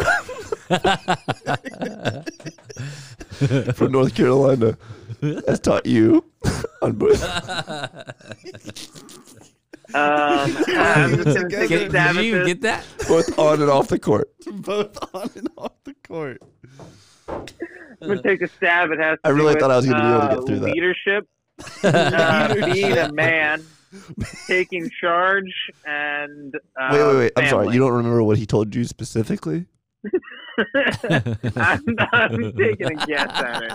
[SPEAKER 2] from North Carolina has taught you? on both?
[SPEAKER 4] Um, I'm just gonna
[SPEAKER 1] Together.
[SPEAKER 4] take a
[SPEAKER 3] Get,
[SPEAKER 4] stab
[SPEAKER 3] did
[SPEAKER 4] at
[SPEAKER 3] you
[SPEAKER 4] this.
[SPEAKER 3] get that?
[SPEAKER 2] both on and off the court.
[SPEAKER 1] Both on and off the court.
[SPEAKER 4] I'm gonna take a stab. It has. To
[SPEAKER 2] I really
[SPEAKER 4] do with,
[SPEAKER 2] thought I was gonna be able to get
[SPEAKER 4] uh,
[SPEAKER 2] through that.
[SPEAKER 4] Leadership, uh, being a man, taking charge, and uh,
[SPEAKER 2] wait, wait, wait. I'm sorry.
[SPEAKER 4] family.
[SPEAKER 2] You don't remember what he told you specifically?
[SPEAKER 4] I'm, I'm taking a guess at it.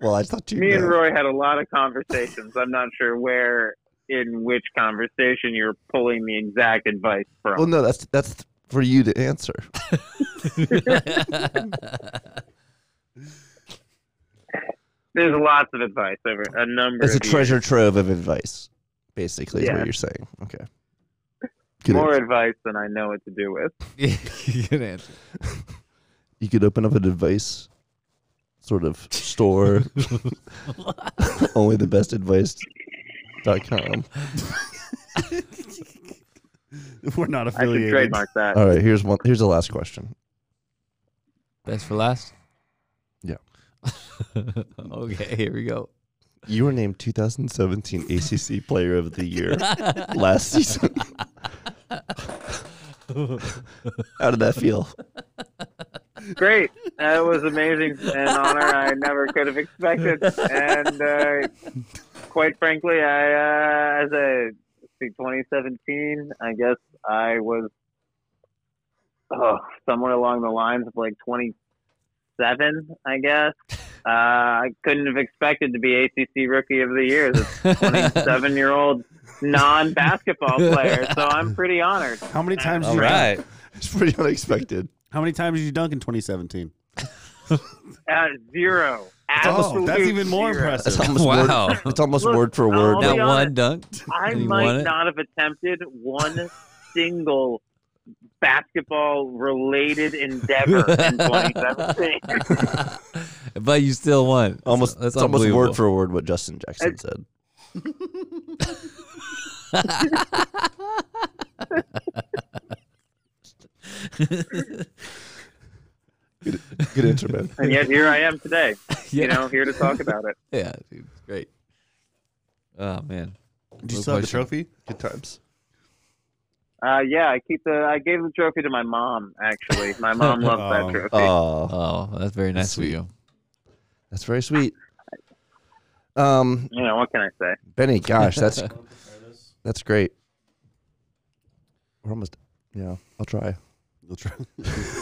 [SPEAKER 2] Well, I thought you.
[SPEAKER 4] Me and
[SPEAKER 2] know.
[SPEAKER 4] Roy had a lot of conversations. I'm not sure where, in which conversation, you're pulling the exact advice
[SPEAKER 2] Well,
[SPEAKER 4] from.
[SPEAKER 2] no, that's that's for you to answer.
[SPEAKER 4] There's lots of advice over a number.
[SPEAKER 2] It's a
[SPEAKER 4] of years.
[SPEAKER 2] treasure trove of advice, basically, is
[SPEAKER 4] Yeah.
[SPEAKER 2] what you're saying. Okay. Good
[SPEAKER 4] More
[SPEAKER 2] answer.
[SPEAKER 4] advice than I know what to do with.
[SPEAKER 3] Good answer.
[SPEAKER 2] You could open up an advice sort of store. Only the best advice. Dot com.
[SPEAKER 1] We're not
[SPEAKER 4] I should
[SPEAKER 1] affiliated.
[SPEAKER 4] trademark that.
[SPEAKER 2] All right, here's one. Here's the last question.
[SPEAKER 3] Best for last.
[SPEAKER 2] Yeah.
[SPEAKER 3] okay, here we go.
[SPEAKER 2] You were named 2017 ACC Player of the Year last season. How did that feel?
[SPEAKER 4] Great. That was amazing. An honor I never could have expected. And uh, quite frankly, I, uh, as a let's see, 2017, I guess I was oh, somewhere along the lines of like 27, I guess. Uh, I couldn't have expected to be ACC Rookie of the Year as a 27 year old non basketball player. So I'm pretty honored.
[SPEAKER 1] How many times?
[SPEAKER 3] All
[SPEAKER 1] did you dunk?
[SPEAKER 3] right.
[SPEAKER 2] It's pretty unexpected.
[SPEAKER 1] How many times did you dunk in 2017?
[SPEAKER 4] Uh, zero.
[SPEAKER 1] Oh, that's
[SPEAKER 4] Absolute
[SPEAKER 1] even more
[SPEAKER 4] zero.
[SPEAKER 2] It's
[SPEAKER 1] impressive.
[SPEAKER 2] almost
[SPEAKER 3] Wow.
[SPEAKER 2] word. It's almost
[SPEAKER 4] Look,
[SPEAKER 2] word for
[SPEAKER 4] I'll
[SPEAKER 2] word.
[SPEAKER 4] be
[SPEAKER 3] Not
[SPEAKER 4] honest.
[SPEAKER 3] one dunk.
[SPEAKER 4] I
[SPEAKER 3] You want
[SPEAKER 4] might
[SPEAKER 3] it?
[SPEAKER 4] not have attempted one single basketball related endeavor in 2017.
[SPEAKER 3] but you still won.
[SPEAKER 2] almost.
[SPEAKER 3] That's
[SPEAKER 2] it's almost word
[SPEAKER 3] unbelievable.
[SPEAKER 2] for word what Justin Jackson said. good, good answer, man.
[SPEAKER 4] and yet here I am today,
[SPEAKER 3] yeah.
[SPEAKER 4] you know, here to talk about it.
[SPEAKER 3] Yeah, dude. it's Great. Oh man.
[SPEAKER 1] Did you
[SPEAKER 3] Good
[SPEAKER 1] still have the
[SPEAKER 3] question.
[SPEAKER 1] trophy?
[SPEAKER 2] Good times.
[SPEAKER 4] Uh, yeah, I keep the I gave the trophy to my mom actually. My mom loves
[SPEAKER 1] Oh.
[SPEAKER 4] that trophy.
[SPEAKER 2] Oh,
[SPEAKER 3] Oh, that's very nice of you.
[SPEAKER 2] that's very sweet. Um,
[SPEAKER 4] you know, what can I say?
[SPEAKER 2] Benny, gosh, that's that's great. We're almost. Yeah, I'll try.
[SPEAKER 1] You'll try.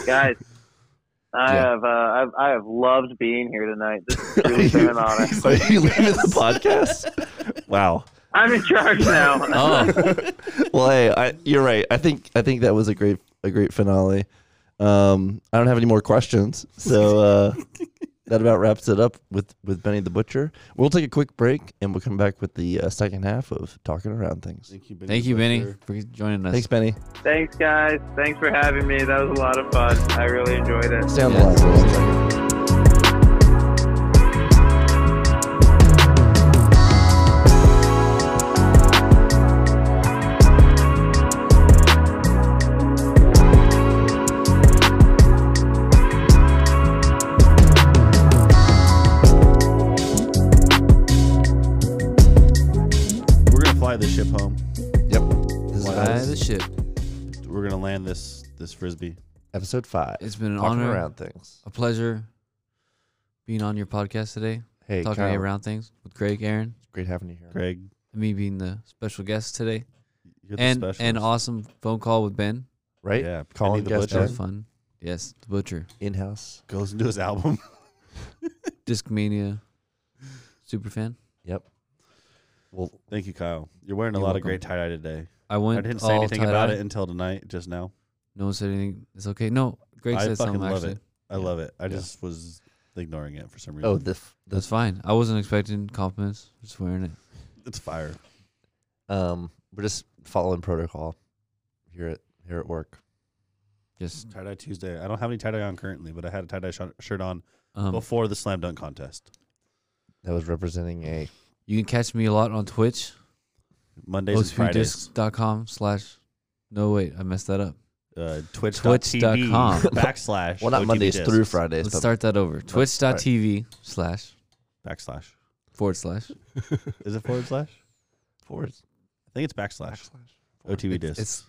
[SPEAKER 4] Guys, I
[SPEAKER 3] Yeah.
[SPEAKER 4] have uh, I've, I have loved being here tonight. This has really been an honor.
[SPEAKER 2] Are you leaving the podcast? Wow.
[SPEAKER 4] I'm in charge now.
[SPEAKER 3] Oh,
[SPEAKER 2] Well, hey, I, you're right. I think I think that was a great a great finale. Um, I don't have any more questions, so uh, that about wraps it up with with Benny the Butcher. We'll take a quick break and we'll come back with the uh, second half of talking around things.
[SPEAKER 1] Thank you, Benny.
[SPEAKER 3] thank you, Benny, for joining us.
[SPEAKER 2] Thanks, Benny.
[SPEAKER 4] Thanks guys. Thanks for having me. That was a lot of fun. I really enjoyed it.
[SPEAKER 2] Stay on
[SPEAKER 3] Yeah.
[SPEAKER 2] the line. for one
[SPEAKER 1] We're gonna fly this ship home.
[SPEAKER 2] second. Yep. This is
[SPEAKER 3] Fly
[SPEAKER 2] us.
[SPEAKER 3] the ship.
[SPEAKER 1] We're gonna land this this frisbee.
[SPEAKER 2] episode five.
[SPEAKER 3] It's been an
[SPEAKER 2] talking
[SPEAKER 3] honor,
[SPEAKER 2] around things.
[SPEAKER 3] a pleasure being on your podcast today,
[SPEAKER 2] Hey,
[SPEAKER 3] talking
[SPEAKER 2] Kyle,
[SPEAKER 3] around things with Greg, Aaron,
[SPEAKER 2] it's great having you here.
[SPEAKER 1] Greg,
[SPEAKER 3] and me being the special guest today,
[SPEAKER 1] you're the
[SPEAKER 3] and
[SPEAKER 1] specialist.
[SPEAKER 3] an awesome phone call with Ben.
[SPEAKER 2] Right?
[SPEAKER 1] Yeah,
[SPEAKER 2] Calling
[SPEAKER 1] Benny the
[SPEAKER 2] guest
[SPEAKER 3] That was
[SPEAKER 1] Sure.
[SPEAKER 3] fun. Yes, the butcher,
[SPEAKER 2] in house.
[SPEAKER 1] goes into his album.
[SPEAKER 3] Discmania, super fan.
[SPEAKER 2] Yep.
[SPEAKER 1] Well, thank you, Kyle. You're wearing a
[SPEAKER 3] You're
[SPEAKER 1] lot of
[SPEAKER 3] welcome.
[SPEAKER 1] great tie dye today.
[SPEAKER 3] I
[SPEAKER 1] I
[SPEAKER 3] went.
[SPEAKER 1] didn't say
[SPEAKER 3] all
[SPEAKER 1] anything about
[SPEAKER 3] tie-dye.
[SPEAKER 1] it until tonight, just now.
[SPEAKER 3] No one said anything. It's okay. No, Greg
[SPEAKER 1] I
[SPEAKER 3] said
[SPEAKER 1] fucking
[SPEAKER 3] something.
[SPEAKER 1] love
[SPEAKER 3] actually,
[SPEAKER 1] it. I
[SPEAKER 3] Yeah.
[SPEAKER 1] love it. I
[SPEAKER 2] Yeah.
[SPEAKER 1] just was ignoring it for some reason.
[SPEAKER 2] Oh, the f- the
[SPEAKER 3] that's fine. I wasn't expecting compliments. Just wearing it.
[SPEAKER 1] it's fire.
[SPEAKER 2] Um, we're just following protocol here at here at work.
[SPEAKER 3] Just
[SPEAKER 1] Tie dye Tuesday. I don't have any tie dye on currently, but I had a tie dye sh- shirt on
[SPEAKER 3] um,
[SPEAKER 1] before the slam dunk contest.
[SPEAKER 2] That was representing a
[SPEAKER 3] you can catch me a lot on Twitch. oh,
[SPEAKER 1] Mondays and Fridays.
[SPEAKER 3] Ospudiscs.com slash. No wait, I messed that up.
[SPEAKER 1] Uh, Twitch
[SPEAKER 3] Twitch.com.
[SPEAKER 1] backslash.
[SPEAKER 2] well, not
[SPEAKER 1] OTB
[SPEAKER 2] Mondays
[SPEAKER 1] discs.
[SPEAKER 2] through Fridays.
[SPEAKER 3] Let's
[SPEAKER 2] but
[SPEAKER 3] start that over.
[SPEAKER 2] right.
[SPEAKER 3] Twitch.tv slash
[SPEAKER 1] Backslash.
[SPEAKER 3] forward slash.
[SPEAKER 1] Is it forward slash?
[SPEAKER 2] forwards.
[SPEAKER 1] I think it's backslash. OTB discs.
[SPEAKER 3] It's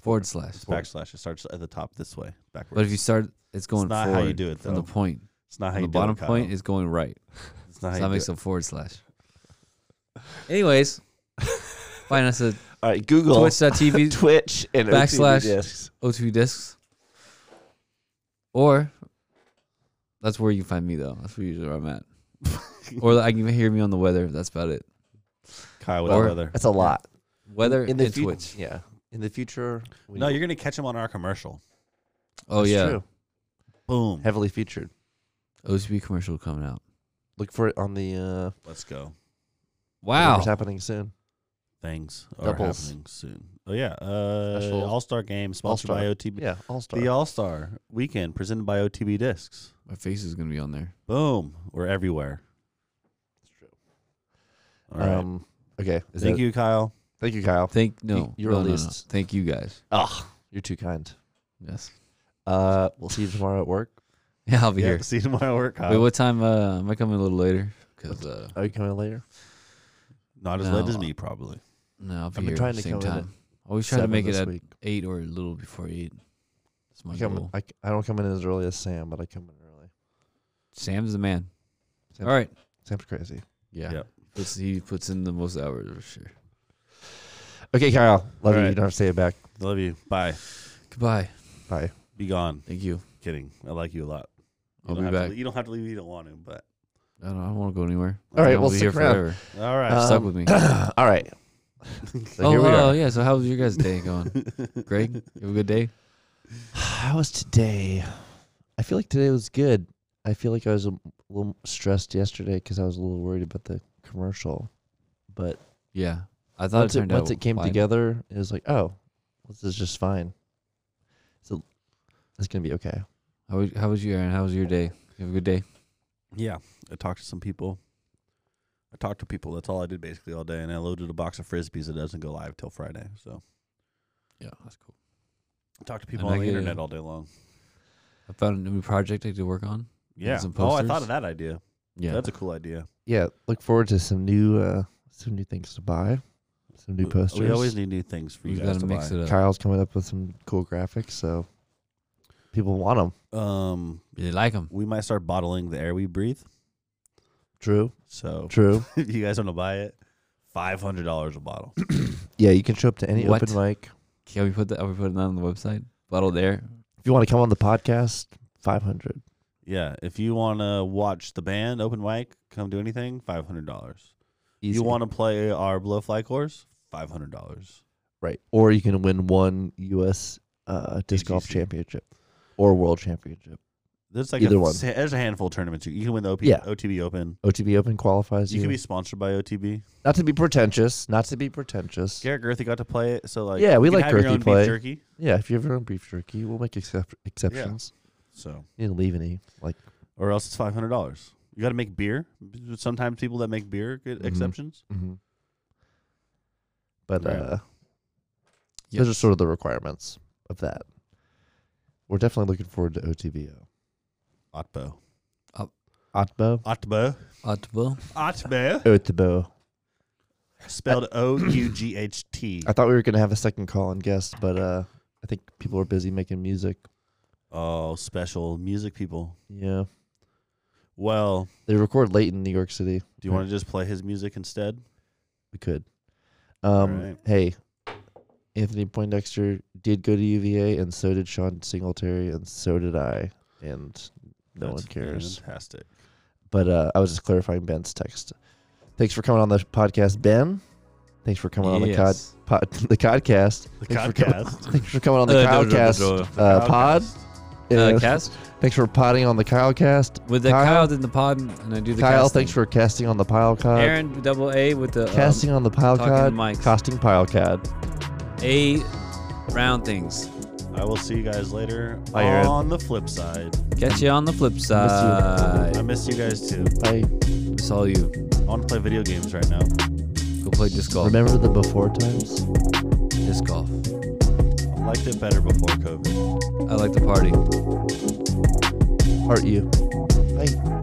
[SPEAKER 3] forward slash.
[SPEAKER 1] It's backslash. It starts at the top this way, backwards.
[SPEAKER 3] But if you start, it's going
[SPEAKER 1] it's not
[SPEAKER 3] forward
[SPEAKER 1] how you do it
[SPEAKER 3] from
[SPEAKER 1] though.
[SPEAKER 3] the point.
[SPEAKER 1] it's not how
[SPEAKER 3] From
[SPEAKER 1] you
[SPEAKER 3] the
[SPEAKER 1] do
[SPEAKER 3] bottom
[SPEAKER 1] it. Kyle.
[SPEAKER 3] point is going right.
[SPEAKER 1] it's not how
[SPEAKER 3] So that
[SPEAKER 1] you
[SPEAKER 3] makes
[SPEAKER 1] do
[SPEAKER 3] a forward slash. Anyways, find us at
[SPEAKER 2] All right, Google
[SPEAKER 3] twitch.tv
[SPEAKER 2] Twitch and
[SPEAKER 3] Backslash.
[SPEAKER 2] OTB discs.
[SPEAKER 3] O2 discs. Or that's where you find me though. That's where usually where I'm at. or I can hear me on the weather. That's about it.
[SPEAKER 1] it. Kyle with
[SPEAKER 2] Or-
[SPEAKER 1] the weather.
[SPEAKER 2] That's a lot.
[SPEAKER 3] Weather
[SPEAKER 2] In the
[SPEAKER 3] and
[SPEAKER 2] fut-
[SPEAKER 3] Twitch.
[SPEAKER 2] Yeah. In the future, we-
[SPEAKER 1] No, you're gonna catch him on our commercial.
[SPEAKER 3] Oh
[SPEAKER 2] It's
[SPEAKER 3] yeah.
[SPEAKER 2] true.
[SPEAKER 1] Boom.
[SPEAKER 2] heavily featured.
[SPEAKER 3] OCB commercial coming out.
[SPEAKER 2] Look for it on the uh,
[SPEAKER 1] Let's go.
[SPEAKER 3] Wow.
[SPEAKER 2] whatever's happening soon.
[SPEAKER 1] Things are
[SPEAKER 2] Doubles.
[SPEAKER 1] happening soon. Oh yeah. Uh,
[SPEAKER 2] Special-
[SPEAKER 1] All Star game sponsored by
[SPEAKER 2] All-Star.
[SPEAKER 1] OTB.
[SPEAKER 2] Yeah, All Star.
[SPEAKER 1] The All Star weekend presented by OTB Discs.
[SPEAKER 3] My face is gonna be on there.
[SPEAKER 1] Boom. We're everywhere. All right.
[SPEAKER 2] um, Okay. Is
[SPEAKER 1] Thank
[SPEAKER 2] that-
[SPEAKER 1] you, Kyle.
[SPEAKER 2] Thank you, Kyle.
[SPEAKER 3] Thank no.
[SPEAKER 2] you're
[SPEAKER 3] no,
[SPEAKER 2] at
[SPEAKER 3] no, no.
[SPEAKER 2] least-
[SPEAKER 3] Thank you guys.
[SPEAKER 2] Oh, you're too kind.
[SPEAKER 3] Yes.
[SPEAKER 2] Uh, we'll see you tomorrow at work.
[SPEAKER 3] Yeah, I'll be
[SPEAKER 1] Yeah,
[SPEAKER 3] here.
[SPEAKER 1] See you tomorrow, work, Kyle.
[SPEAKER 3] Wait, what time? Uh, am I coming a little later? Because uh,
[SPEAKER 2] Are you coming later?
[SPEAKER 1] Not as
[SPEAKER 3] No.
[SPEAKER 1] late as me, probably.
[SPEAKER 3] no, I'll be
[SPEAKER 2] been
[SPEAKER 3] here
[SPEAKER 2] trying
[SPEAKER 3] at the
[SPEAKER 2] to
[SPEAKER 3] same
[SPEAKER 2] come in at
[SPEAKER 3] time. Always try to
[SPEAKER 2] Seven
[SPEAKER 3] make it
[SPEAKER 2] this
[SPEAKER 3] at
[SPEAKER 2] week.
[SPEAKER 3] eight or a little before eight. That's my
[SPEAKER 2] I, come,
[SPEAKER 3] goal.
[SPEAKER 2] I, I don't come in as early as Sam, but I come in early.
[SPEAKER 3] Sam's the man.
[SPEAKER 2] Sam-
[SPEAKER 3] All right.
[SPEAKER 2] Sam's crazy.
[SPEAKER 3] Yeah.
[SPEAKER 1] Yep.
[SPEAKER 3] Puts- he puts in the most hours for sure.
[SPEAKER 2] Okay, Kyle. Love you.
[SPEAKER 1] right.
[SPEAKER 2] You don't have to say it back.
[SPEAKER 1] Love you. Bye.
[SPEAKER 3] Goodbye.
[SPEAKER 2] Bye.
[SPEAKER 1] Be gone.
[SPEAKER 3] Thank you.
[SPEAKER 1] Kidding. I like you a lot. You
[SPEAKER 3] I'll
[SPEAKER 1] don't
[SPEAKER 3] be
[SPEAKER 1] have to
[SPEAKER 3] back.
[SPEAKER 1] le- you don't have to leave. if You don't want to, but
[SPEAKER 3] I don't, I don't want to go anywhere.
[SPEAKER 2] All right,
[SPEAKER 3] I'll
[SPEAKER 2] well,
[SPEAKER 3] be
[SPEAKER 2] stick
[SPEAKER 3] here
[SPEAKER 2] around.
[SPEAKER 3] forever.
[SPEAKER 1] all right.
[SPEAKER 2] Uh,
[SPEAKER 3] Stuck
[SPEAKER 2] Um,
[SPEAKER 3] with me.
[SPEAKER 2] All right.
[SPEAKER 1] Uh,
[SPEAKER 2] So
[SPEAKER 3] oh,
[SPEAKER 2] here we
[SPEAKER 3] oh,
[SPEAKER 2] are.
[SPEAKER 3] yeah. So how was your guys' day going? Greg, you have a good day.
[SPEAKER 2] How was today? I feel like today was good. I feel like I was a little stressed yesterday because I was a little worried about the commercial, but
[SPEAKER 3] Yeah. I thought
[SPEAKER 2] once
[SPEAKER 3] it
[SPEAKER 2] it,
[SPEAKER 3] turned out.
[SPEAKER 2] once it came
[SPEAKER 3] fine.
[SPEAKER 2] together, it was like, oh, this is just fine. So it's gonna be okay.
[SPEAKER 3] How was, how was you, Aaron? How was your day? You have a good day.
[SPEAKER 1] yeah, I talked to some people. I talked to people. That's all I did basically all day, and I loaded a box of frisbees that doesn't go live till Friday. So
[SPEAKER 3] Yeah, that's cool.
[SPEAKER 1] I talked to people
[SPEAKER 3] And I
[SPEAKER 1] on the
[SPEAKER 3] get a-
[SPEAKER 1] internet all day long.
[SPEAKER 3] I found a new project I could work on.
[SPEAKER 1] Yeah.
[SPEAKER 3] some
[SPEAKER 1] oh, I thought
[SPEAKER 3] posters.
[SPEAKER 1] of that idea.
[SPEAKER 3] Yeah.
[SPEAKER 1] That's a cool idea.
[SPEAKER 2] Yeah, look forward to some new uh some new things to buy, some new
[SPEAKER 1] We-
[SPEAKER 2] posters.
[SPEAKER 1] We always need new things for you
[SPEAKER 3] We've
[SPEAKER 1] guys
[SPEAKER 3] got
[SPEAKER 1] to
[SPEAKER 3] to mix
[SPEAKER 1] buy.
[SPEAKER 3] it up.
[SPEAKER 2] Kyle's coming up with some cool graphics, so people want them.
[SPEAKER 1] Um,
[SPEAKER 3] Really like them.
[SPEAKER 1] we might start bottling the air we breathe.
[SPEAKER 2] True,
[SPEAKER 1] So
[SPEAKER 2] true.
[SPEAKER 1] if you guys want to buy it, five hundred dollars a bottle.
[SPEAKER 2] yeah, you can show up to any
[SPEAKER 3] What?
[SPEAKER 2] open mic.
[SPEAKER 3] Can we put that? Are we putting that on the website? Bottle there.
[SPEAKER 2] If you want to come on the podcast, five hundred.
[SPEAKER 1] Yeah, if you want to watch the band open mic, come do anything, five hundred dollars.
[SPEAKER 2] Easy.
[SPEAKER 1] You want to play our blowfly course, five hundred dollars.
[SPEAKER 2] right, or you can win one U.S. Uh, disc golf
[SPEAKER 1] AGC.
[SPEAKER 2] championship or world championship.
[SPEAKER 1] There's like
[SPEAKER 2] Either
[SPEAKER 1] a,
[SPEAKER 2] one.
[SPEAKER 1] There's a handful of tournaments you, you can win the OP,
[SPEAKER 2] Yeah.
[SPEAKER 1] OTB Open.
[SPEAKER 2] OTB Open qualifies
[SPEAKER 1] You
[SPEAKER 2] you.
[SPEAKER 1] can be sponsored by OTB.
[SPEAKER 2] not to be pretentious. Not to be pretentious.
[SPEAKER 1] Garrett Gerthy got to play it, so like
[SPEAKER 2] Yeah, we
[SPEAKER 1] you can
[SPEAKER 2] like
[SPEAKER 1] have your
[SPEAKER 2] Gerthy
[SPEAKER 1] own beef
[SPEAKER 2] play.
[SPEAKER 1] jerky.
[SPEAKER 2] Yeah, if you have your own beef jerky, we'll make excep- exceptions.
[SPEAKER 1] So
[SPEAKER 2] You didn't leave any. Like,
[SPEAKER 1] or else it's five hundred dollars. You got to make beer. Sometimes people that make beer get
[SPEAKER 2] Mhm.
[SPEAKER 1] exceptions.
[SPEAKER 2] but
[SPEAKER 1] Right.
[SPEAKER 2] uh, those are sort of the requirements of that. We're definitely looking forward to OTBO.
[SPEAKER 1] Otbo,
[SPEAKER 2] Otbo.
[SPEAKER 1] Otbo,
[SPEAKER 3] Audible.
[SPEAKER 1] Otbo,
[SPEAKER 2] Otbo.
[SPEAKER 1] spelled O U G H T.
[SPEAKER 2] I thought we were gonna have a second call and guest, but uh, I think people are busy making music.
[SPEAKER 1] Oh, special music people.
[SPEAKER 2] Yeah,
[SPEAKER 1] Well,
[SPEAKER 2] they record late in New York City.
[SPEAKER 1] Do you want to just play his music instead?
[SPEAKER 2] We could. Um,
[SPEAKER 1] right.
[SPEAKER 2] Hey, Anthony Poindexter did go to UVA, and so did Sean Singletary, and so did I, and no
[SPEAKER 1] That's
[SPEAKER 2] one cares.
[SPEAKER 1] Fantastic.
[SPEAKER 2] But uh, I was just clarifying Ben's text. Thanks for coming on the podcast, Ben. Thanks for coming on the
[SPEAKER 3] Yes.
[SPEAKER 2] cod, pod, the podcast.
[SPEAKER 1] The
[SPEAKER 2] Thanks for coming-
[SPEAKER 1] podcast.
[SPEAKER 2] thanks for coming on the
[SPEAKER 3] Uh, no, no, no,
[SPEAKER 2] Kylecast
[SPEAKER 3] no, no.
[SPEAKER 2] uh, pod.
[SPEAKER 3] Uh,
[SPEAKER 2] Yeah.
[SPEAKER 3] cast
[SPEAKER 2] Thanks for potting on the Kylecast.
[SPEAKER 3] with the
[SPEAKER 2] Kyle-
[SPEAKER 3] Kyle, in the pod, and I do the
[SPEAKER 2] Kyle,
[SPEAKER 3] casting.
[SPEAKER 2] thanks for uh, casting on the Pilecod.
[SPEAKER 3] Aaron double A with the um,
[SPEAKER 2] casting on the
[SPEAKER 3] talking to
[SPEAKER 2] Pilecod.
[SPEAKER 3] mics.
[SPEAKER 2] Casting Pilecod.
[SPEAKER 3] A round things.
[SPEAKER 1] I will see you guys later
[SPEAKER 2] Bye, Aaron.
[SPEAKER 1] on the flip side.
[SPEAKER 3] Catch you on the flip side.
[SPEAKER 1] I miss you guys too.
[SPEAKER 2] I
[SPEAKER 3] Miss all you.
[SPEAKER 1] I want to play video games right now.
[SPEAKER 3] Go play disc golf.
[SPEAKER 2] remember the before times.
[SPEAKER 3] disc golf.
[SPEAKER 1] I liked it better before COVID.
[SPEAKER 3] I like the party.
[SPEAKER 2] Heart you. Bye.